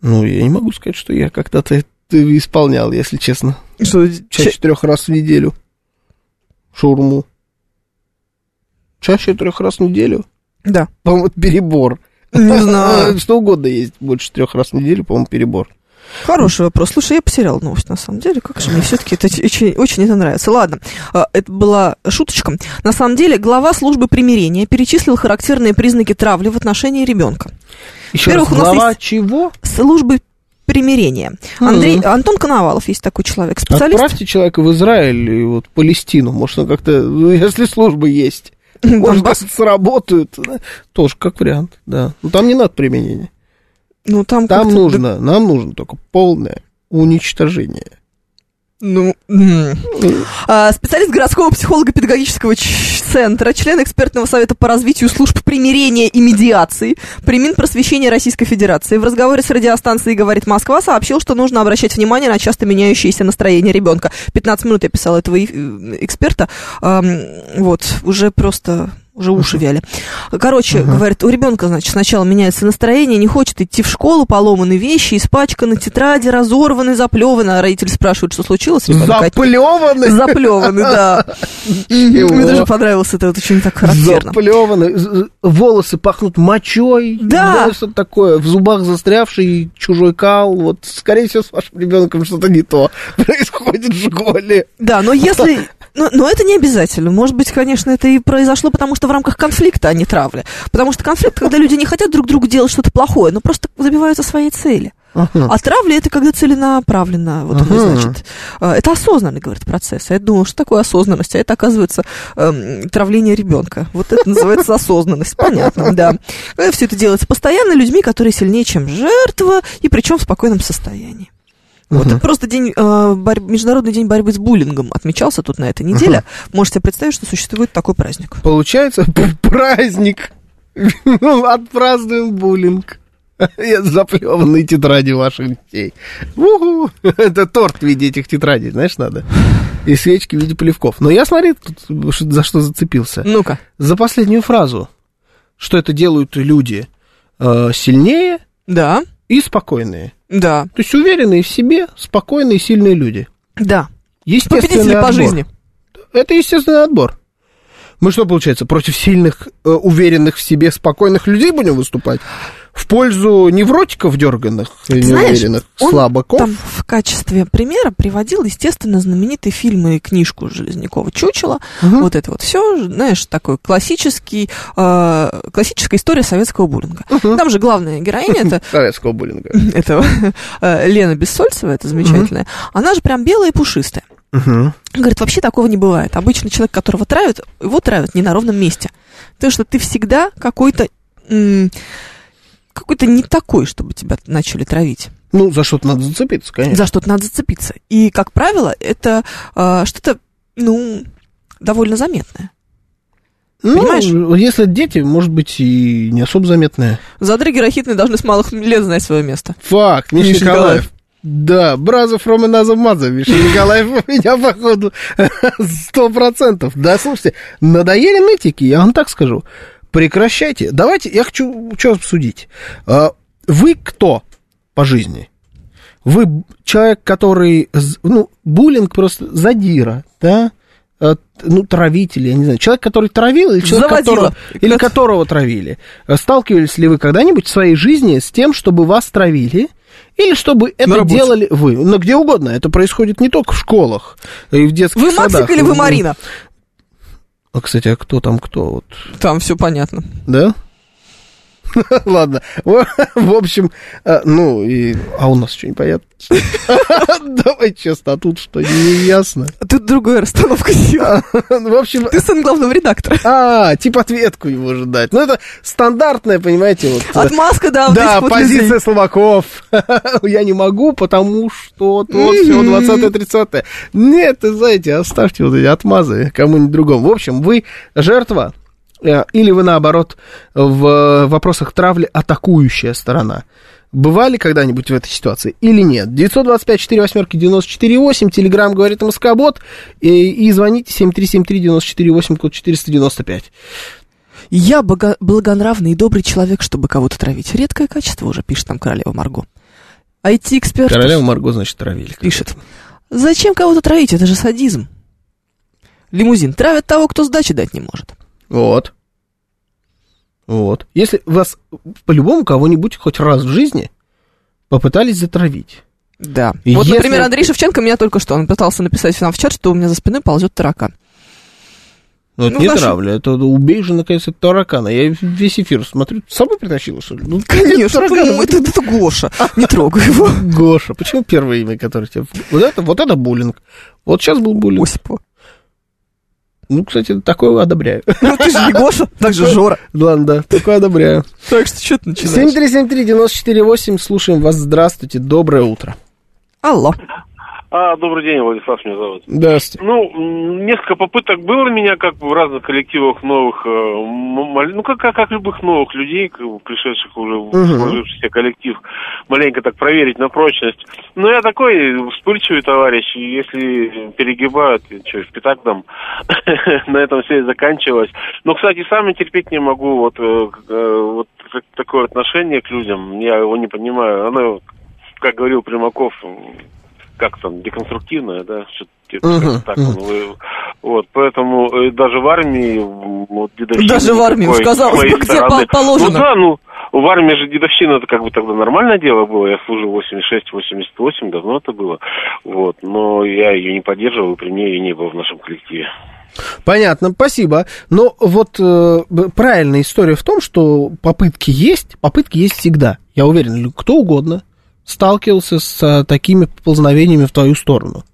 S2: Ну, я не могу сказать, что я когда-то это исполнял, если честно.
S3: Что,
S2: Чаще
S3: ча-
S2: трех раз в неделю. Шаурму. Чаще трех раз в неделю?
S3: Да.
S2: По-моему, это перебор. *laughs*
S3: Не знаю.
S2: Что угодно есть больше трех раз в неделю, по-моему, перебор.
S3: Хороший вопрос. Слушай, я потеряла новость на самом деле. Как же мне все-таки это ч- очень, очень это нравится. Ладно, а, это была шуточка. На самом деле, глава службы примирения перечислил характерные признаки травли в отношении ребенка.
S2: Еще
S3: Во-первых, у нас
S2: глава
S3: есть
S2: чего?
S3: Службы примирения. Андрей, Антон Коновалов есть такой человек, специалист.
S2: Хм, а Отправьте человека в Израиль и вот Палестину. Может, он как-то, ну, если службы есть.
S3: *laughs*
S2: Может,
S3: Донбасс.
S2: как-то сработают. Тоже как вариант, да. Но там не надо применения.
S3: Ну, там,
S2: Там
S3: как-то-
S2: нужно, нам нужно только полное уничтожение.
S3: Ну, м. А, специалист городского психолого-педагогического ч- центра, член экспертного совета по развитию служб примирения и медиации при Минпросвещении Российской Федерации в разговоре с радиостанцией «Говорит Москва» сообщил, что нужно обращать внимание на часто меняющееся настроение ребенка. 15 минут я писала этого и- э, эксперта. Ам, Вот, уже просто уже уши вяли. Короче, говорит, у ребенка, значит, сначала меняется настроение, не хочет идти в школу, поломаны вещи, испачканы тетради, разорваны, заплеваны. А родители спрашивают, что случилось. Ребенок говорит,
S2: Заплеванный.
S3: Заплеваны, да.
S2: Чего?
S3: Мне даже понравилось это вот очень так характерно.
S2: Заплеванный. З- з- Волосы пахнут мочой.
S3: Да.
S2: Ну, Что-то такое. В зубах застрявший чужой кал. Вот, скорее всего, с вашим ребенком что-то не то *laughs* происходит в школе.
S3: Да, но если... Но, но это не обязательно. Может быть, конечно, это и произошло, потому что в рамках конфликта, а не травли. Потому что конфликт, когда люди не хотят друг другу делать что-то плохое, но просто добиваются своей цели.
S2: Ну.
S3: А травля это когда целенаправленно, вот оно и
S2: Ага.
S3: значит. Э, Это осознанный, говорит, процесс. А я думала, что такое осознанность, а это, оказывается, эм, травление ребенка. Вот это называется осознанность, понятно, да. Все это делается постоянно людьми, которые сильнее, чем жертва, и причем в спокойном состоянии. Вот, это просто день, э, борь- Международный день борьбы с буллингом отмечался тут на этой неделе. Можете представить, что существует такой праздник.
S2: Получается, *laughs* п- праздник. Ну, Отпразднуем буллинг. *laughs* Я заплеванные тетради ваших детей. Уху. *laughs* Это торт в виде этих тетрадей, знаешь, надо. И свечки в виде плевков. Но я, смотри, тут ш- за что зацепился.
S3: Ну-ка.
S2: За последнюю фразу, что это делают люди э, сильнее
S3: Да,
S2: и спокойные.
S3: да,
S2: То есть уверенные в себе, спокойные, сильные люди.
S3: да.
S2: Естественный
S3: Победители по
S2: отбор.
S3: жизни.
S2: Это естественный отбор. Мы что, получается, против сильных, э, уверенных в себе, спокойных людей будем выступать? В пользу невротиков дерганных,
S3: знаешь,
S2: неуверенных,
S3: он
S2: слабаков?
S3: Там в качестве примера приводил, естественно, знаменитые фильмы и книжку Железнякова «Чучело».
S2: Мгм.
S3: Вот это вот все, знаешь, такой классический, э, классическая история советского буллинга. Там же главная героиня,
S2: *laughs*
S3: это
S2: Советского буллинга.
S3: этого, э, Лена Бессольцева, это замечательная, она же прям белая и пушистая. Говорит, вообще такого не бывает. Обычно человек, которого травят, его травят не на ровном месте. Потому что ты всегда какой-то м, какой-то не такой, чтобы тебя начали травить.
S2: Ну, за что-то надо зацепиться, конечно.
S3: За что-то надо зацепиться. И, как правило, это э, что-то, ну, довольно заметное.
S2: Ну,
S3: понимаешь?
S2: если дети, может быть, и не особо заметные.
S3: Задрыги рахитные должны с малых лет знать свое место.
S2: Факт, Миша,
S3: Миша
S2: Николаев. Да, Браза from another mother, Миша Николаев у меня, походу, *laughs* сто процентов. Да, слушайте, надоели нытики, я вам так скажу. Прекращайте. Давайте, я хочу что обсудить. А, Вы кто по жизни? Вы б- человек, который, з- ну, буллинг просто задира, да? Э, т- Ну, травитель, я не знаю. Человек, который травил, или человек,
S3: Заводила.
S2: которого, или которого травили. Э, Сталкивались ли вы когда-нибудь в своей жизни с тем, чтобы вас травили? Или чтобы это
S3: работе.
S2: делали вы? Но где угодно. Это происходит не только в школах и в детских
S3: Вы
S2: садах. Ну,
S3: Максик или вы Марина?
S2: А, кстати, а кто там кто? Вот,
S3: Там все понятно.
S2: да? *laughs* Ладно. В в общем, э, ну и... А у нас что непонятно? *laughs* Давай честно, а тут что, не ясно? *laughs*
S3: Тут другая расстановка сил.
S2: В общем,
S3: Ты сын главного редактора.
S2: а, типа ответку его ждать. Ну, это стандартная, понимаете, вот... э,
S3: Отмазка, да, вот
S2: Да,
S3: этих вот людей.
S2: позиция слабаков. *laughs* Я не могу, потому что то все 20-30. Нет, ты знаете, оставьте вот эти отмазы кому-нибудь другому. В общем, вы жертва, э, или вы, наоборот, в вопросах травли атакующая сторона. Бывали когда-нибудь в этой ситуации или нет? 925 4 восьмерки 94 8, Телеграм говорит Москобот, и, и звоните 7373 94 8, код 495.
S3: Я бога- благонравный и добрый человек, чтобы кого-то травить. Редкое качество уже, пишет нам королева Марго. IT-эксперт
S2: Королева Марго, значит, травили.
S3: пишет. Зачем кого-то травить? Это же садизм. Лимузин. Травят того, кто сдачи дать не может.
S2: Вот. Вот. Если вас по-любому кого-нибудь хоть раз в жизни попытались затравить.
S3: Да.
S2: И
S3: Вот,
S2: если-
S3: например, Андрей Шевченко меня только что, он пытался написать нам в чат, что у меня за спиной ползет
S2: *laughs*
S3: таракан.
S2: Ну, это
S3: Ну,
S2: не
S3: наши-
S2: травля, это убей же, наконец, этого таракана. Я весь эфир смотрю, с собой притащила, что ли? Ну,
S3: Конечно,
S2: таракан,
S3: блин, это, это Гоша. Не трогай его.
S2: Гоша, почему первое имя, которое тебе... Вот это, вот это буллинг. Вот сейчас был буллинг.
S3: Осипова.
S2: Ну, кстати, такое одобряю. *laughs* Ну,
S3: Ну ты же не Гоша, так же Жора.
S2: Ладно, да, такое одобряю.
S3: Так что что ты начинаешь?
S2: 7373-94-8, слушаем вас. Здравствуйте, доброе утро.
S3: Алло.
S6: А, добрый день, Владислав меня зовут.
S2: Здравствуйте.
S6: Ну, м, несколько попыток было у меня, как бы, в разных коллективах новых, э, м- мал- ну, как, как, как любых новых людей, как бы, пришедших уже в
S2: Мгм.
S6: сложившийся коллектив, маленько так проверить на прочность. Но я такой вспыльчивый товарищ, и если перегибают, что, в пятак дам. *laughs* На этом все и заканчивалось. Но, кстати, сам я терпеть не могу вот, э, к- э, вот так- такое отношение к людям. Я его не понимаю. Оно, как говорил Примаков, м, как там, деконструктивное, да, что-то типа
S2: Мгм,
S6: так
S2: мгм.
S6: он вы- Вот, поэтому э, даже в армии м, вот дедовщина
S3: Даже в армии,
S6: такой,
S3: казалось
S6: с моей
S3: бы, где
S6: стороны.
S3: пол- положено.
S6: Ну да, ну, в армии же дедовщина, это как бы тогда нормальное дело было. Я служил 86-88, давно это было. Вот, но я ее не поддерживал, и при мне ее не было в нашем коллективе.
S2: Понятно, спасибо. Но вот э, б- правильная история в том, что попытки есть, попытки есть всегда. Я уверен, лю- кто угодно сталкивался с э, такими поползновениями в твою сторону.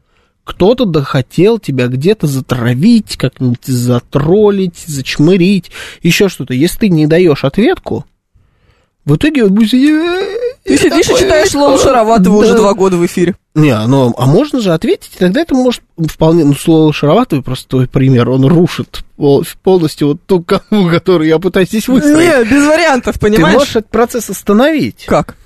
S2: Кто-то дохотел тебя где-то затравить, как-нибудь затроллить, зачмырить, еще что-то. Если ты не даешь ответку, в итоге он будет сидеть, «Э,
S3: Ты
S2: я
S3: сидишь и
S2: такой,
S3: читаешь Лому Шароватову
S2: да».
S3: уже два года в эфире.
S2: Не, ну, а можно же ответить, и тогда это может вполне, ну, слово Шароватовый, просто твой пример, он рушит пол- полностью вот ту кому, которую я пытаюсь здесь выстроить.
S3: Не, без вариантов,
S2: Ты
S3: понимаешь?
S2: можешь этот процесс остановить.
S3: Как?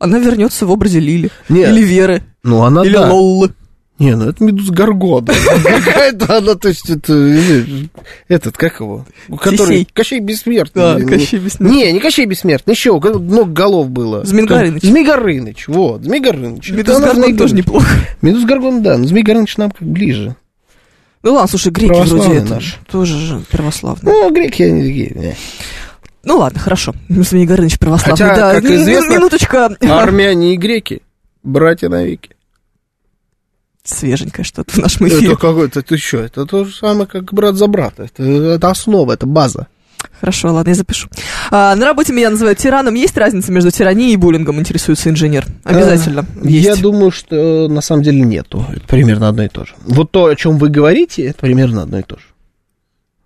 S3: Она вернется в образе Лили.
S2: Нет.
S3: Или Веры.
S2: Ну, она
S3: или
S2: да.
S3: Лоллы.
S2: Не, ну это Медуз
S3: *laughs*
S2: Горгода. Какая-то она, то есть, это, э, этот, как его? Который,
S3: Тесей.
S2: Кощей Бессмертный.
S3: Да,
S2: блин, ну.
S3: Кощей Бессмертный.
S2: Не, не Кощей Бессмертный, еще, г- много голов было.
S3: Змей Горыныч.
S2: Змей Горыныч, вот, Змей Горыныч.
S3: Медуз
S2: Это она
S3: Горгон
S2: Змей
S3: тоже
S2: Горыныч.
S3: неплохо.
S2: Медуз Горгон, да, но Змей Горыныч нам как ближе.
S3: Ну ладно, слушай, греки вроде
S2: Православные
S3: это
S2: наши.
S3: тоже же православные.
S2: Ну, греки, они такие, э.
S3: Ну ладно, хорошо. Ну, Змей Горыныч православный.
S2: Хотя,
S3: да,
S2: как
S3: М- м-
S2: известно, а?
S3: минуточка.
S2: *laughs* Армяне и греки. Братья навеки.
S3: Свеженькое что-то в нашем
S2: *laughs*
S3: эфире.
S2: Это какой-то, ты что, это то же самое, как брат за брата. Это, это основа, это база.
S3: Хорошо, ладно, я запишу. А, на работе меня называют тираном. Есть разница между тиранией и буллингом, интересуется инженер? Обязательно.
S2: А,
S3: есть.
S2: Я думаю, что э, на самом деле нету. Это примерно одно и то же. Вот то, о чем вы говорите, это примерно одно и то же.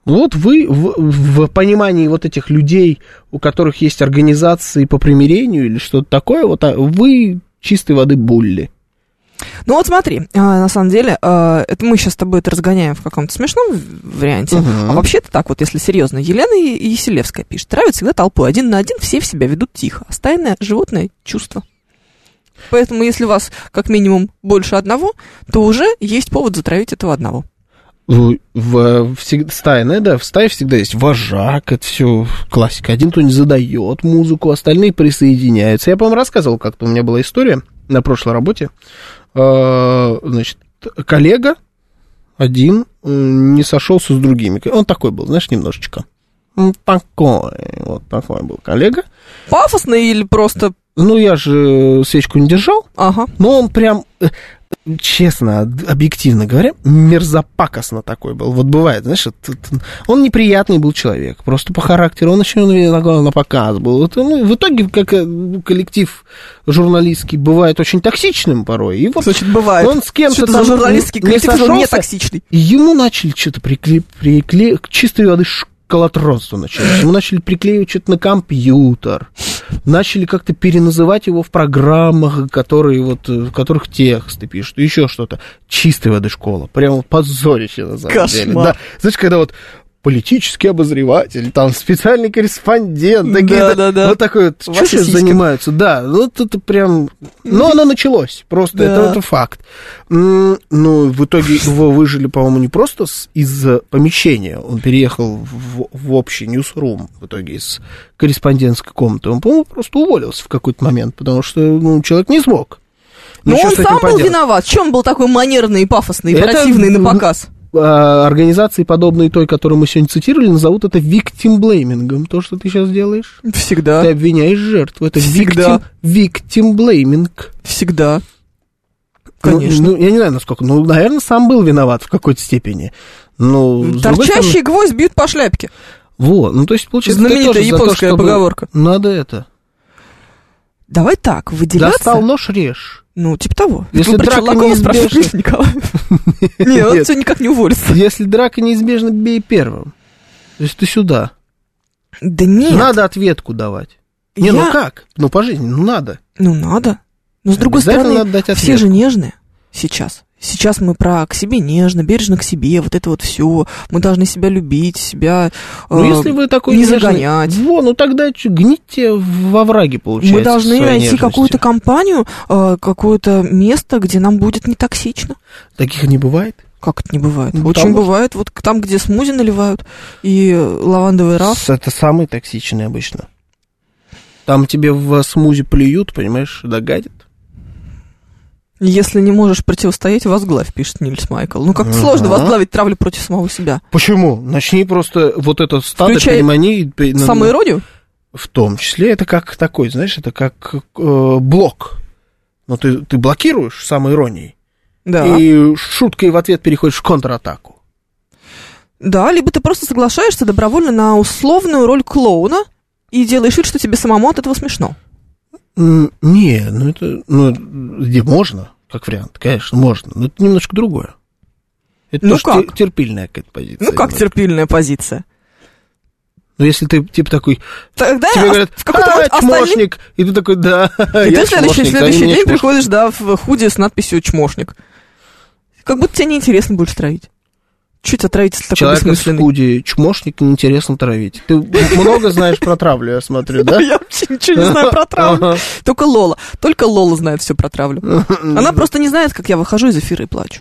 S2: Вот вы в, в понимании вот этих людей, у которых есть организации по примирению или что-то такое, вот а, вы чистой воды булли.
S3: Ну вот смотри, а, на самом деле, а, это мы сейчас с тобой это разгоняем в каком-то смешном в- варианте.
S2: Мгм.
S3: А вообще-то так вот, если серьезно, Елена Е- Еселевская пишет. Травят всегда толпой. Один на один все в себя ведут тихо. А стайное животное чувство. Поэтому если вас как минимум больше одного, то уже есть повод затравить этого одного.
S2: В, в, всег- стайная, да, в стае всегда есть вожак, это все классика. Один кто-нибудь задает музыку, остальные присоединяются. Я, по-моему, рассказывал как-то, у меня была история на прошлой работе. Э, Значит, коллега один м, не сошелся с другими. Он такой был, знаешь, немножечко. М, Такой, вот такой был коллега.
S3: Пафосно или просто...
S2: Ну, я же свечку не держал,
S3: Ага.
S2: но он прям, э, честно, д- объективно говоря, мерзопакостно такой был. Вот бывает, знаешь, вот тут- он неприятный был человек, просто по характеру, он еще на, на показ был. Вот, ну, в итоге, как э, коллектив журналистский бывает очень токсичным порой, и вот
S3: Значит, бывает.
S2: он Ну, с кем-то
S3: Что-то
S2: там
S3: за журналистский
S2: не
S3: коллектив, что он не
S2: сошелся,
S3: токсичный.
S2: и Ему начали что-то приклеивать, прикле... к чистой воды школотродство началось. Ему начали приклеивать что-то на компьютер. Начали как-то переназывать его в программах, которые вот, э, в которых тексты пишут, еще что-то. Чистой воды школа. Прямо позорище на самом деле.
S3: Кошмар.
S2: Да. Знаешь, когда вот политический обозреватель, там специальный корреспондент,
S3: Да,
S2: такие,
S3: да, да.
S2: вот такой вот,
S3: Вася
S2: чушью
S3: Сиськин.
S2: занимаются, да, ну вот это прям, ну оно началось, просто
S3: Да.
S2: это, это факт. М, Ну, в итоге его выжили, по-моему, не просто с- из э, помещения, он переехал в, в общий ньюсрум, в итоге из корреспондентской комнаты, он, по-моему, просто уволился в какой-то момент, потому что ну, человек не смог. Ну,
S3: Но
S2: Ничего
S3: Ну, он
S2: с этим
S3: сам был
S2: поделать.
S3: виноват. В чем был такой манерный, и пафосный, и
S2: Это-
S3: противный на показ?
S2: А, Организации, подобные той, которую мы сегодня цитировали, назовут это виктимблеймингом, то, что ты сейчас делаешь.
S3: Всегда.
S2: Ты обвиняешь жертву. Это
S3: А? Всегда.
S2: виктим блейминг.
S3: Всегда. Конечно.
S2: Ну, ну, я не знаю, насколько. Ну, наверное, сам был виноват в какой-то степени. Ну, с другой стороны-
S3: Торчащий гвоздь бьют по шляпке.
S2: Вот, ну то есть получается... ты
S3: Знаменитая
S2: тоже за то,
S3: японская
S2: чтобы-
S3: поговорка.
S2: Надо это.
S3: Давай так, выделяться.
S2: Достал нож, режь.
S3: Ну, типа того.
S2: Если
S3: Вы про
S2: драка
S3: Челнокова
S2: неизбежна.
S3: спрашиваете, Николай?
S2: *laughs*
S3: Не, он
S2: Нет.
S3: все никак не уволится.
S2: Если драка неизбежна, бей первым. То есть ты сюда.
S3: Да нет,
S2: Надо ответку давать. Не,
S3: я-
S2: ну как? Ну по жизни, ну надо.
S3: ну надо. Но с другой
S2: Обязательно
S3: стороны,
S2: надо дать
S3: все
S2: ответ.
S3: же нежные. сейчас. Сейчас мы про к себе нежно, бережно к себе, вот это вот все. Мы должны себя любить, себя
S2: Ну,
S3: э,
S2: если вы такой
S3: не
S2: нежный-
S3: загонять.
S2: Во, ну тогда чё, гните во враге, получается.
S3: Мы должны
S2: своей
S3: найти
S2: нежностью.
S3: какую-то компанию, э, какое-то место, где нам будет не токсично.
S2: Таких не бывает.
S3: Как это не бывает?
S2: Ну,
S3: Очень
S2: потому что-
S3: бывает. Вот к- там, где смузи наливают и лавандовый раф.
S2: С- Это самые токсичные обычно. Там тебе в смузи плюют, понимаешь, догадят.
S3: Если не можешь противостоять, возглавь, пишет Нильс Майкл. Ну, как-то
S2: Ага.
S3: сложно возглавить травлю против самого себя.
S2: Почему? Начни просто вот это стадо
S3: Включай
S2: перемани. и пе- на-
S3: Самоиронию?
S2: В том числе это как такой, знаешь, это как э, блок. Но ты, ты блокируешь самоиронией.
S3: Да.
S2: И шуткой в ответ переходишь в контратаку.
S3: Да, либо ты просто соглашаешься добровольно на условную роль клоуна и делаешь вид, что тебе самому от этого смешно.
S2: М, Не, ну это, ну, где можно, как вариант, конечно, можно, но это немножко другое. Это
S3: Ну
S2: тоже
S3: как?
S2: те- терпильная какая-то позиция.
S3: Ну, как
S2: немножко.
S3: терпильная позиция.
S2: Ну, если ты, типа, такой,
S3: Тогда
S2: тебе
S3: ос-
S2: говорят,
S3: в какой-то
S2: «А,
S3: момент остальные...
S2: чмошник, и ты такой, да,
S3: И
S2: я
S3: ты
S2: чмошник,
S3: следующий,
S2: да, они
S3: следующий
S2: меня
S3: день
S2: чмошат».
S3: приходишь, да, в худи с надписью «Чмошник». Как будто тебя неинтересно будешь травить. Чуть а отравить если такой
S2: Человек из
S3: бессмысленный.
S2: Скуди, чмошник, интересно травить.
S3: *laughs*
S2: Ты много знаешь про травлю, я смотрю, да?
S3: Я вообще ничего не знаю про травлю.
S2: Ага.
S3: Только Лола. Только Лола знает все про травлю.
S2: *laughs*
S3: Она просто не знает, как я выхожу из эфира и плачу.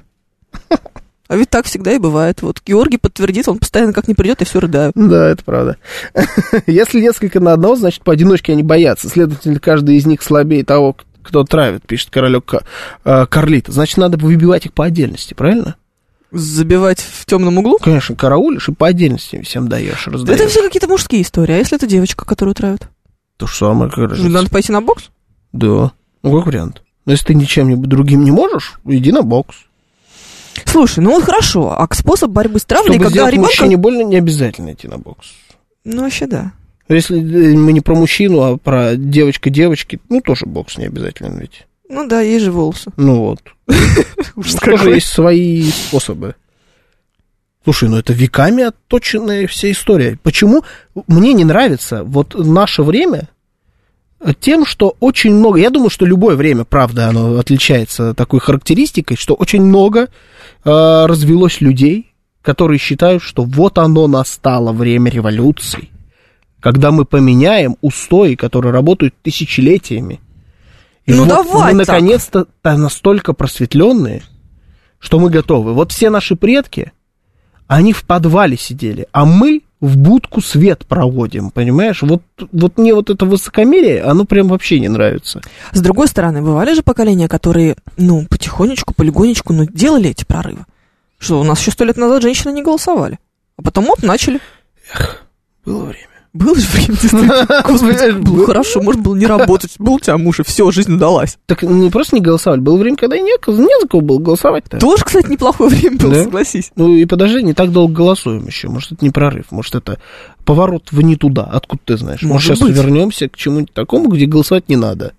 S3: А ведь так всегда и бывает. Вот Георгий подтвердит, он постоянно как не придет, я все рыдаю.
S2: Да, это правда. *laughs* Если несколько на одного, значит, поодиночке они боятся. Следовательно, каждый из них слабее того, к- кто травит, пишет королек Ка- э, Карлита. Значит, надо бы выбивать их по отдельности, правно?
S3: Забивать в темном углу.
S2: Конечно, караулишь и по отдельности всем даешь, раздаешь.
S3: Это все какие-то мужские истории. А если это девочка, которую травят?
S2: То же самое, как раз.
S3: Надо пойти на бокс?
S2: Да. Ну, как вариант. Но если ты ничем другим не можешь, иди на бокс.
S3: Слушай, ну вот хорошо. А к способ борьбы с травлей,
S2: Чтобы
S3: когда
S2: сделать
S3: ребенка...
S2: мужчине больно, не обязательно идти на бокс.
S3: Ну вообще да.
S2: Если э, мы не про мужчину, а про девочка-девочки, ну, тоже бокс не обязательно ведь.
S3: Ну да, ей же волосы.
S2: Ну, вот.
S3: *laughs* Ужас
S2: Тоже
S3: какой.
S2: есть свои способы. Слушай, ну это веками отточенная вся история. Почему мне не нравится вот наше время э, тем, что очень много... Я думаю, что любое время, правда, оно отличается такой характеристикой, что очень много э, развелось людей, которые считают, что вот оно настало время революции, когда мы поменяем устои, которые работают тысячелетиями.
S3: Ну,
S2: вот
S3: давай
S2: мы
S3: так.
S2: наконец-то та- настолько просветленные, что мы готовы. Вот все наши предки, они в подвале сидели, а мы в будку свет проводим, понимаешь? Вот, вот мне вот это высокомерие, оно прям вообще не нравится.
S3: С другой стороны, бывали же поколения, которые, ну, потихонечку, полигонечку, ну, делали эти прорывы. Что у нас еще сто лет назад женщины не голосовали. А потом, оп, начали.
S2: Было время.
S3: Было же
S2: *laughs*
S3: время, действительно. Господи, было хорошо, может было не работать. Был у тебя муж, и все, жизнь удалась.
S2: Так не просто не голосовали, было время, когда и не, не за кого было голосовать-то.
S3: Тоже, кстати, неплохое время было,
S2: Да.
S3: согласись.
S2: Ну и подожди, не так долго голосуем еще. Может, это не прорыв, может, это поворот в не туда. Откуда ты знаешь?
S3: Может
S2: Может, сейчас
S3: быть.
S2: вернемся к чему-нибудь такому, где голосовать не надо.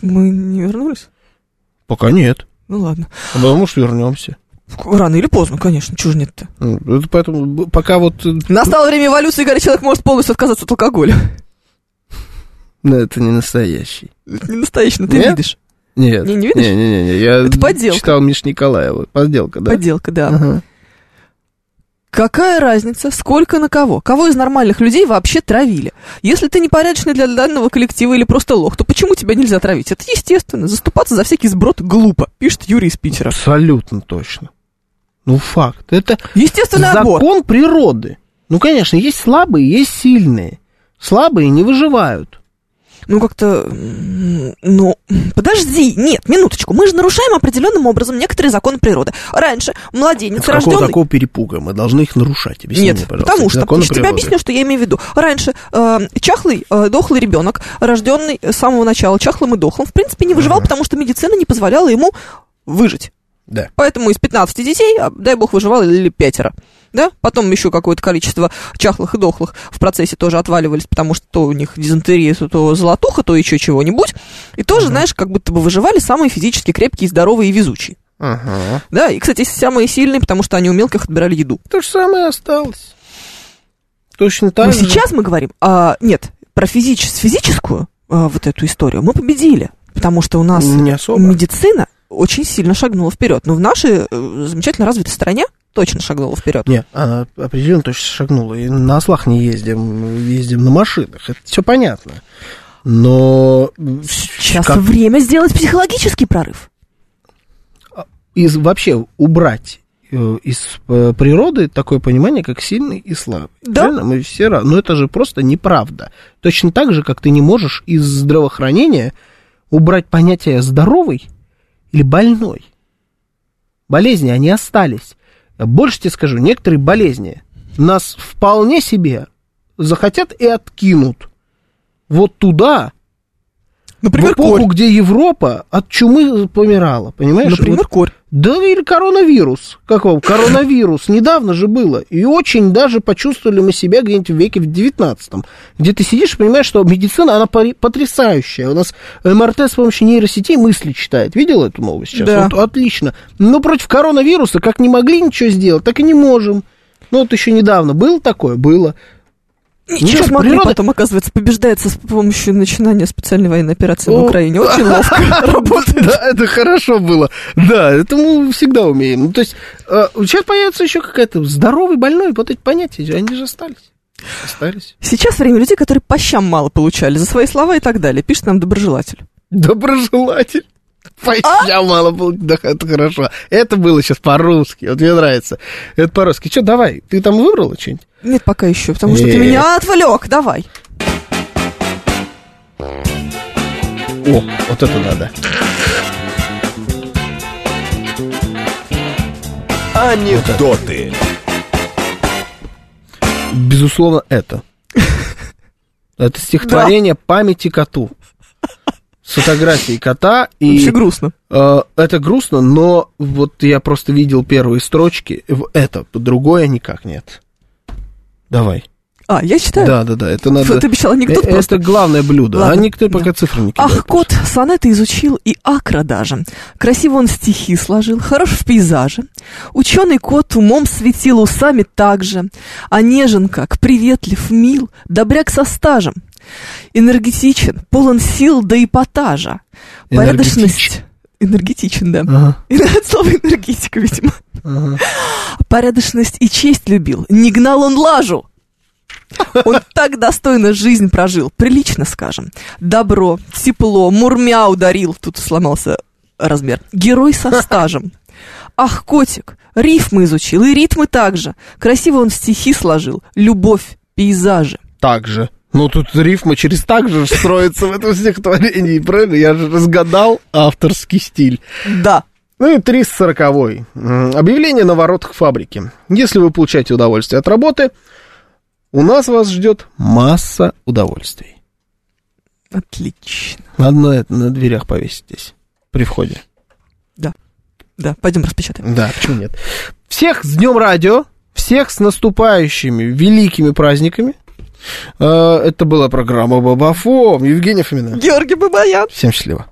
S3: Мы не вернулись?
S2: Пока нет.
S3: Ну ладно.
S2: А потому что вернемся.
S3: Рано или поздно, конечно, чего же нет-то.
S2: Ну, это поэтому б- пока вот... э,
S3: Настало время эволюции, говорит, человек может полностью отказаться от алкоголя.
S2: Ну, это не настоящий.
S3: Это не настоящий, но ты
S2: Нет?
S3: видишь.
S2: Нет.
S3: Не- не видишь?
S2: Не, не, не, Я
S3: Это подделка.
S2: читал Миш Николаева. Подделка, да?
S3: Подделка, да.
S2: Ага.
S3: Какая разница, сколько на кого? Кого из нормальных людей вообще травили? Если ты непорядочный для данного коллектива или просто лох, то почему тебя нельзя травить? Это естественно. Заступаться за всякий сброд глупо, пишет Юрий из Питера.
S2: Абсолютно точно. Ну, факт. Это
S3: Естественный отбор.
S2: закон природы. Ну, конечно, есть слабые, есть сильные. Слабые не выживают.
S3: Ну, как-то... м, Ну, подожди, нет, минуточку. Мы же нарушаем определенным образом некоторые законы природы. Раньше младенец, рожденный...
S2: перепуга? Мы должны их нарушать.
S3: Нет, потому что, потому что тебе объясню, что я имею в виду. Раньше э, чахлый, э, дохлый ребенок, рожденный с самого начала чахлым и дохлым, в принципе, не выживал, потому что медицина не позволяла ему выжить.
S2: Да.
S3: Поэтому из 15 детей, а, дай бог, выживало или пятеро. Да? Потом еще какое-то количество чахлых и дохлых в процессе тоже отваливались, потому что то у них дизентерия, то, то золотуха, то еще чего-нибудь. И тоже, знаешь, как будто бы выживали самые физически крепкие, здоровые и везучие.
S2: Ага.
S3: Да, и, кстати, самые сильные, потому что они у мелких отбирали еду.
S2: То же самое осталось. Точно так
S3: Но
S2: же.
S3: Ну, сейчас мы говорим, а, нет, про физичес- физическую а, вот эту историю мы победили, потому что у нас
S2: Не особо.
S3: медицина очень сильно шагнула вперед. Но в нашей э, замечательно развитой стране точно шагнула вперед.
S2: Нет, она определенно а точно шагнула. И на ослах не ездим, ездим на машинах. Это все понятно. Но
S7: Сейчас
S2: как-
S7: время сделать психологический прорыв.
S2: из, вообще убрать э, из э, природы такое понимание, как сильный и слабый.
S3: Да.
S2: Правильно? Мы все ра- Но это же просто неправда. Точно так же, как ты не можешь из здравоохранения убрать понятие здоровый или больной. Болезни, они остались. Больше тебе скажу, некоторые болезни нас вполне себе захотят и откинут. Вот туда, в
S3: Например,
S2: эпоху,
S3: Ну, корь.
S2: где Европа от чумы помирала, понимаешь? Вот
S3: Например, корь.
S2: да или коронавирус. Как вам? Коронавирус. Недавно же было. И очень даже почувствовали мы себя где-нибудь в веке в 19 где ты сидишь и понимаешь, что медицина, она пори- потрясающая. У нас МРТ с помощью нейросетей мысли читает. Видел эту новость сейчас?
S3: Да.
S2: Вот отлично. Но против коронавируса как не могли ничего сделать, так и не можем. Ну, вот еще недавно было такое, было.
S3: Ничего
S2: Ничего,
S3: смотри,
S2: природа-
S3: потом, оказывается, побеждается с помощью начинания специальной военной операции на
S2: О.
S3: Украине. Очень ловко работает.
S2: Да, это хорошо было. Да, это мы всегда умеем. Ну, то есть, э, сейчас появится еще какая-то здоровый, больной, вот эти понятия, они же остались. Остались.
S3: Сейчас время людей, которые по щам мало получали за свои слова и так далее. Пишет нам доброжелатель.
S2: Доброжелатель. Поща мало было. Да, это хорошо. Это было сейчас по-русски. Вот мне нравится. Это по-русски. Че, давай, ты там выбрала что-нибудь?
S3: Нет, пока еще, потому что ты
S2: Э.
S3: меня отвлек. Давай.
S2: О, вот это надо.
S1: Анекдоты.
S2: Безусловно, это. Это стихотворение памяти коту. С фотографией кота и...
S3: Вообще грустно.
S2: Э, Это грустно, но вот я просто видел первые строчки. В Это, другое никак нет. Давай.
S3: А, я читаю.
S2: Да, да, да, это
S3: Фу,
S2: надо...
S3: Ты обещал
S2: Э,
S3: анекдот
S2: Это
S3: просто.
S2: главное блюдо, а
S3: Ладно.
S2: никто
S3: Да.
S2: пока цифры не кидает.
S3: Ах, кот, сонеты изучил и акра даже. Красиво он стихи сложил, хорош в пейзаже. Ученый кот умом светил усами также. А нежен как, приветлив, мил, добряк со стажем. Энергетичен, полон сил до эпатажа. Порядочность... Энергетичен, да.
S2: Ага,
S3: И от слова энергетика, видимо.
S2: ага.
S3: Порядочность и честь любил. Не гнал он лажу. Он так достойно жизнь прожил, прилично скажем. Добро, тепло, мурмя ударил. Тут сломался размер. Герой со стажем. Ах, котик, рифмы изучил, и ритмы также. Красиво он стихи сложил. Любовь, пейзажи.
S2: Так же. Ну, тут рифма через так же ж строится в этом стихотворении, правильно? Я же разгадал авторский стиль.
S3: Да.
S2: Ну и 340 Объявление на воротах фабрики. Если вы получаете удовольствие от работы, у нас вас ждет масса удовольствий.
S3: Отлично.
S2: Надо на, это- на дверях повесить здесь. При входе.
S3: Да, пойдем распечатаем.
S2: Да, почему нет? Всех с Днем Радио, всех с наступающими великими праздниками. Э, Это была программа Бабафом. Евгений Фомина.
S3: Георгий Бабаян.
S2: Всем счастливо.